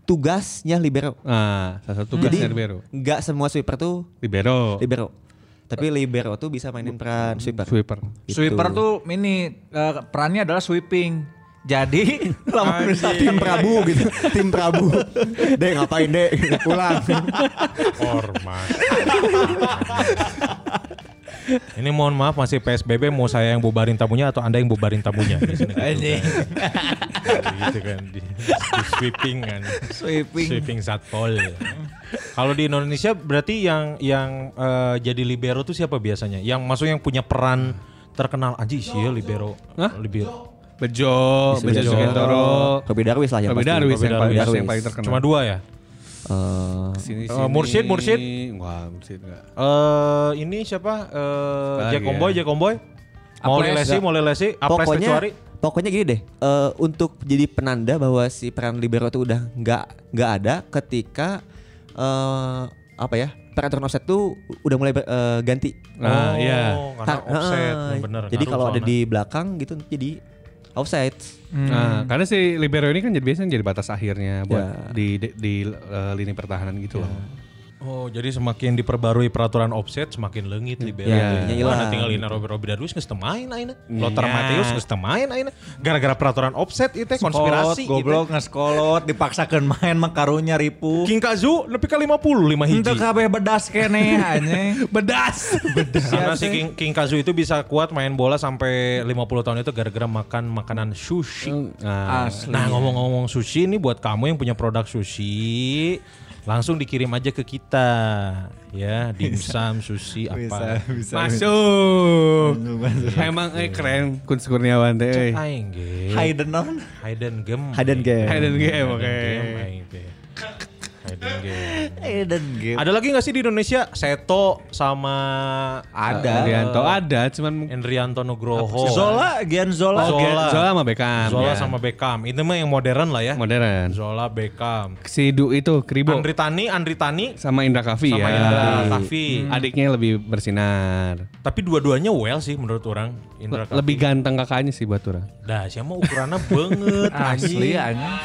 Speaker 8: tugasnya libero.
Speaker 5: Nah, salah satu tugasnya libero.
Speaker 8: Nggak semua sweeper tuh
Speaker 5: Libero.
Speaker 8: Hmm. libero. Tapi libero tuh bisa mainin peran sweeper.
Speaker 5: Sweeper.
Speaker 8: Gitu.
Speaker 4: Sweeper tuh ini eh, perannya adalah sweeping. Jadi (laughs) lawan
Speaker 8: tim Prabu gitu, tim (laughs) Prabu. Dek ngapain dek? Pulang.
Speaker 6: Ormas. Ini mohon maaf masih PSBB mau saya yang bubarin tamunya atau Anda yang bubarin tamunya di sini kan. gitu kan di, di sweeping kan.
Speaker 4: Sweeping.
Speaker 6: Sweeping satpol. Kalau di Indonesia berarti yang yang eh, jadi libero tuh siapa biasanya? Yang maksudnya yang punya peran terkenal anjing sih ya libero. Libero.
Speaker 5: Bejo, Bejo
Speaker 8: Bejo.
Speaker 5: Sugentoro.
Speaker 8: Robby Darwis lah yang
Speaker 5: Robby
Speaker 8: pasti.
Speaker 5: Darwis
Speaker 8: Robby
Speaker 5: yang paling-
Speaker 8: Darwis.
Speaker 5: yang paling terkenal.
Speaker 6: Cuma dua ya?
Speaker 8: Eh,
Speaker 5: Sini,
Speaker 6: Eh, Mursyid, Mursyid.
Speaker 5: Wah, Mursyid enggak.
Speaker 6: Eh ini siapa? Eh
Speaker 5: Apalagi
Speaker 6: Jack Comboy,
Speaker 5: ya?
Speaker 6: Jack Comboy. Mau lesi, mau lesi, apres
Speaker 8: pokoknya
Speaker 6: kecuali.
Speaker 8: pokoknya gini deh eh, untuk jadi penanda bahwa si peran libero itu udah nggak nggak ada ketika eh, apa ya peraturan offset tuh udah mulai ber- eh, ganti
Speaker 5: Nah,
Speaker 6: Oh,
Speaker 5: iya.
Speaker 6: Karena
Speaker 8: Ta-
Speaker 6: offset,
Speaker 8: eh,
Speaker 6: bener.
Speaker 8: jadi
Speaker 6: ngaruh
Speaker 8: kalau ada
Speaker 6: soalnya.
Speaker 8: di belakang gitu jadi offset
Speaker 5: Nah, karena si libero ini kan jadi biasanya jadi batas akhirnya buat
Speaker 8: Ya.
Speaker 5: di di, di, eh, lini pertahanan gitu loh.
Speaker 6: Oh, jadi semakin diperbarui peraturan offset semakin leungit libero.
Speaker 8: Ya, iya,
Speaker 6: Mana
Speaker 8: hilang.
Speaker 6: tinggal Ina Robi Robi Darwis geus teu main ayeuna. Lothar Matthäus geus teu main ayeuna. Gara-gara peraturan offset itu ya, konspirasi
Speaker 7: Kolot,
Speaker 6: gitu.
Speaker 7: goblok ngeskolot dipaksakan main makarunya ripuh.
Speaker 6: King Kazu lebih ka 55 hiji.
Speaker 7: Itu kabeh bedas kene anjing.
Speaker 5: Bedas.
Speaker 6: (laughs) Karena si King, King Kazu itu bisa kuat main bola sampai 50 tahun itu gara-gara makan makanan sushi.
Speaker 8: Hmm, ah,
Speaker 6: Nah,
Speaker 7: Asli.
Speaker 6: nah, ngomong-ngomong sushi ini buat kamu yang punya produk sushi langsung dikirim aja ke kita ya dimsum sushi apa
Speaker 5: Masuk. Emang eh keren Kun eh. Kurniawan teh. euy.
Speaker 6: aing ge
Speaker 7: Hayden non.
Speaker 6: Hayden Game
Speaker 8: Hayden Game.
Speaker 5: Hayden Game, oke.
Speaker 6: aing teh. Hayden Game
Speaker 7: Hayden game.
Speaker 6: (laughs) ada lagi gak sih di Indonesia Seto sama
Speaker 7: Ada.
Speaker 5: Rianto ada, cuman
Speaker 6: Endrianto Nugroho
Speaker 7: Zola, Gian Zola.
Speaker 5: Oh, Ge-
Speaker 6: Oh. Zola.
Speaker 5: Zola sama Beckham.
Speaker 6: Zola
Speaker 5: ya.
Speaker 6: sama Beckham itu mah yang modern lah ya
Speaker 5: modern.
Speaker 6: Zola Beckham
Speaker 5: Si Du itu Kribo
Speaker 6: Andri Tani Andri Tani
Speaker 5: sama Indra Kafi
Speaker 6: sama
Speaker 5: ya.
Speaker 6: Indra Kafi
Speaker 5: Adiknya lebih bersinar.
Speaker 6: tapi dua-duanya well sih menurut orang Indra Kafi
Speaker 5: Lebih ganteng kakaknya sih buat orang.
Speaker 6: dah siapa ukurannya (laughs) banget
Speaker 7: Asli
Speaker 6: anjing.
Speaker 7: anjing.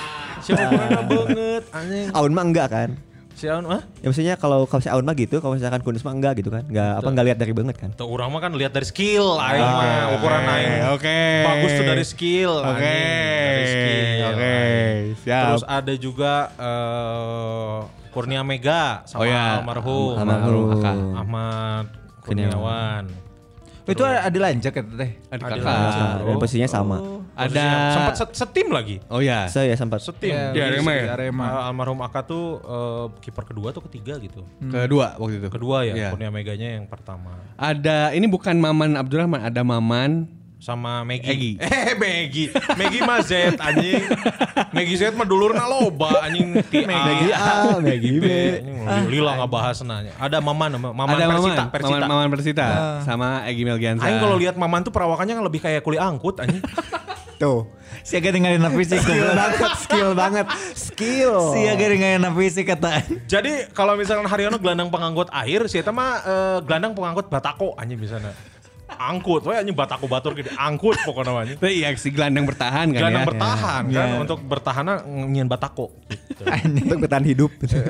Speaker 6: siapa (laughs) ukurannya banget anjing
Speaker 8: Aun mah enggak kan?
Speaker 6: siapa ah
Speaker 8: Ya maksudnya kalau kalau si Aun mah gitu, kalau misalkan Kudus mah enggak gitu kan? Enggak apa enggak lihat dari banget kan?
Speaker 6: Tuh orang mah kan lihat dari skill aing mah ukuran aing.
Speaker 5: Ah, oke.
Speaker 6: Bagus tuh dari skill.
Speaker 5: Oke,
Speaker 6: anjing, dari skill,
Speaker 5: oke,
Speaker 6: anjing. Eh,
Speaker 5: siap.
Speaker 6: Terus ada juga eh Kurnia Mega sama
Speaker 5: Oh ya,
Speaker 6: almarhum.
Speaker 8: almarhum.
Speaker 6: Ahmad Kurniawan.
Speaker 7: Itu ada ada lanjut ya teh.
Speaker 6: Ada
Speaker 5: Adik kakak.
Speaker 6: lagi.
Speaker 8: Nah, dan posisinya sama.
Speaker 5: Ada
Speaker 6: sempat Oh. set, setim lagi.
Speaker 5: Oh ya.
Speaker 8: Saya ya sempat.
Speaker 6: Setim.
Speaker 5: Di Arema ya?
Speaker 7: Di Arema.
Speaker 6: Eh, almarhum Aka tuh eh, kiper kedua atau ketiga gitu.
Speaker 5: Kedua waktu itu.
Speaker 6: Kedua ya,
Speaker 5: Iya.
Speaker 6: Kurnia Meganya yang pertama.
Speaker 5: Ada ini bukan Maman Abdurrahman, ada Maman
Speaker 6: sama Maggie. (laughs)
Speaker 5: Egy.
Speaker 6: Eh Maggie, Maggie mah Z anjing. Maggie Z mah dulur loba anjing. Ti
Speaker 8: Maggie A, Maggie B.
Speaker 6: Lila nggak bahas nanya. Ada Maman, Maman
Speaker 5: ada
Speaker 6: Persita,
Speaker 5: Maman,
Speaker 6: Persita. Ah.
Speaker 5: Maman, Maman Persita sama Egy Melgiansa.
Speaker 6: Aing kalau lihat Maman tuh perawakannya kan lebih kayak kuli angkut anjing.
Speaker 8: Tuh.
Speaker 7: Siaga tinggalin fisik.
Speaker 8: Skill banget, skill banget. Skill.
Speaker 7: Siaga tinggalin fisik kata.
Speaker 6: Jadi kalau misalkan Haryono gelandang pengangkut air, si eta mah eh, gelandang pengangkut batako anjing misalnya. Angkut, wah anjing batako batur gede, angkut pokoknya anjing.
Speaker 5: Tuh, Iya si gelandang bertahan kan
Speaker 6: Gelandang
Speaker 5: ya.
Speaker 6: bertahan kan untuk bertahan nyian batako. Gitu.
Speaker 8: Untuk bertahan hidup.
Speaker 6: (laughs) Iya.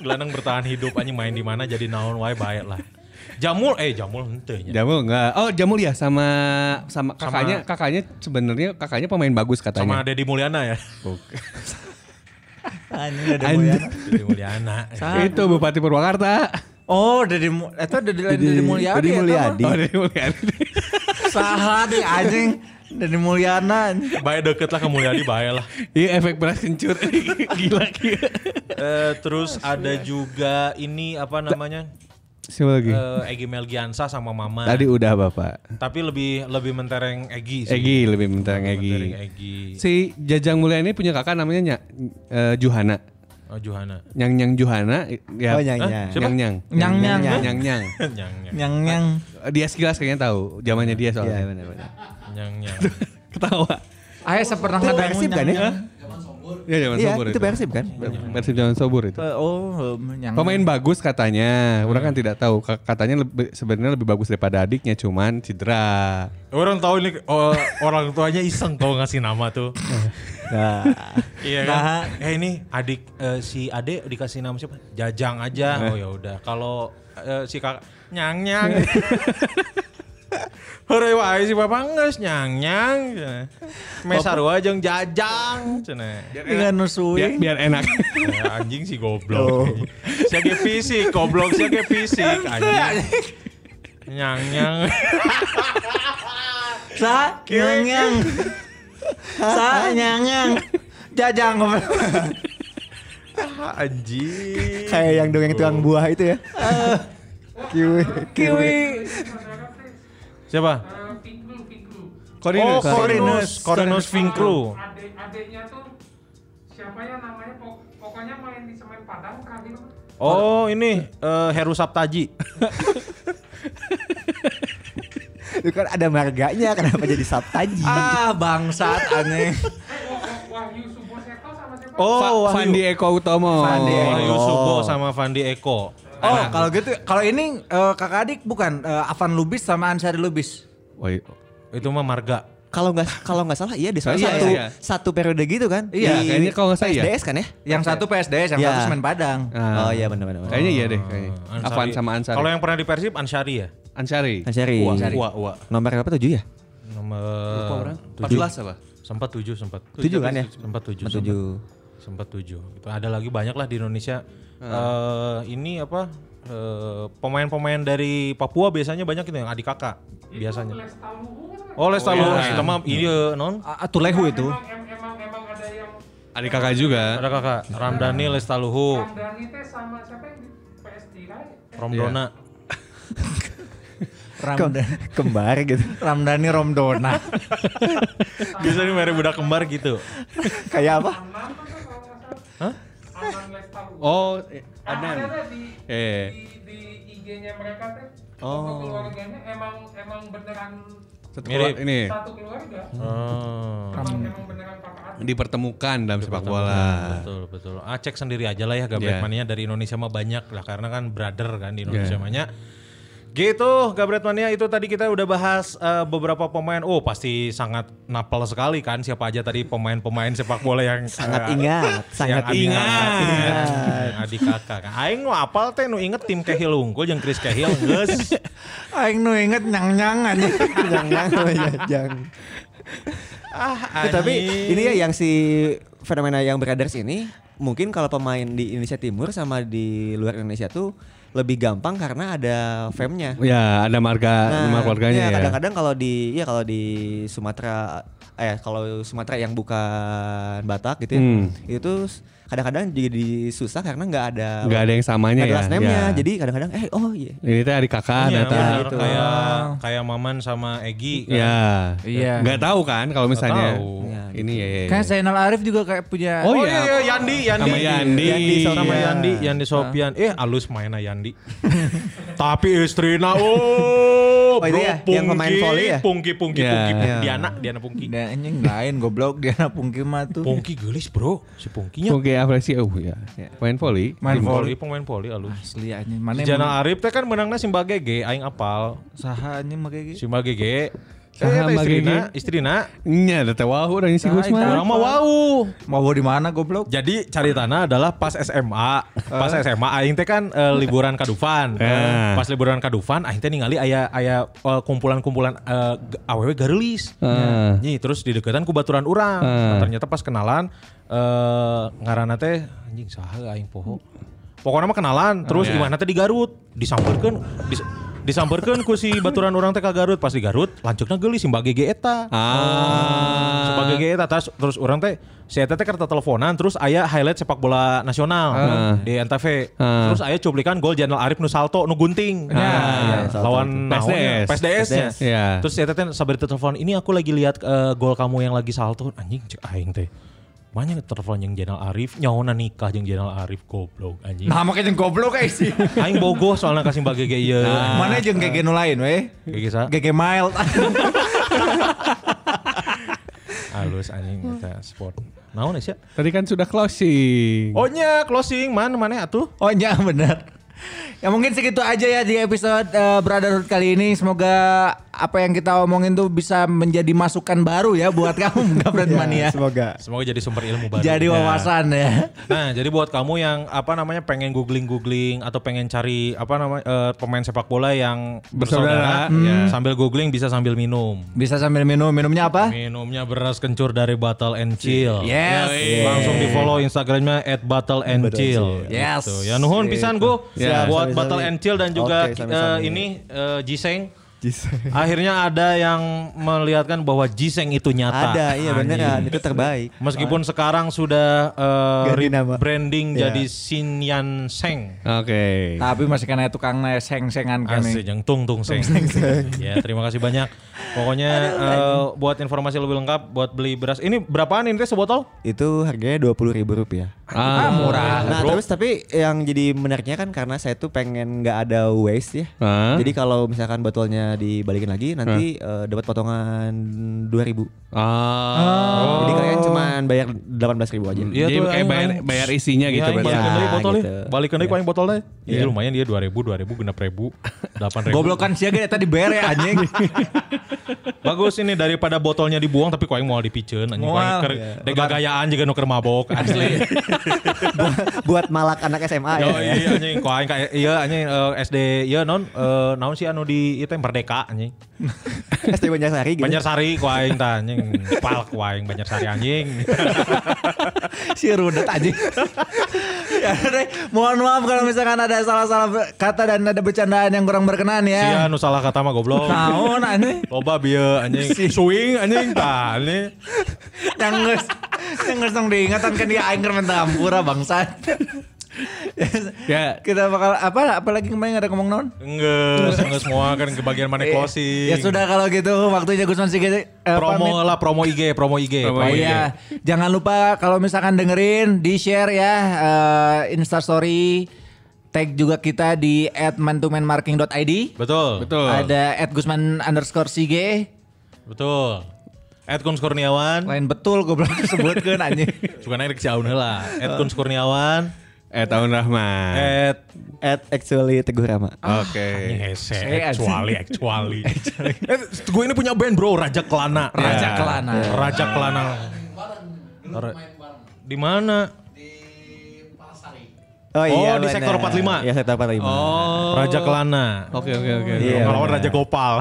Speaker 6: gelandang bertahan hidup anjing main di mana jadi naon wae bae lah. Jamul eh jamul henteu nya.
Speaker 5: Jamul enggak. Oh, Jamul ya sama sama kakaknya, kakaknya sebenarnya kakaknya pemain bagus
Speaker 6: Sama
Speaker 5: katanya.
Speaker 6: Deddy Mulyana ya.
Speaker 7: Anjing ada
Speaker 5: Anjing.
Speaker 7: Mulyana.
Speaker 6: Deddy Mulyana.
Speaker 5: Itu Bupati Purwakarta.
Speaker 7: Oh, dari itu dari dari Mulyana.
Speaker 8: Dari
Speaker 4: Iya,
Speaker 8: Mulyadi.
Speaker 5: Oh, dari Mulyadi.
Speaker 7: ya,
Speaker 6: (laughs)
Speaker 7: Saha deh anjing. Dari Mulyana. anjing.
Speaker 6: Bae deket lah ke Mulyadi bae lah.
Speaker 5: Iya, efek beras kencur.
Speaker 6: (laughs)
Speaker 5: Gila gila.
Speaker 6: Eh, terus ada juga ini apa namanya?
Speaker 5: Siapa lagi?
Speaker 6: Eh, Egy Melgiansa sama Mama.
Speaker 5: Tadi udah Bapak.
Speaker 6: Tapi lebih lebih mentereng Egy sih.
Speaker 5: Egy lebih minta
Speaker 6: Mentereng
Speaker 5: Egy.
Speaker 6: Egy.
Speaker 5: Si Jajang Mulyani punya kakak namanya Nya, eh, Juhana.
Speaker 6: Oh, Johana.
Speaker 5: Nyang Nyang Juhana ya.
Speaker 8: Oh, Nyang-Nyang.
Speaker 5: Nyang
Speaker 7: Nyang nyang
Speaker 5: Nyang. Nyang
Speaker 8: Nyang.
Speaker 5: Nyang.
Speaker 6: Nyang nyang
Speaker 7: nyang nyang.
Speaker 5: Dia sekilas kayaknya tahu zamannya dia
Speaker 8: Iya,
Speaker 5: soalnya.
Speaker 8: benar-benar.
Speaker 6: nyang nyang.
Speaker 5: Ketawa.
Speaker 7: Ayah sepernah
Speaker 8: Itu
Speaker 7: ngadangu
Speaker 8: Persib kan ya?
Speaker 7: nyang-nyang.
Speaker 5: Ya zaman
Speaker 8: Iya,
Speaker 5: sobur
Speaker 8: itu Persib kan?
Speaker 5: Persib zaman sobur itu.
Speaker 7: Eh, Oh, em, nyang.
Speaker 5: Pemain bagus katanya, orang kan tidak tahu. Ka- Katanya lebih- sebenarnya lebih bagus daripada adiknya, cuman cedera.
Speaker 6: Orang tahu ini oh, orang tuanya iseng tau ngasih nama tuh.
Speaker 8: Nah,
Speaker 6: Iya kan? Eh ini adik eh, si Ade dikasih nama siapa? Jajang aja. Oh ya udah. Kalau eh, si kakak nyang nyang. (laughs) Hore wae si bapak nges nyang nyang. Mesarua jeung jajang. Cenah.
Speaker 7: Dengan
Speaker 5: Biar,
Speaker 7: nusui.
Speaker 5: biar
Speaker 8: (laughs)
Speaker 5: enak.
Speaker 6: Ya, anjing si goblok. Siapa Siage fisik, goblok siage fisik anjing. Nyang nyang.
Speaker 7: Sa nyang nyang. Sa nyang nyang. Jajang.
Speaker 6: anjing.
Speaker 8: kayak yang dongeng tukang buah itu ya. Kiwi.
Speaker 7: Kiwi.
Speaker 6: Siapa?
Speaker 12: Eh, Pinkru, Pinkru.
Speaker 6: Corinus. Oh,
Speaker 7: Corinus.
Speaker 6: Corinus, Corinus Vinkru.
Speaker 12: Adek, adeknya tuh siapa ya namanya? Pok- pokoknya main di semen padang terakhir.
Speaker 6: Oh, ini eh, Heru Saptaji.
Speaker 8: Itu kan ada marganya, kenapa jadi Sabtaji?
Speaker 7: Ah, bangsat aneh.
Speaker 12: Eh, Wah- Wah- Wahyu Suboseto sama siapa?
Speaker 6: Oh,
Speaker 5: Fa- Fandi Eko Utomo.
Speaker 7: Fandi Eko.
Speaker 6: Wahyu
Speaker 8: Oh.
Speaker 6: Subo sama Fandi Eko.
Speaker 7: Oh, kalau gitu, kalau ini eh, kakak adik bukan eh, Avan Lubis sama Ansari Lubis.
Speaker 5: Woi,
Speaker 6: Itu mah marga.
Speaker 8: kalau nggak kalau nggak salah iya di salah
Speaker 5: Iya,
Speaker 8: satu
Speaker 5: iya.
Speaker 8: satu periode gitu kan
Speaker 5: Iya,
Speaker 8: di
Speaker 5: kayaknya kalau nggak salah iya.
Speaker 8: PSDS kan ya
Speaker 4: Yang satu PSDS, yang
Speaker 8: Iya.
Speaker 4: satu semen Padang.
Speaker 5: Ah.
Speaker 8: oh iya benar benar
Speaker 5: Kayaknya iya deh kayaknya.
Speaker 6: Oh, Ansari.
Speaker 5: Afan sama Ansari.
Speaker 6: Kalau yang pernah di Persib Ansari ya?
Speaker 5: Ansari.
Speaker 8: Ansari
Speaker 6: Wah, wah, wah.
Speaker 8: nomor berapa tujuh ya
Speaker 6: Nomor
Speaker 9: Lupa orang.
Speaker 6: tujuh.
Speaker 9: 14 apa?
Speaker 6: Sempat tujuh, sempat.
Speaker 8: Tujuh kan ya?
Speaker 6: Sempat tujuh.
Speaker 8: tujuh
Speaker 6: Sempat, sempat tujuh. Itu ada lagi banyak lah di Indonesia. Eh ini apa? eh, Pemain-pemain dari Papua biasanya banyak itu yang adik kakak biasanya.
Speaker 12: kan
Speaker 6: Oh, Lesta Luhu, kita mah iya non.
Speaker 7: Ah,
Speaker 4: Ah. Tulehu itu.
Speaker 12: Em- emang emang ada yang
Speaker 5: Adik kakak juga.
Speaker 6: Ada kakak Ramdhani Lesta Luhu,
Speaker 12: Ramdhani teh sama siapa yang di PS3 ya?
Speaker 6: Romdona.
Speaker 12: Iya.
Speaker 4: Ramdan,
Speaker 8: kembar gitu
Speaker 4: Ramdani Romdona.
Speaker 6: Bisa nih merek budak kembar gitu.
Speaker 8: kayak apa
Speaker 12: Anan tuh kalau nggak salah. Anan Lesta Luhu.
Speaker 5: Oh, eh,
Speaker 6: Ah,
Speaker 12: Anan
Speaker 5: Adnan.
Speaker 12: ada di
Speaker 5: Eh.
Speaker 12: di, di IG-nya mereka teh.
Speaker 8: Oh.
Speaker 12: Foto keluarganya emang emang beneran
Speaker 5: Satu
Speaker 6: Mirip.
Speaker 5: keluar- ini
Speaker 12: satu keluarga.
Speaker 6: Oh.
Speaker 12: Emang, emang beneran kakak adik.
Speaker 5: dipertemukan dalam sepak bola.
Speaker 6: Betul betul. Ah cek sendiri aja lah ya
Speaker 5: Iya.
Speaker 6: Gabret Mania dari Indonesia mah banyak lah karena kan brother kan di Indonesia banyak. Gitu Gabret Mania itu tadi kita udah bahas eh, beberapa pemain. Oh pasti sangat napal sekali kan siapa aja tadi pemain-pemain sepak bola yang
Speaker 8: (laughs)
Speaker 6: eh,
Speaker 8: sangat ingat
Speaker 6: yang
Speaker 8: sangat
Speaker 6: adik
Speaker 8: ingat
Speaker 6: kakak, yang adik kakak kan. Aing nu apal teh nu inget tim Kehil unggul jeung Chris Kehil geus.
Speaker 4: Aing nu inget nyang-nyangan.
Speaker 5: (laughs)
Speaker 8: jangan jangan, jangan.
Speaker 6: Ah,
Speaker 8: Eh, tapi
Speaker 6: anjing.
Speaker 8: ini ya yang si fenomena yang brothers ini mungkin kalau pemain di Indonesia Timur sama di luar Indonesia tuh lebih gampang karena ada fame-nya.
Speaker 5: Ya, ada marga,
Speaker 6: Nah,
Speaker 5: nama keluarganya
Speaker 8: iya,
Speaker 5: ya.
Speaker 8: Kadang-kadang kalau di ya kalau di Sumatera eh kalau Sumatera yang bukan Batak gitu ya,
Speaker 5: Hmm.
Speaker 8: itu s- kadang-kadang jadi susah karena nggak ada
Speaker 5: Nggak ada yang samanya
Speaker 8: nggak ada
Speaker 5: ya,
Speaker 8: last name-nya.
Speaker 5: ya.
Speaker 8: Jadi kadang-kadang eh oh iya.
Speaker 5: Ini teh adik kakak
Speaker 6: Iya,
Speaker 5: ternyata.
Speaker 6: bener,
Speaker 8: gitu.
Speaker 6: kayak kayak Maman sama Egi. kan.
Speaker 5: Ya.
Speaker 4: Iya.
Speaker 5: Nggak tahu kan kalau misalnya
Speaker 6: tahu.
Speaker 8: Ya,
Speaker 5: ini ya. ya, ya.
Speaker 4: Kayak Zainal Arif juga kayak punya
Speaker 6: Oh,
Speaker 5: Oh, iya.
Speaker 6: iya, iya, Yandi, Yandi.
Speaker 5: Sama Yandi.
Speaker 6: Yandi sama
Speaker 5: Iya.
Speaker 6: Yandi, Yandi Sofian. Eh, alus mainnya Yandi. (laughs) Tapi istrina oh,
Speaker 8: Oh, itu ya, yang pemain volley ya?
Speaker 6: Pungki, pungki,
Speaker 5: Iya.
Speaker 6: pungki,
Speaker 5: Iya.
Speaker 6: Diana, Diana Pungki.
Speaker 4: Dan anjing lain goblok dia pungki mah tuh.
Speaker 6: Pungki gelis, Bro. Si Pungkinya
Speaker 5: Oke, apresi oh ya. Main volley.
Speaker 4: Main volley.
Speaker 6: pemain volley alus.
Speaker 4: Asli anjing mana yang
Speaker 6: Jana Arif teh kan menangnya Simba Gege, aing apal.
Speaker 4: saha anjing make gitu.
Speaker 6: Simba Gege. Eh, eta
Speaker 5: Saha Mbak
Speaker 6: istrina,
Speaker 5: Gege?
Speaker 6: istrina.
Speaker 5: Nya, ada teh wahu orang si
Speaker 4: Nah,
Speaker 5: Gusman.
Speaker 6: Orang mah wau.
Speaker 4: Mau bawa di mana goblok?
Speaker 6: Jadi caritana adalah pas SMA, pas SMA aing teh kan eh, liburan ka Dufan.
Speaker 5: (laughs) Eh.
Speaker 6: Pas liburan ka Dufan aing teh ningali aya aya eh, kumpulan-kumpulan eh, g- awewe gareulis.
Speaker 5: Eh.
Speaker 6: Nyi terus di deketan ku baturan urang. Nah,
Speaker 5: Eh.
Speaker 6: Ternyata pas kenalan eh ngaranna teh anjing saha aing poho. Pokoknya mah kenalan,
Speaker 5: Oh,
Speaker 6: terus
Speaker 5: iya.
Speaker 6: gimana teh di Garut, disamperkeun dis, disamperkeun ku si baturan urang teh ka Garut, pas di Garut lancukna geulis simbah gege eta.
Speaker 5: Ah.
Speaker 6: Sebagai kita terus terus orang teh si eta teh kartu teleponan terus aya highlight sepak bola nasional
Speaker 5: Heeh.
Speaker 6: di NTV.
Speaker 5: Heeh.
Speaker 6: Terus aya cuplikan gol Janel Arif nu salto nu gunting. Nah,
Speaker 5: Ah,
Speaker 8: iya, salto
Speaker 6: lawan
Speaker 5: itu.
Speaker 6: naon ya?
Speaker 5: PSDS.
Speaker 6: PSDS-nya.
Speaker 5: PSDS, iya.
Speaker 4: Eh.
Speaker 6: Terus si eta teh sabar teu telepon, "Ini aku lagi lihat eh, gol kamu yang lagi salto." Anjing cek aing teh. Banyak telepon yang Janel Arif, nyawana nikah yang Janel Arif goblok anjing.
Speaker 4: Nah, make jeung goblok kayak sih.
Speaker 6: (laughs) Aing bogoh soalnya kasih bagi ge ieu.
Speaker 4: Nah. Mana jeung gege nu lain weh?
Speaker 6: iya. Gege sa?
Speaker 4: Gege mild.
Speaker 6: Alus anjing eta sport. Naon ya?
Speaker 5: Tadi kan sudah closing.
Speaker 6: Oh nya closing man mana ya, atuh?
Speaker 4: (laughs) Oh iya benar. Ya mungkin segitu aja ya di episode eh, Brotherhood kali ini. Semoga apa yang kita omongin tuh bisa menjadi masukan baru ya buat kamu (laughs) Gabret Mania.
Speaker 8: Semoga
Speaker 6: Iya, Semoga Iya. jadi sumber ilmu baru.
Speaker 4: Nah. Jadi wawasan ya.
Speaker 6: Nah, jadi buat kamu yang apa namanya pengen googling-googling atau pengen cari apa namanya eh, pemain sepak bola yang bersaudara,
Speaker 5: Bersaudara,
Speaker 4: Hmm.
Speaker 6: ya, sambil googling bisa sambil minum.
Speaker 4: Bisa sambil minum. Minumnya apa?
Speaker 6: Minumnya beras kencur dari Battle and Chill.
Speaker 4: Yes.
Speaker 6: Langsung di follow Instagramnya at Battle and Chill.
Speaker 4: Yes.
Speaker 6: Gitu. Ya nuhun pisan gue
Speaker 8: Siap,
Speaker 6: buat
Speaker 8: sami-sami.
Speaker 6: Battle and Chill dan juga
Speaker 8: Oke, sami-sami.
Speaker 6: eh, ini eh, Jiseng.
Speaker 8: Jiseng.
Speaker 6: Akhirnya ada yang melihatkan bahwa Jiseng itu nyata.
Speaker 8: ada iya beneran
Speaker 6: Anjing.
Speaker 8: itu terbaik.
Speaker 6: Meskipun sekarang sudah eh,
Speaker 8: Ganti nama.
Speaker 6: rebranding
Speaker 8: Iya.
Speaker 6: jadi Sinian Seng.
Speaker 5: Oke.
Speaker 4: Tapi masih kena tukang seng-sengan kan
Speaker 6: Asli
Speaker 4: kami.
Speaker 6: yang tung tung seng. (laughs) ya terima kasih banyak. Pokoknya eh, buat informasi lebih lengkap buat beli beras. Ini berapaan ini teh sebotol?
Speaker 8: Itu harganya dua puluh ribu rupiah.
Speaker 5: Ah,
Speaker 4: murah.
Speaker 8: Nah terus tapi yang jadi menariknya kan karena saya tuh pengen nggak ada waste ya.
Speaker 5: Ah.
Speaker 8: Jadi kalau misalkan botolnya dibalikin lagi nanti eh, dapat potongan 2000.
Speaker 5: Ah.
Speaker 6: Oh.
Speaker 8: Jadi kalian cuman bayar
Speaker 13: Iya
Speaker 8: 18.000 aja.
Speaker 5: Jadi
Speaker 13: tuh,
Speaker 5: kayak
Speaker 13: yang-
Speaker 5: bayar,
Speaker 13: yang-
Speaker 5: bayar isinya gitu
Speaker 13: ya,
Speaker 5: berarti.
Speaker 8: yang
Speaker 13: balikin
Speaker 8: Ya,
Speaker 13: deui botolnya.
Speaker 8: gitu.
Speaker 13: Balikin deui paling botolnya.
Speaker 6: Ah, Iya lumayan dia 2000, 2000, genep
Speaker 13: (laughs)
Speaker 6: ribu, 8000.
Speaker 4: Goblokan siaga eta dibere anjing. (laughs)
Speaker 6: Bagus ini daripada botolnya dibuang tapi koing mau dipiceun anjing koing
Speaker 4: Moal,
Speaker 6: keur
Speaker 4: iya.
Speaker 6: dega gayaan juga nu keur
Speaker 13: (laughs)
Speaker 6: mabok asli.
Speaker 8: (laughs) Buat malak anak SMA
Speaker 13: Ah,
Speaker 6: Yo
Speaker 8: ya. (laughs)
Speaker 6: iya anjing koing kayak iya anjing eh, SD iya non eh, naon sih anu di itu yang merdeka anjing.
Speaker 8: SD Banjarsari gitu.
Speaker 6: Banjarsari koing tah anjing pal koing Banjarsari
Speaker 13: (laughs)
Speaker 6: anjing.
Speaker 4: si rudet aja. ya, Re, mohon maaf kalau misalkan ada salah-salah ber- kata dan ada bercandaan yang kurang berkenan
Speaker 6: Sia
Speaker 13: Iya.
Speaker 4: ya.
Speaker 6: nu anu salah kata mah goblok.
Speaker 4: Tahun aneh
Speaker 6: Loba bieu anjing. Swing anjing tah anjing.
Speaker 13: (laughs)
Speaker 4: yang nges yang nges nong diingatan kan dia aing keur mentah ampura bangsat. (laughs)
Speaker 5: Ya.
Speaker 4: Kita bakal apa apalagi kemarin ada ngomong non?
Speaker 6: Enggeus, enggeus semua kan ke bagian
Speaker 4: (laughs)
Speaker 6: mana closing.
Speaker 4: Ya sudah kalau gitu waktunya Gusman Sigit eh, pamit.
Speaker 6: Promo lah, promo IG, promo IG.
Speaker 5: Promo
Speaker 4: Oh iya, jangan lupa kalau misalkan dengerin, di share ya eh, Instastory, tag juga kita di @mantumanmarking.id.
Speaker 6: Betul.
Speaker 5: Betul.
Speaker 4: Ada @gusman underscore sige.
Speaker 6: Betul. Ed Kuns
Speaker 4: (laughs)
Speaker 6: Kurniawan.
Speaker 4: Lain betul goblok sebutkan anjing.
Speaker 6: Suka naik si Aun lah. Ed Kuns Kurniawan.
Speaker 5: Eh tahun Rahman.
Speaker 4: Eh,
Speaker 6: Ed.
Speaker 8: At actually Teguh Rama.
Speaker 5: Oke.
Speaker 6: (laughs) Ngese.
Speaker 4: Saya
Speaker 6: Actually, (laughs) actually. Ed, gue eh, ini punya band bro, Raja Kelana.
Speaker 4: Raja
Speaker 6: Ya.
Speaker 4: Kelana.
Speaker 6: Raja Kelana. Ra- Di mana? Oh, di
Speaker 8: benar.
Speaker 6: sektor 45.
Speaker 8: Iya sektor 45.
Speaker 6: Raja Kelana.
Speaker 5: Oh. Oke oke oke.
Speaker 8: Iya,
Speaker 6: Melawan
Speaker 8: benar.
Speaker 6: Raja Gopal.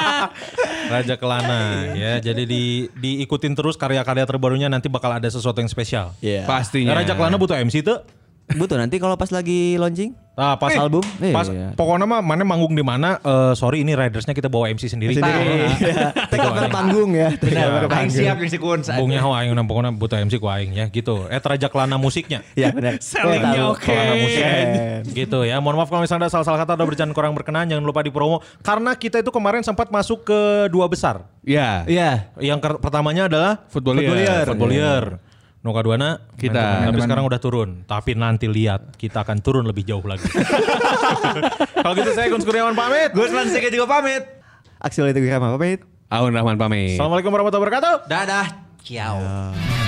Speaker 6: (laughs) Raja Kelana ya. Jadi di diikutin terus karya-karya terbarunya nanti bakal ada sesuatu yang spesial.
Speaker 8: Iya.
Speaker 5: Pastinya.
Speaker 6: Raja Kelana butuh MC tuh.
Speaker 8: Butuh nanti kalau pas lagi launching.
Speaker 6: Nah, pas
Speaker 8: Eh, album?
Speaker 6: Pas
Speaker 8: Iya.
Speaker 6: pokoknya mah mana manggung di mana? eh, sorry ini ridersnya kita bawa MC sendiri. Iya.
Speaker 8: Sendiri. (laughs) Take over panggung ya. Take over
Speaker 4: Aing
Speaker 8: panggung.
Speaker 4: siap yang si Kun. anjing.
Speaker 6: Bungnya ho aing nah, pokoknya butuh MC ku aing ya gitu. Eh Raja Kelana musiknya.
Speaker 8: Iya benar.
Speaker 6: Sellingnya
Speaker 8: Tahu,
Speaker 6: oke.
Speaker 8: kalau musik.
Speaker 6: gitu ya. Mohon maaf kalau misalnya ada salah-salah kata atau bercanda kurang berkenan jangan lupa dipromo karena kita itu kemarin sempat masuk ke dua besar.
Speaker 5: Ya.
Speaker 6: Iya. Yang ke- pertamanya adalah
Speaker 5: Footballier.
Speaker 6: Footballier. Footballier. No kaduana
Speaker 5: Kita.
Speaker 6: main- Tapi sekarang udah turun. Tapi nanti lihat kita akan turun lebih jauh lagi. Kalau gitu saya Gun Kurniawan pamit.
Speaker 4: Gusman sige juga pamit.
Speaker 8: Actually Teguh Rama pamit.
Speaker 5: Aun Rahman pamit.
Speaker 6: Assalamualaikum warahmatullahi wabarakatuh.
Speaker 4: Dadah. Ciao.